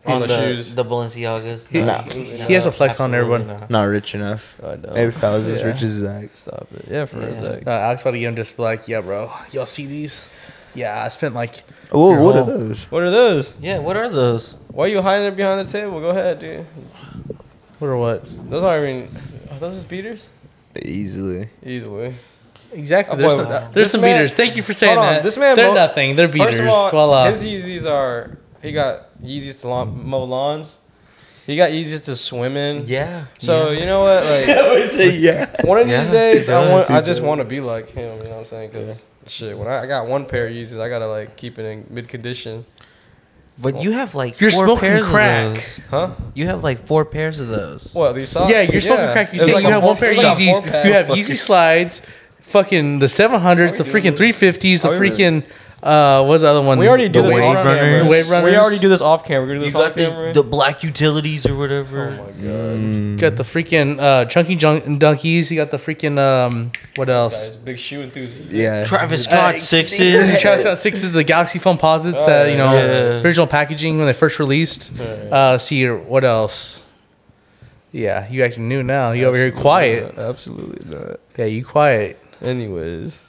E: On
F: the,
E: the shoes.
F: the Balenciagas.
C: He-
B: No.
C: he has a flex on
F: absolutely
C: everyone.
F: not.
B: Not rich enough.
E: I
F: Oh,
E: know.
B: Maybe if I was as
E: Yeah.
B: rich as Zach.
E: Stop it. Yeah, for
F: Yeah.
E: a sec.
C: No, Alex about to get him just like, yeah, bro. Y'all see these? Yeah, I spent like.
B: Oh,
C: Your
B: what are
C: whole-
B: those?
E: What are those?
F: Yeah. What are those?
E: Why are you hiding it behind the table? Go ahead, dude.
C: What or what?
E: Those aren't even. Are those just beaters?
B: Easily.
E: Easily.
C: Exactly.
E: Oh,
C: There's
E: boy,
C: some,
E: that-
C: there's
E: this
C: some
E: man-
C: beaters. Thank you for saying
E: Hold on,
C: that.
E: this man
C: They're
E: mo-
C: nothing. They're beaters.
E: First of all,
C: Swell up.
E: his Yeezys are. He got Yeezys to lawn, mow lawns. He got Yeezys to swim in.
F: Yeah.
E: So
F: yeah.
E: you know what? Like
B: I would say yeah.
E: one of
F: Yeah,
E: these days,
F: he
E: I want.
B: does.
E: I just want to be like him. You know what I'm saying? Because shit, when I, I got one pair of Yeezys, I gotta like keep it in mid condition.
F: but you have like
C: You're
F: four
C: smoking
F: pairs
C: crack.
F: Of those.
E: Huh?
F: You have like four pairs of those.
E: What these socks?
C: yeah, you're smoking crack. You
E: It's
C: say
E: like
C: you
E: a
C: have
E: four-
C: one pair of
E: it's like a
C: Yeezys.
E: four-pack.
C: you have Yeezy slides, fucking the 700s, the freaking 350s, the
E: Are we
C: freaking uh, what's the other one?
E: We already do
C: the
E: this
F: Wave
E: off
F: Runners.
E: camera.
C: Wave
E: We
C: Runners.
E: already do this off camera. We're gonna do
F: You
E: this
F: got
E: off camera.
F: the, the black utilities or whatever.
E: oh my god.
C: got the freaking uh, chunky junk donkeys. You got the freaking um, what
E: Guys,
C: else?
E: big shoe enthusiast.
B: Yeah.
F: Travis Scott
C: Uh,
F: sixes.
C: Travis Scott sixes, the Galaxy foam posits, uh, you know,
F: yeah.
C: original packaging when they first released. Uh, see your- what else? Yeah, you acting new now. You over here quiet.
E: Absolutely not.
C: Yeah, you quiet.
E: Anyways,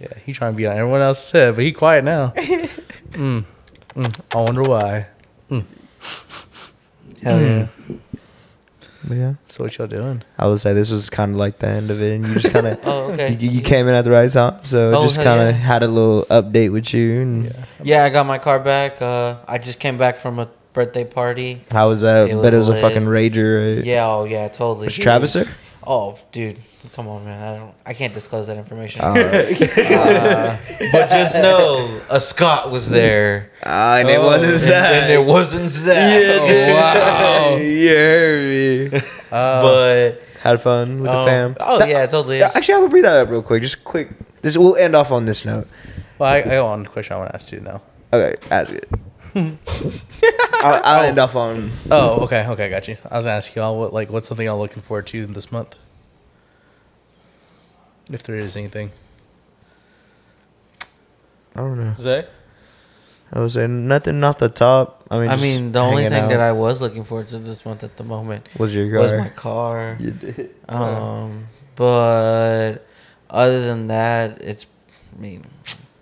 C: Yeah, he trying to be on everyone else said, but he quiet now. mm. Mm. I wonder why. Mm.
F: Hell yeah.
B: Yeah.
C: So what y'all doing?
B: I would say this was kind of like the end of it, and you just kind of
F: Oh okay.
B: you, you came in at the right time, so
F: Oh,
B: just
F: hell
B: kind of
F: yeah.
B: had a little update with you. And
F: Yeah, I got my car back. Uh, I just came back from a birthday party.
B: How was that?
F: It
B: Bet it was
F: was
B: a
F: lit.
B: fucking rager. Right?
F: Yeah. Oh yeah. Totally.
B: Was Travis there?
F: Oh dude, come on man. I don't. I can't disclose that information. Uh,
B: Oh.
F: but just know, a Scott was there,
B: Ah, and it wasn't
F: Oh, and, and it wasn't Zach. Oh,
B: wow. you heard me.
C: Uh,
F: But
B: Had fun with
F: um,
B: the fam.
F: Oh
B: That-
F: yeah, totally.
B: Yeah,
F: It's-
B: Actually, I'm gonna bring that up real quick. Just quick. This we'll end off on this note.
C: Well, I, I got one question I want to ask you now.
B: Okay, ask it. I'll, I'll end off on.
C: Oh, okay, okay, I got you. I was gonna ask y'all what like what's something y'all looking forward to this month, if there is anything.
B: I don't know.
E: Zay,
B: I was saying nothing off the top. I mean,
F: I
B: just
F: mean, the only
B: hanging
F: thing
B: out.
F: that I was looking forward to this month at the moment
B: was your
F: was
B: car.
F: my car.
B: You did.
F: Um, but other than that, it's I mean,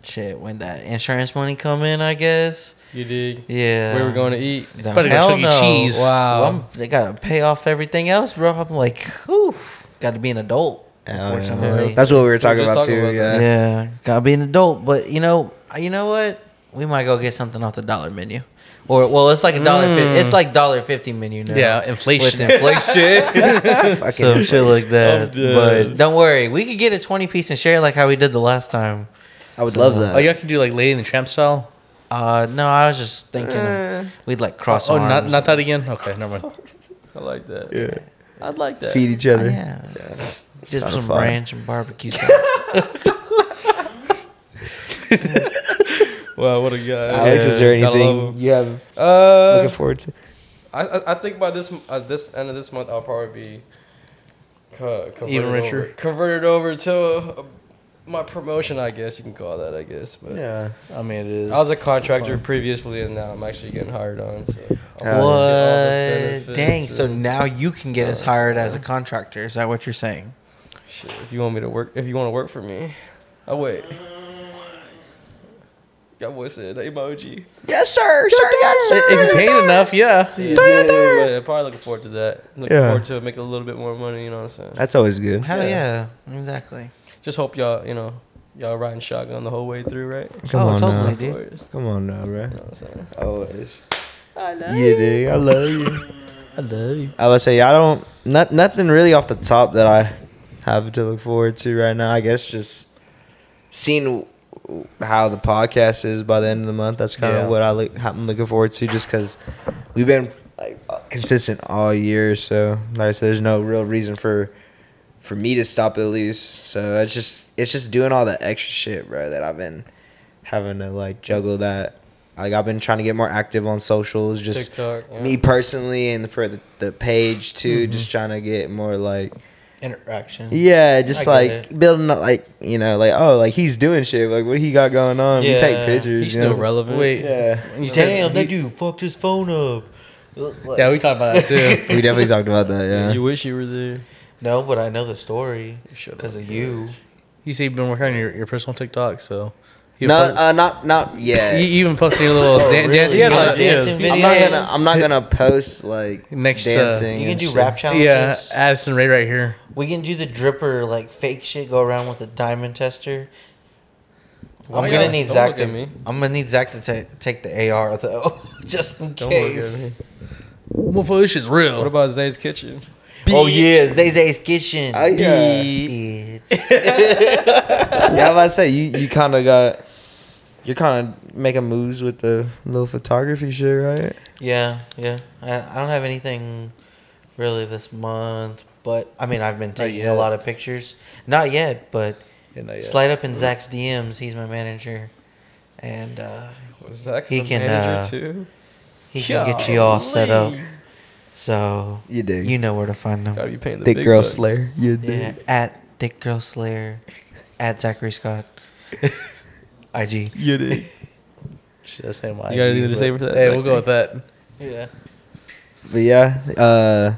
F: shit. When that insurance money come in, I guess.
E: you dig?
F: Yeah.
E: Where we going to eat?
F: The
C: Better go
F: hell
C: Chuck E.
F: no.
C: Cheese.
F: Wow.
E: Wow.
F: I'm, they gotta pay off everything else, bro. I'm like, whew, gotta be an adult. Unfortunately.
B: That's what we were talking
E: just
B: about
E: talking
B: too.
E: about
B: yeah.
E: that.
F: Yeah, gotta be an adult. But you know, you know what? We might go get something off the dollar menu, or well, it's like a dollar. fif- It's like dollar fifty menu now.
C: Mm. Yeah, inflation.
F: with inflation,
B: Fucking-
F: some shit like that.
E: I'm dead.
F: But don't worry, we could get a twenty piece and share it like how we did the last time.
B: I would love
C: Oh,
B: that.
C: y'all can do like Lady and the Tramp style.
F: Uh, no, I was just thinking
B: Uh,
F: we'd like cross
C: oh,
F: arms.
C: not not that again. Okay, never mind.
E: I like that.
B: Yeah.
E: I'd like that.
B: Feed each other.
F: Yeah. Just
B: Kinda
F: some
B: fun.
F: ranch and barbecue sauce.
E: Wow, what a guy.
B: Alex, is there
E: Yeah, gotta love
B: anything you have
E: him. Uh,
B: looking forward to?
E: I, I I think by this uh, this end of this month I'll probably be co- converted
C: Even richer?
E: over, converted over to uh my promotion I guess you can call that I guess but
B: Yeah.
C: I mean, it is.
E: I was a contractor previously and now I'm actually getting hired on so I'll
B: Yeah.
E: get all the
F: what?
E: benefits
F: Dang. So
E: and-
F: now you can get us
E: Oh,
F: hired as a contractor. Is that what you're saying?
E: shit, if you want me to work if you want to work for me oh wait that boy said emoji
B: Yes, sir. Sir, yes,
C: I- if you paid enough, yeah.
E: yeah, yeah, probably looking forward to that looking
B: Yeah.
E: forward to making a little bit more money you know what I'm saying
B: That's always good.
F: Hell
E: Yeah.
F: yeah. Exactly.
E: Just hope y'all, you know, y'all riding shotgun the whole way through, right?
B: Come
F: oh,
B: on
F: totally,
B: now.
F: dude.
E: Of course,
B: Come on now, bro.
E: you know what I'm saying?
C: Oh,
B: Always. I love yeah, dude. I love you.
C: I love you.
B: I would say I don't. Not nothing really off the top that I have to look forward to right now. I guess just seeing w- how the podcast is by the end of the month. That's kind of
C: Yeah.
B: what I look, I'm looking forward to, just because we've been like consistent all year. So like I said, there's no real reason for for me to stop at least. So it's just it's just doing all the extra shit, bro, that I've been having to like juggle that. Like I've been trying to get more active on socials, just
E: TikTok. yeah.
B: me personally and for the, the page too just trying to get more like
F: Interaction.
B: yeah just
F: I
B: like
F: get
B: building up like you know like oh like he's doing shit like what he got going on we
F: Yeah.
B: take pictures
E: He's
B: you know
E: still
B: what
E: relevant.
B: I'm
C: Wait.
B: saying? yeah
C: You
F: Damn,
C: said,
F: that dude fucked his phone up. Like-
C: yeah, we talked about that too.
B: we definitely talked about that yeah
E: You wish you were there.
F: no, but I know the story
E: Shut
F: because
E: up,
F: of you.
C: you say you've been working on your, your personal TikTok, so you
B: no
C: post-
B: uh, not not
C: you
B: yet
C: you even posting your little dan-
E: really?
C: dancing.
E: He has
C: video.
E: ideas.
B: I'm not gonna I'm not gonna post like
C: Next, uh,
B: dancing
F: You can
B: and
F: do
B: shit.
F: rap challenges.
C: yeah, Addison Ray right here.
F: We can do the dripper like fake shit. Go around with the diamond tester.
E: Why
F: I'm gonna
E: y'all-
F: need
E: Oh, don't
F: Zach
E: look
F: to.
E: at me.
F: I'm gonna need Zach to ta take the AR though, just in
E: Don't look at
F: case.
E: me.
C: Motherfucker, this shit's real.
E: What about Zay's kitchen?
F: Oh yeah, Zay Zay's kitchen.
B: Oh, yeah.
F: Bitch.
B: yeah, I was about to say you you kind of got you're kind of making moves with the little photography shit right
F: yeah, yeah. I, I don't have anything really this month, but I mean I've been taking a
C: yet.
F: lot of pictures. Not yet, but
C: Yeah, not yet.
F: slide up in Zach's DMs. He's my manager, and uh,
E: Zach's
F: He
E: a
F: can,
E: manager
F: uh,
E: too.
F: he can get you all set up. So
B: you do
F: you know where to find them.
E: Gotta be paying the
B: thick
E: big
B: girl
E: bucks.
B: slayer you do
F: Yeah, at Dick Girl Slayer, at Zachary Scott, IG.
B: you do.
C: Shit, that's how my
E: You got
C: IG,
E: anything to say
C: but-
E: for that,
C: Hey, we'll
E: Zachary?
C: go with that.
F: Yeah.
B: But yeah, uh,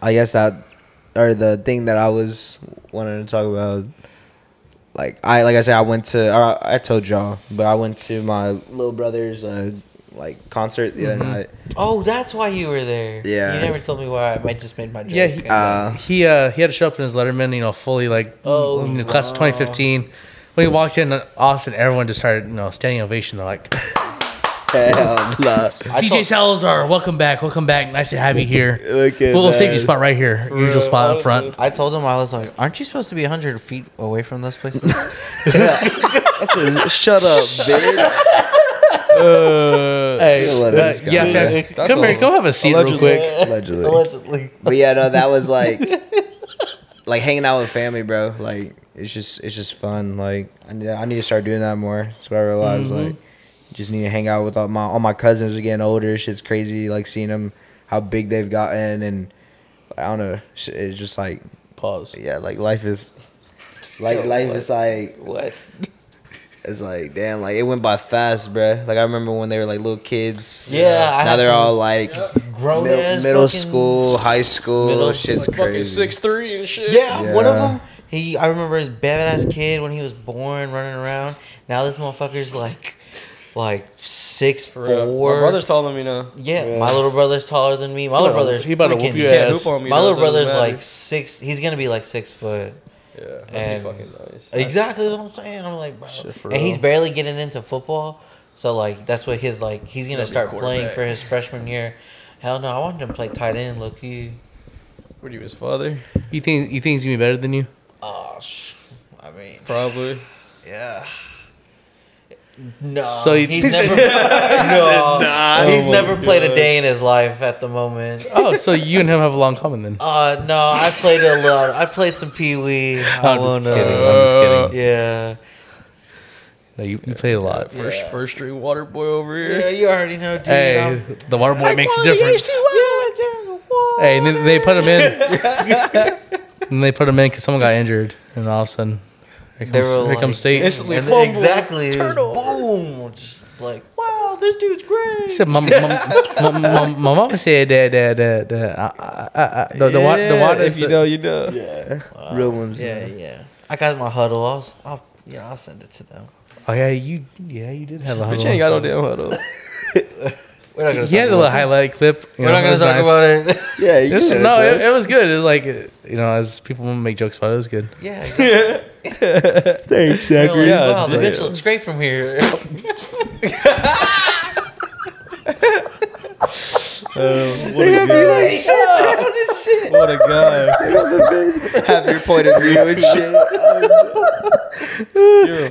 B: I guess that or the thing that I was wanting to talk about, like I like I said, I went to or I, I told y'all, but I went to my little brother's uh, like concert the other night.
F: Oh, that's why you were there.
B: Yeah.
F: You never told me why. I might just made my joke.
C: Yeah, he,
B: Uh,
C: he uh he had to show up in his Letterman, you know, fully like
F: Oh,
C: in the class of 2015. When he walked in Austin, everyone just started, you know, standing ovation. They're like,
B: Hell no.
C: "CJ Salazar, welcome back, welcome back. Nice to have you here.
B: Look at
C: Little
B: that.
C: safety spot right here, usual
E: real,
C: spot up
E: honestly.
C: front."
F: I told him I was like, "Aren't you supposed to be hundred feet away from those places?"
B: I said, Shut up, bitch.
C: Hey,
B: Look at
C: uh,
B: this guy.
C: yeah, fam,
E: That's
C: come
E: a-
C: here, come have a seat real
E: allegedly.
C: quick.
B: Allegedly.
F: Allegedly.
B: But yeah, no, that was like like hanging out with family, bro. Like it's just it's just fun. Like I need I need to start doing that more. That's what I realized.
F: Mm-hmm.
B: Like just need to hang out with all my all my cousins are getting older. Shit's crazy. Like seeing them how big they've gotten and I don't know. sh- It's just like
C: Pause.
B: yeah, like life is like life is like
F: What?
B: it's like damn, like it went by fast, bruh. Like I remember when they were like little kids.
F: Yeah, I
B: now
F: had
B: they're
F: some
B: all like
F: Grown
B: middle,
F: ass
B: middle
F: fucking-
B: school, high school.
F: middle-
B: shit's
E: Like fucking
B: crazy.
E: six three and shit.
F: Yeah, one of
B: Yeah.
F: them. He, I remember his badass kid when he was born, running around. Now this motherfucker's like, like six
E: For real. My
F: four.
E: brother's telling me now.
F: Yeah, my little brother's taller than me. My
C: He
F: little
C: about to-
F: brother's
C: he about to whoop
F: freaking-
C: your
E: Can't
C: ass.
E: hoop on me.
F: My
E: though,
F: little
E: so it doesn't
F: brother's
E: matter.
F: like six. He's gonna be like six foot.
E: Yeah, that's
F: and-
E: be fucking nice.
F: Exactly what I'm saying. I'm like, bro.
E: Shit, for
F: And he's
E: real.
F: barely getting into football, so like that's what his like. He's gonna
E: Gotta be
F: start playing
E: quarterback.
F: for his freshman year. Hell no, I wanted him to play tight end. Look you.
E: What are you, his father?
C: You think you think he's gonna be better than you?
F: Oh, sh- I mean,
E: Probably.
F: yeah. No.
C: So you-
F: he's never. no. he's
A: Oh my
F: never played a day in his life at the moment.
C: Oh, so you and him have a long common then.
F: Uh, no, I played a lot. I played some Pee Wee. I
C: I'm
F: won't,
C: just kidding.
F: uh,
C: I'm just kidding.
F: Yeah.
C: No, you, you play a lot.
E: First, first string water boy over here.
F: Yeah, you already know, dude.
C: Hey,
F: I'm-
C: the water boy makes a difference. Hey, and then they put him in. and they put him in because someone got injured, and all of a sudden, here
F: They
C: comes,
F: were
C: here
F: like-
C: comes state.
E: Instantly
F: and
E: fumble,
F: exactly. it was
E: turtle.
F: Boom. Just like, wow, this dude's
C: He
F: great.
C: said, "Mom, mom, mom, mom, my mama said that that that that uh, uh, uh, uh, the, the, wa- the
E: Yeah,
C: water
E: If you know, you know.
B: Yeah. Real ones.
F: Yeah, yeah. I got my huddle. I'll, s- I'll, yeah, I'll send it to them.
C: Oh yeah, you yeah you did have a
E: But
C: huddle.
E: you ain't got no damn huddle.
F: We're not gonna
C: You had a little
F: talk about it.
C: highlight clip. you know,
F: We're not gonna
C: was
F: talk
C: nice.
F: about it.
B: Yeah,
C: It
B: you
C: was,
B: said
C: no, it, it was good. It was like uh, you know, as people make jokes about it, it was good.
F: yeah. Exactly.
B: Thanks,
F: They're like,
A: Yeah,
F: wow, the
A: damn.
F: bitch looks great from here.
A: what, a guy. what a guy.
B: Have your point of view and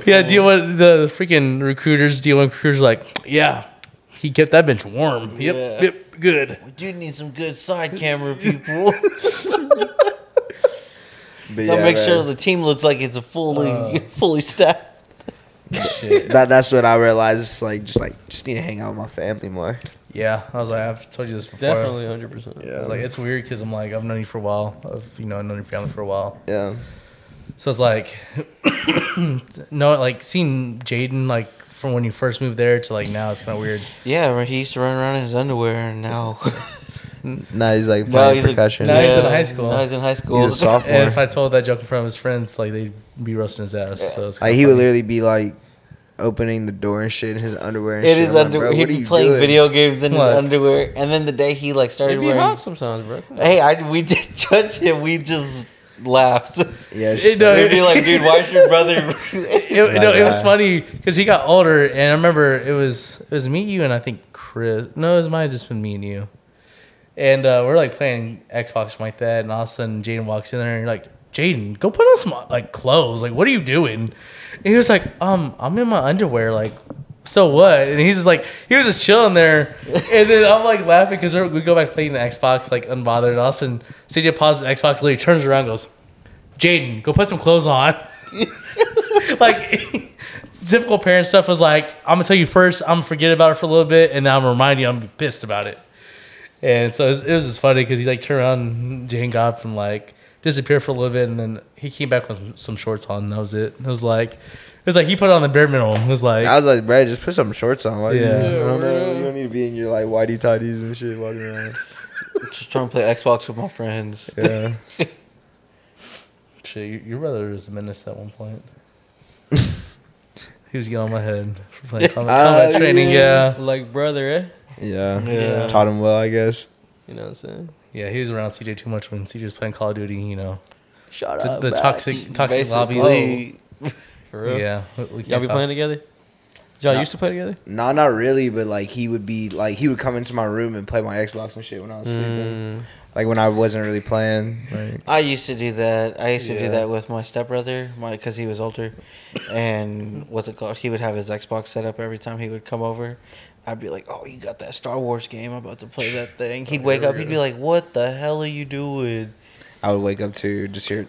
B: shit.
C: Yeah, deal with the freaking recruiters. Deal with recruiters like, yeah, he kept that bench warm. Yep,
F: Yeah.
C: yep, good.
F: we do need some good side camera people.
B: But
F: I'll
B: yeah,
F: make sure
B: man.
F: the team looks like it's a fully
C: Uh.
F: fully stacked.
B: that that's what I realized. It's like just like just need to hang out with my family more.
C: Yeah, I was like, I've told you this before.
E: Definitely 100. percent
C: I was like, it's weird because I'm like, I've known you for a while. I've you know, I've known your family for a while.
B: yeah.
C: So it's like, no, like seeing Jaden like from when you first moved there to like now, it's kind of weird.
F: Yeah, right, he used to run around in his underwear, and now
B: Now he's like
F: now
B: playing
F: he's, a-
B: percussion.
C: now he's in
F: yeah,
C: high school.
F: Now he's in high school.
B: He's a sophomore.
C: And if I told that joke in front of his friends, like they'd be roasting his ass. So it's
B: Like
C: kinda
B: he would
C: funny.
B: literally be like opening the door and shit in his underwear. And
F: It
B: shit.
F: is
B: I'm like,
F: under.
B: "Bro,
F: He'd
B: what are
F: be
B: you
F: playing
B: doing?"
F: video games in
C: What?
F: his underwear, and then the day he like started
E: It'd be
F: wearing.
E: hot sometimes, bro. Come on.
F: Hey, I, we did judge him. We just laughed.
B: Yeah,
C: Hey,
B: shit.
C: no,
F: We'd be like, dude, why is your brother?
C: it, no, it was
B: guy.
C: funny because he got older, and I remember it was it was me, you, and I think Chris. No, it was might have just been me and you. And uh, we're like playing Xbox or something like that, and all of a sudden Jaden walks in there, and you're like, Jaden, go put on some like clothes. Like, what are you doing? And he was like, Um, I'm in my underwear. Like, so what? And he's just like, he was just chilling there, and then I'm like laughing because we go back playing Xbox like unbothered. And all of a sudden, CJ pauses the Xbox, literally turns around, and goes, Jaden, go put some clothes on like typical parent stuff was like, I'm gonna tell you first, I'm gonna forget about it for a little bit, and now I'm gonna remind you, I'm gonna be pissed about it. And so it was, it was just funny because he like turned around, and Jane got from like disappeared for a little bit, and then he came back with some, some shorts on, and that was it. It was like, it was like he put on the bare minimum. It was like,
B: I was like, bro, just put some shorts on. Why do you-
C: Yeah.
B: I don't know. You don't need to be in your like whitey tighties and shit walking around.
F: just trying to play Xbox with my friends.
B: Yeah.
C: shit, your- your brother was a menace at one point. he was getting on my head for playing combat,
B: Oh,
C: combat training.
B: yeah.
C: Yeah.
E: Like brother, eh?
B: yeah.
F: Yeah.
B: Taught him well, I guess.
E: You know what I'm saying?
C: yeah, he was around CJ too much when CJ was playing Call of Duty. You know,
F: Shut
C: the,
F: up.
C: the
F: Max.
C: toxic toxic lobbies.
F: Basically,
E: For real.
C: Yeah, we, we
E: Y'all
C: can't
E: be
C: talk.
E: playing together? Y'all
B: Nah.
E: used to play together?
B: No, not really, but like he would be like he would come into my room and play my Xbox and shit when I was
E: Mm.
B: sleeping. Like when I wasn't really playing. Like
F: I used to do that. I used to do
B: Yeah.
F: that with my stepbrother, my because he was older, and what's it called? He would have his Xbox set up every time he would come over. I'd be like, "Oh, you got that Star Wars game? I'm about to play that thing." He'd wake up. He'd be like, "What the hell are you doing?"
B: I would wake up to just hear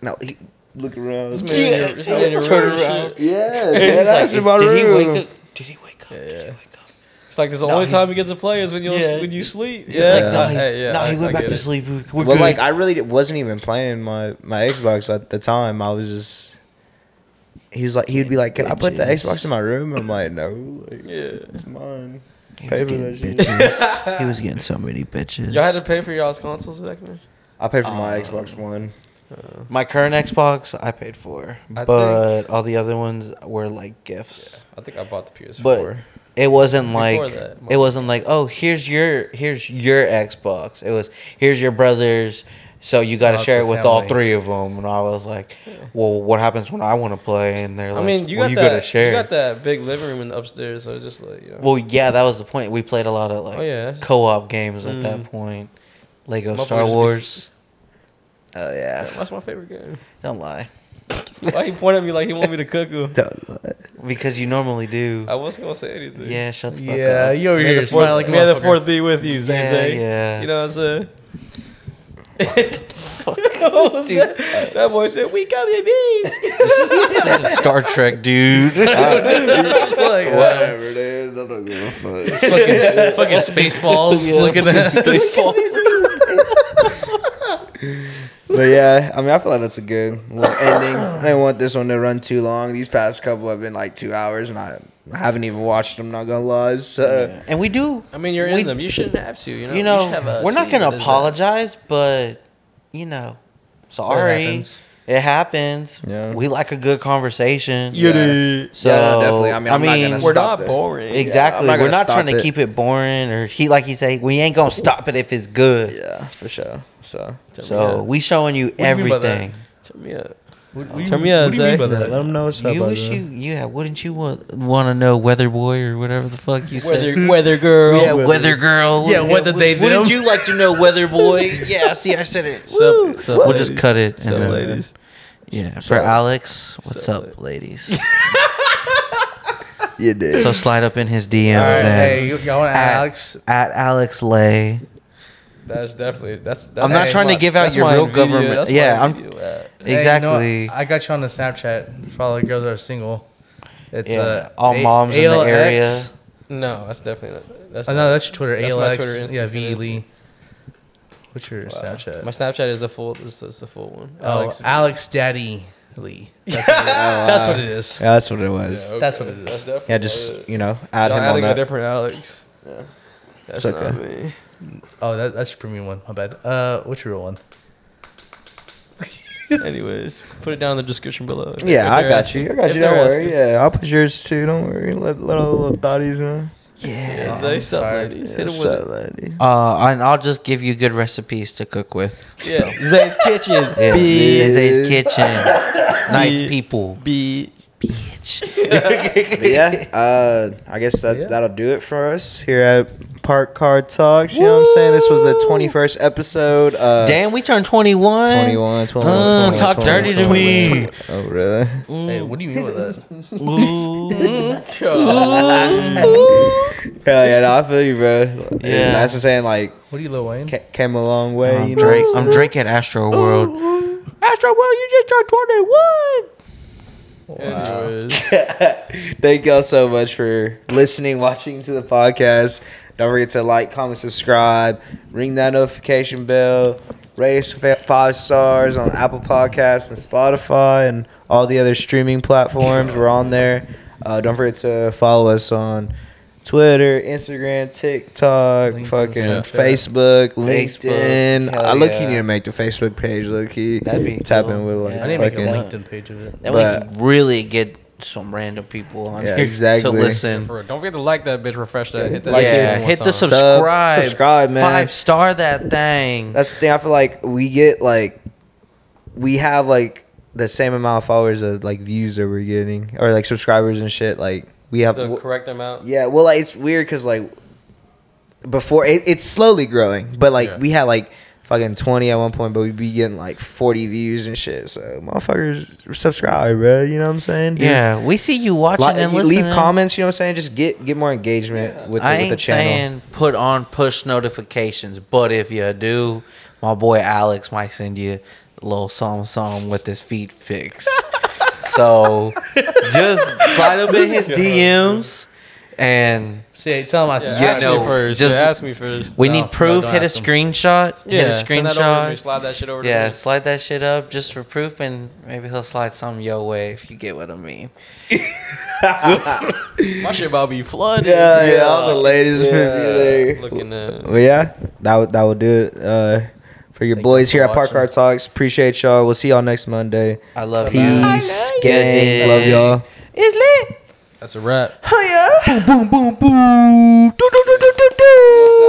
B: no he look around.
E: man in your- this man in your
F: Turn
E: room
F: around.
E: and shit.
B: Yeah,
F: And
B: yeah
F: he's like,
B: that's
F: "Is-
B: in my
F: did he
B: room.
F: wake up? Did he wake up? Did he
E: Yeah.
F: wake up?
E: It's like this is the
F: No,
E: only
F: he's-
E: time you get to play is when you
F: Yeah.
E: when you sleep.
F: It's like, no,
B: Yeah.
F: he's,
E: Hey, yeah,
F: no,
E: I-
F: he went
E: I
F: back
E: get
F: to
E: it.
F: sleep. We- We're
B: Well,
F: good.
B: like I really wasn't even playing my my Xbox at the time. I was just. He was like, he would be like, "Can I put the
F: Bitches.
B: Xbox in my room?" I'm like, "No, like, it's mine."
F: he, was
B: pay for
F: getting
B: that
F: bitches. he was getting so many bitches.
E: Y'all had to pay for y'all's consoles back then.
B: I paid for my Xbox One.
F: My current Xbox, I paid for,
E: I
F: but all the other ones were like gifts.
E: I think I bought the PS4.
F: But it wasn't like
E: Before that,
F: it wasn't like oh here's your here's your Xbox. It was here's your brother's. So you got
C: Oh,
F: to
C: it's
F: share
C: a
F: it with all
C: family.
F: three of them. And I was like, well, what happens when I want to play? And they're like,
E: I mean, you
F: well,
E: got
F: you got to
E: that.
F: share.
E: You got that big living room in the upstairs, so it's just like you know.
F: Well, yeah, that was the point. We played a lot of like
E: Oh, yeah, that's-
F: co-op games at
E: Mm.
F: that point. Lego
E: Motherfuckers
F: Star
E: be-
F: Wars. Oh yeah,
E: that's my favorite game.
F: don't lie.
A: Why he pointing at me like he want me to cook him?
B: uh,
F: because you normally do.
E: Oh,
A: I wasn't gonna say anything.
F: Yeah, shut the fuck
C: Yeah,
F: up.
C: you over
A: May
C: here
A: the fourth,
C: smiling like a
A: may the
C: motherfucker.
A: fourth be with you, Zay
F: Yeah,
A: Zay.
F: yeah.
A: You know what I'm saying? What was that? that boy said, "We come here, bees."
F: Star Trek, dude.
C: It's like, uh,
B: Whatever, dude. I don't give a fuck.
C: fucking, fucking Spaceballs looking at
B: But yeah, I mean, I feel like that's a good little ending. I didn't want this one to run too long. These past couple have been like two hours, and I I haven't even watched them. Not gonna lie. So
F: and we do.
E: I mean, you're
F: We-
E: in them. You shouldn't have to. You know.
F: You
E: should have
F: know,
E: a
F: we're not
E: team
F: gonna
E: that does that.
F: apologize, but you know, sorry. It happens.
D: happens. Yeah.
F: We like a good conversation.
A: You
B: Yeah.
A: did.
F: So
B: Yeah, definitely. I mean, I'm not gonna
E: We're
B: Stop
E: not
B: that.
E: boring.
F: Exactly.
B: Yeah, I'm not gonna
F: We're not
B: stop
F: trying to
B: it.
F: keep it boring or he like he say, we ain't gonna stop it if it's good.
B: yeah, for sure. So
F: So we showing you
C: do you mean by that?
F: everything.
E: Turn me up.
A: Turn me up, Zay.
B: them know what's
F: You wish you yeah, wouldn't you want want to know weather boy or whatever the fuck you said?
E: Weather, weather girl.
F: yeah, weather, girl.
C: Yeah, whether they
F: Wouldn't
C: them.
F: you like to know weather boy? yeah, see I said it.
E: Sup, sup,
F: we'll
E: ladies.
F: just cut it.
E: Sup,
F: and then-
E: ladies.
F: Yeah, for Alex, what's
E: Sup,
F: up, ladies?
B: You did.
F: so slide up in his DMs
C: All right,
F: and
C: hey, you- y'all want
F: at,
C: Alex?
F: at Alex Lay.
E: That's definitely that's. that's
F: I'm not trying to give out
E: that's
F: your
E: my
F: real
E: NVIDIA,
F: government-
E: That's
F: yeah,
E: my
F: I'm-
E: NVIDIA ad.
C: Hey, you know
F: Exactly.
C: what? I got you on the Snapchat for all the girls that are single. It's
F: Yeah,
C: uh,
F: all moms in the
C: ALX.
F: area.
E: No, that's definitely not. That's
C: Oh,
E: not-
C: no, that's your Twitter.
E: That's
C: ALX.
E: my Twitter, Instagram,
C: yeah, V
E: and
C: Lee. What's your
E: Wow.
C: Snapchat?
E: My Snapchat is a full. This is the full one.
C: oh, Alex, Daddy Lee. That's what, it is. That's what it is.
B: Yeah, that's what it was. Yeah,
C: That's what it is.
E: That's definitely.
B: just
E: it.
B: you know, add
E: Uh, Y'all
B: him on
E: adding a
B: that.
E: different Alex. Yeah, that's
B: It's
E: not me.
C: Oh, that, that's your premium one. My bad. Uh, what's your real one?
E: Anyways, put it down in the description below. If
B: Yeah, I
E: they're
B: got
E: asking-
B: you. I got
E: if
B: you.
E: they're
B: Don't worry.
E: asking.
B: Yeah, I'll put yours too. Don't worry. Let let all the little thotties know.
E: Yeah,
F: Yeah.
E: Zay, sup,
C: tired.
E: ladies? Hit
B: Yeah,
E: 'em with
B: so,
E: it.
B: lady.
F: Uh, and I'll just give you good recipes to cook with.
E: Yeah, Zay's kitchen.
F: Yeah,
E: Bitch.
F: Zay's kitchen. nice
E: Bitch.
F: people.
E: Bitch.
F: Bitch.
B: But yeah, uh, I guess that, that'll do it for us here at Park Card Talks. You know what I'm saying? This was the 21st episode. Uh,
F: Damn, we turned 21.
B: 21, 21,
F: Uh,
B: 21,
F: talk
B: 21,
F: dirty to
B: 21.
F: me.
B: Oh, really?
C: Hey, what do you mean with that?
B: Hell yeah, no, I feel you, bro. Yeah.
F: Yeah.
B: That's what I'm saying. Like,
C: What do you, Lil Wayne?
B: ca- came a long way.
E: Uh-huh.
F: I'm
B: you know?
F: Drake. I'm Drake at Astro World.
B: Astro World, you just turned 21.
E: Anyways.
B: Thank y'all so much for listening, watching to the podcast. Don't forget to like, comment, subscribe, ring that notification bell, rate us fa- five stars on Apple Podcasts and Spotify and all the other streaming platforms. We're on there. Uh, don't forget to follow us on Twitter, Instagram, TikTok,
C: LinkedIn,
B: fucking
C: Snapchat.
B: Facebook,
F: Facebook,
B: LinkedIn.
F: hell
B: I look,
F: yeah.
B: you need to make the Facebook page look key.
F: That'd be
B: tap
F: cool.
B: in with like
F: Yeah.
C: I need to make a
B: fucking-
C: LinkedIn page of it.
F: Then we
B: But-
F: can really get some random people on
B: Yeah,
F: here
B: exactly.
F: to listen.
E: For- Don't forget to like that bitch, refresh that, hit that.
B: Like
E: shit
F: yeah,
E: one more
F: hit the
E: time.
B: sub-
F: subscribe.
B: subscribe, man.
F: Five star that thing.
B: Mm-hmm. That's the thing. I feel like we get like we have like the same amount of followers of like views that we're getting or like subscribers and shit. Like we have,
E: the correct amount.
B: yeah. Well, like, it's weird because like before it, it's slowly growing, but like
E: Yeah.
B: we had like fucking twenty at one point, but we'd be getting like forty views and shit. So motherfuckers subscribe, bro. You know what I'm saying? Just
F: yeah, we see you watching
B: Like,
F: and
B: leave
F: listening.
B: comments, you know what I'm saying? Just get get more engagement with, the,
F: I
B: with the
F: ain't
B: channel.
F: saying put on push notifications, but if you do, my boy Alex might send you a little something, something with his feet fixed. so just slide up in his DMs and
C: See, tell him I
E: Yeah,
F: You
E: ask
C: subscribe.
F: know,
E: me first.
F: just-
E: yeah, ask me first.
F: we
C: No, no,
F: need proof.
C: don't
F: hit a
C: ask him.
F: screenshot.
E: Yeah,
F: hit a
E: send that over to me,
F: screenshot.
E: Slide that shit over.
F: Yeah,
E: to
F: slide that shit up just for proof, and maybe he'll slide something your way if you get what I mean.
E: me. my shit about to be flooded.
B: Yeah, yeah, all the ladies would be there.
E: Looking at.
B: Well, yeah, that would that will do it uh, for your
C: Thank
B: boys
C: you
B: here
C: for
B: at Park
C: watching.
B: Car Talks. Appreciate y'all. We'll see y'all next Monday.
F: I love you.
B: Peace,
F: I
B: gang. Love y'all.
F: It's lit.
E: That's a wrap.
F: Oh yeah. Boom boom boom boom. Doo, doo, doo, doo, doo, doo.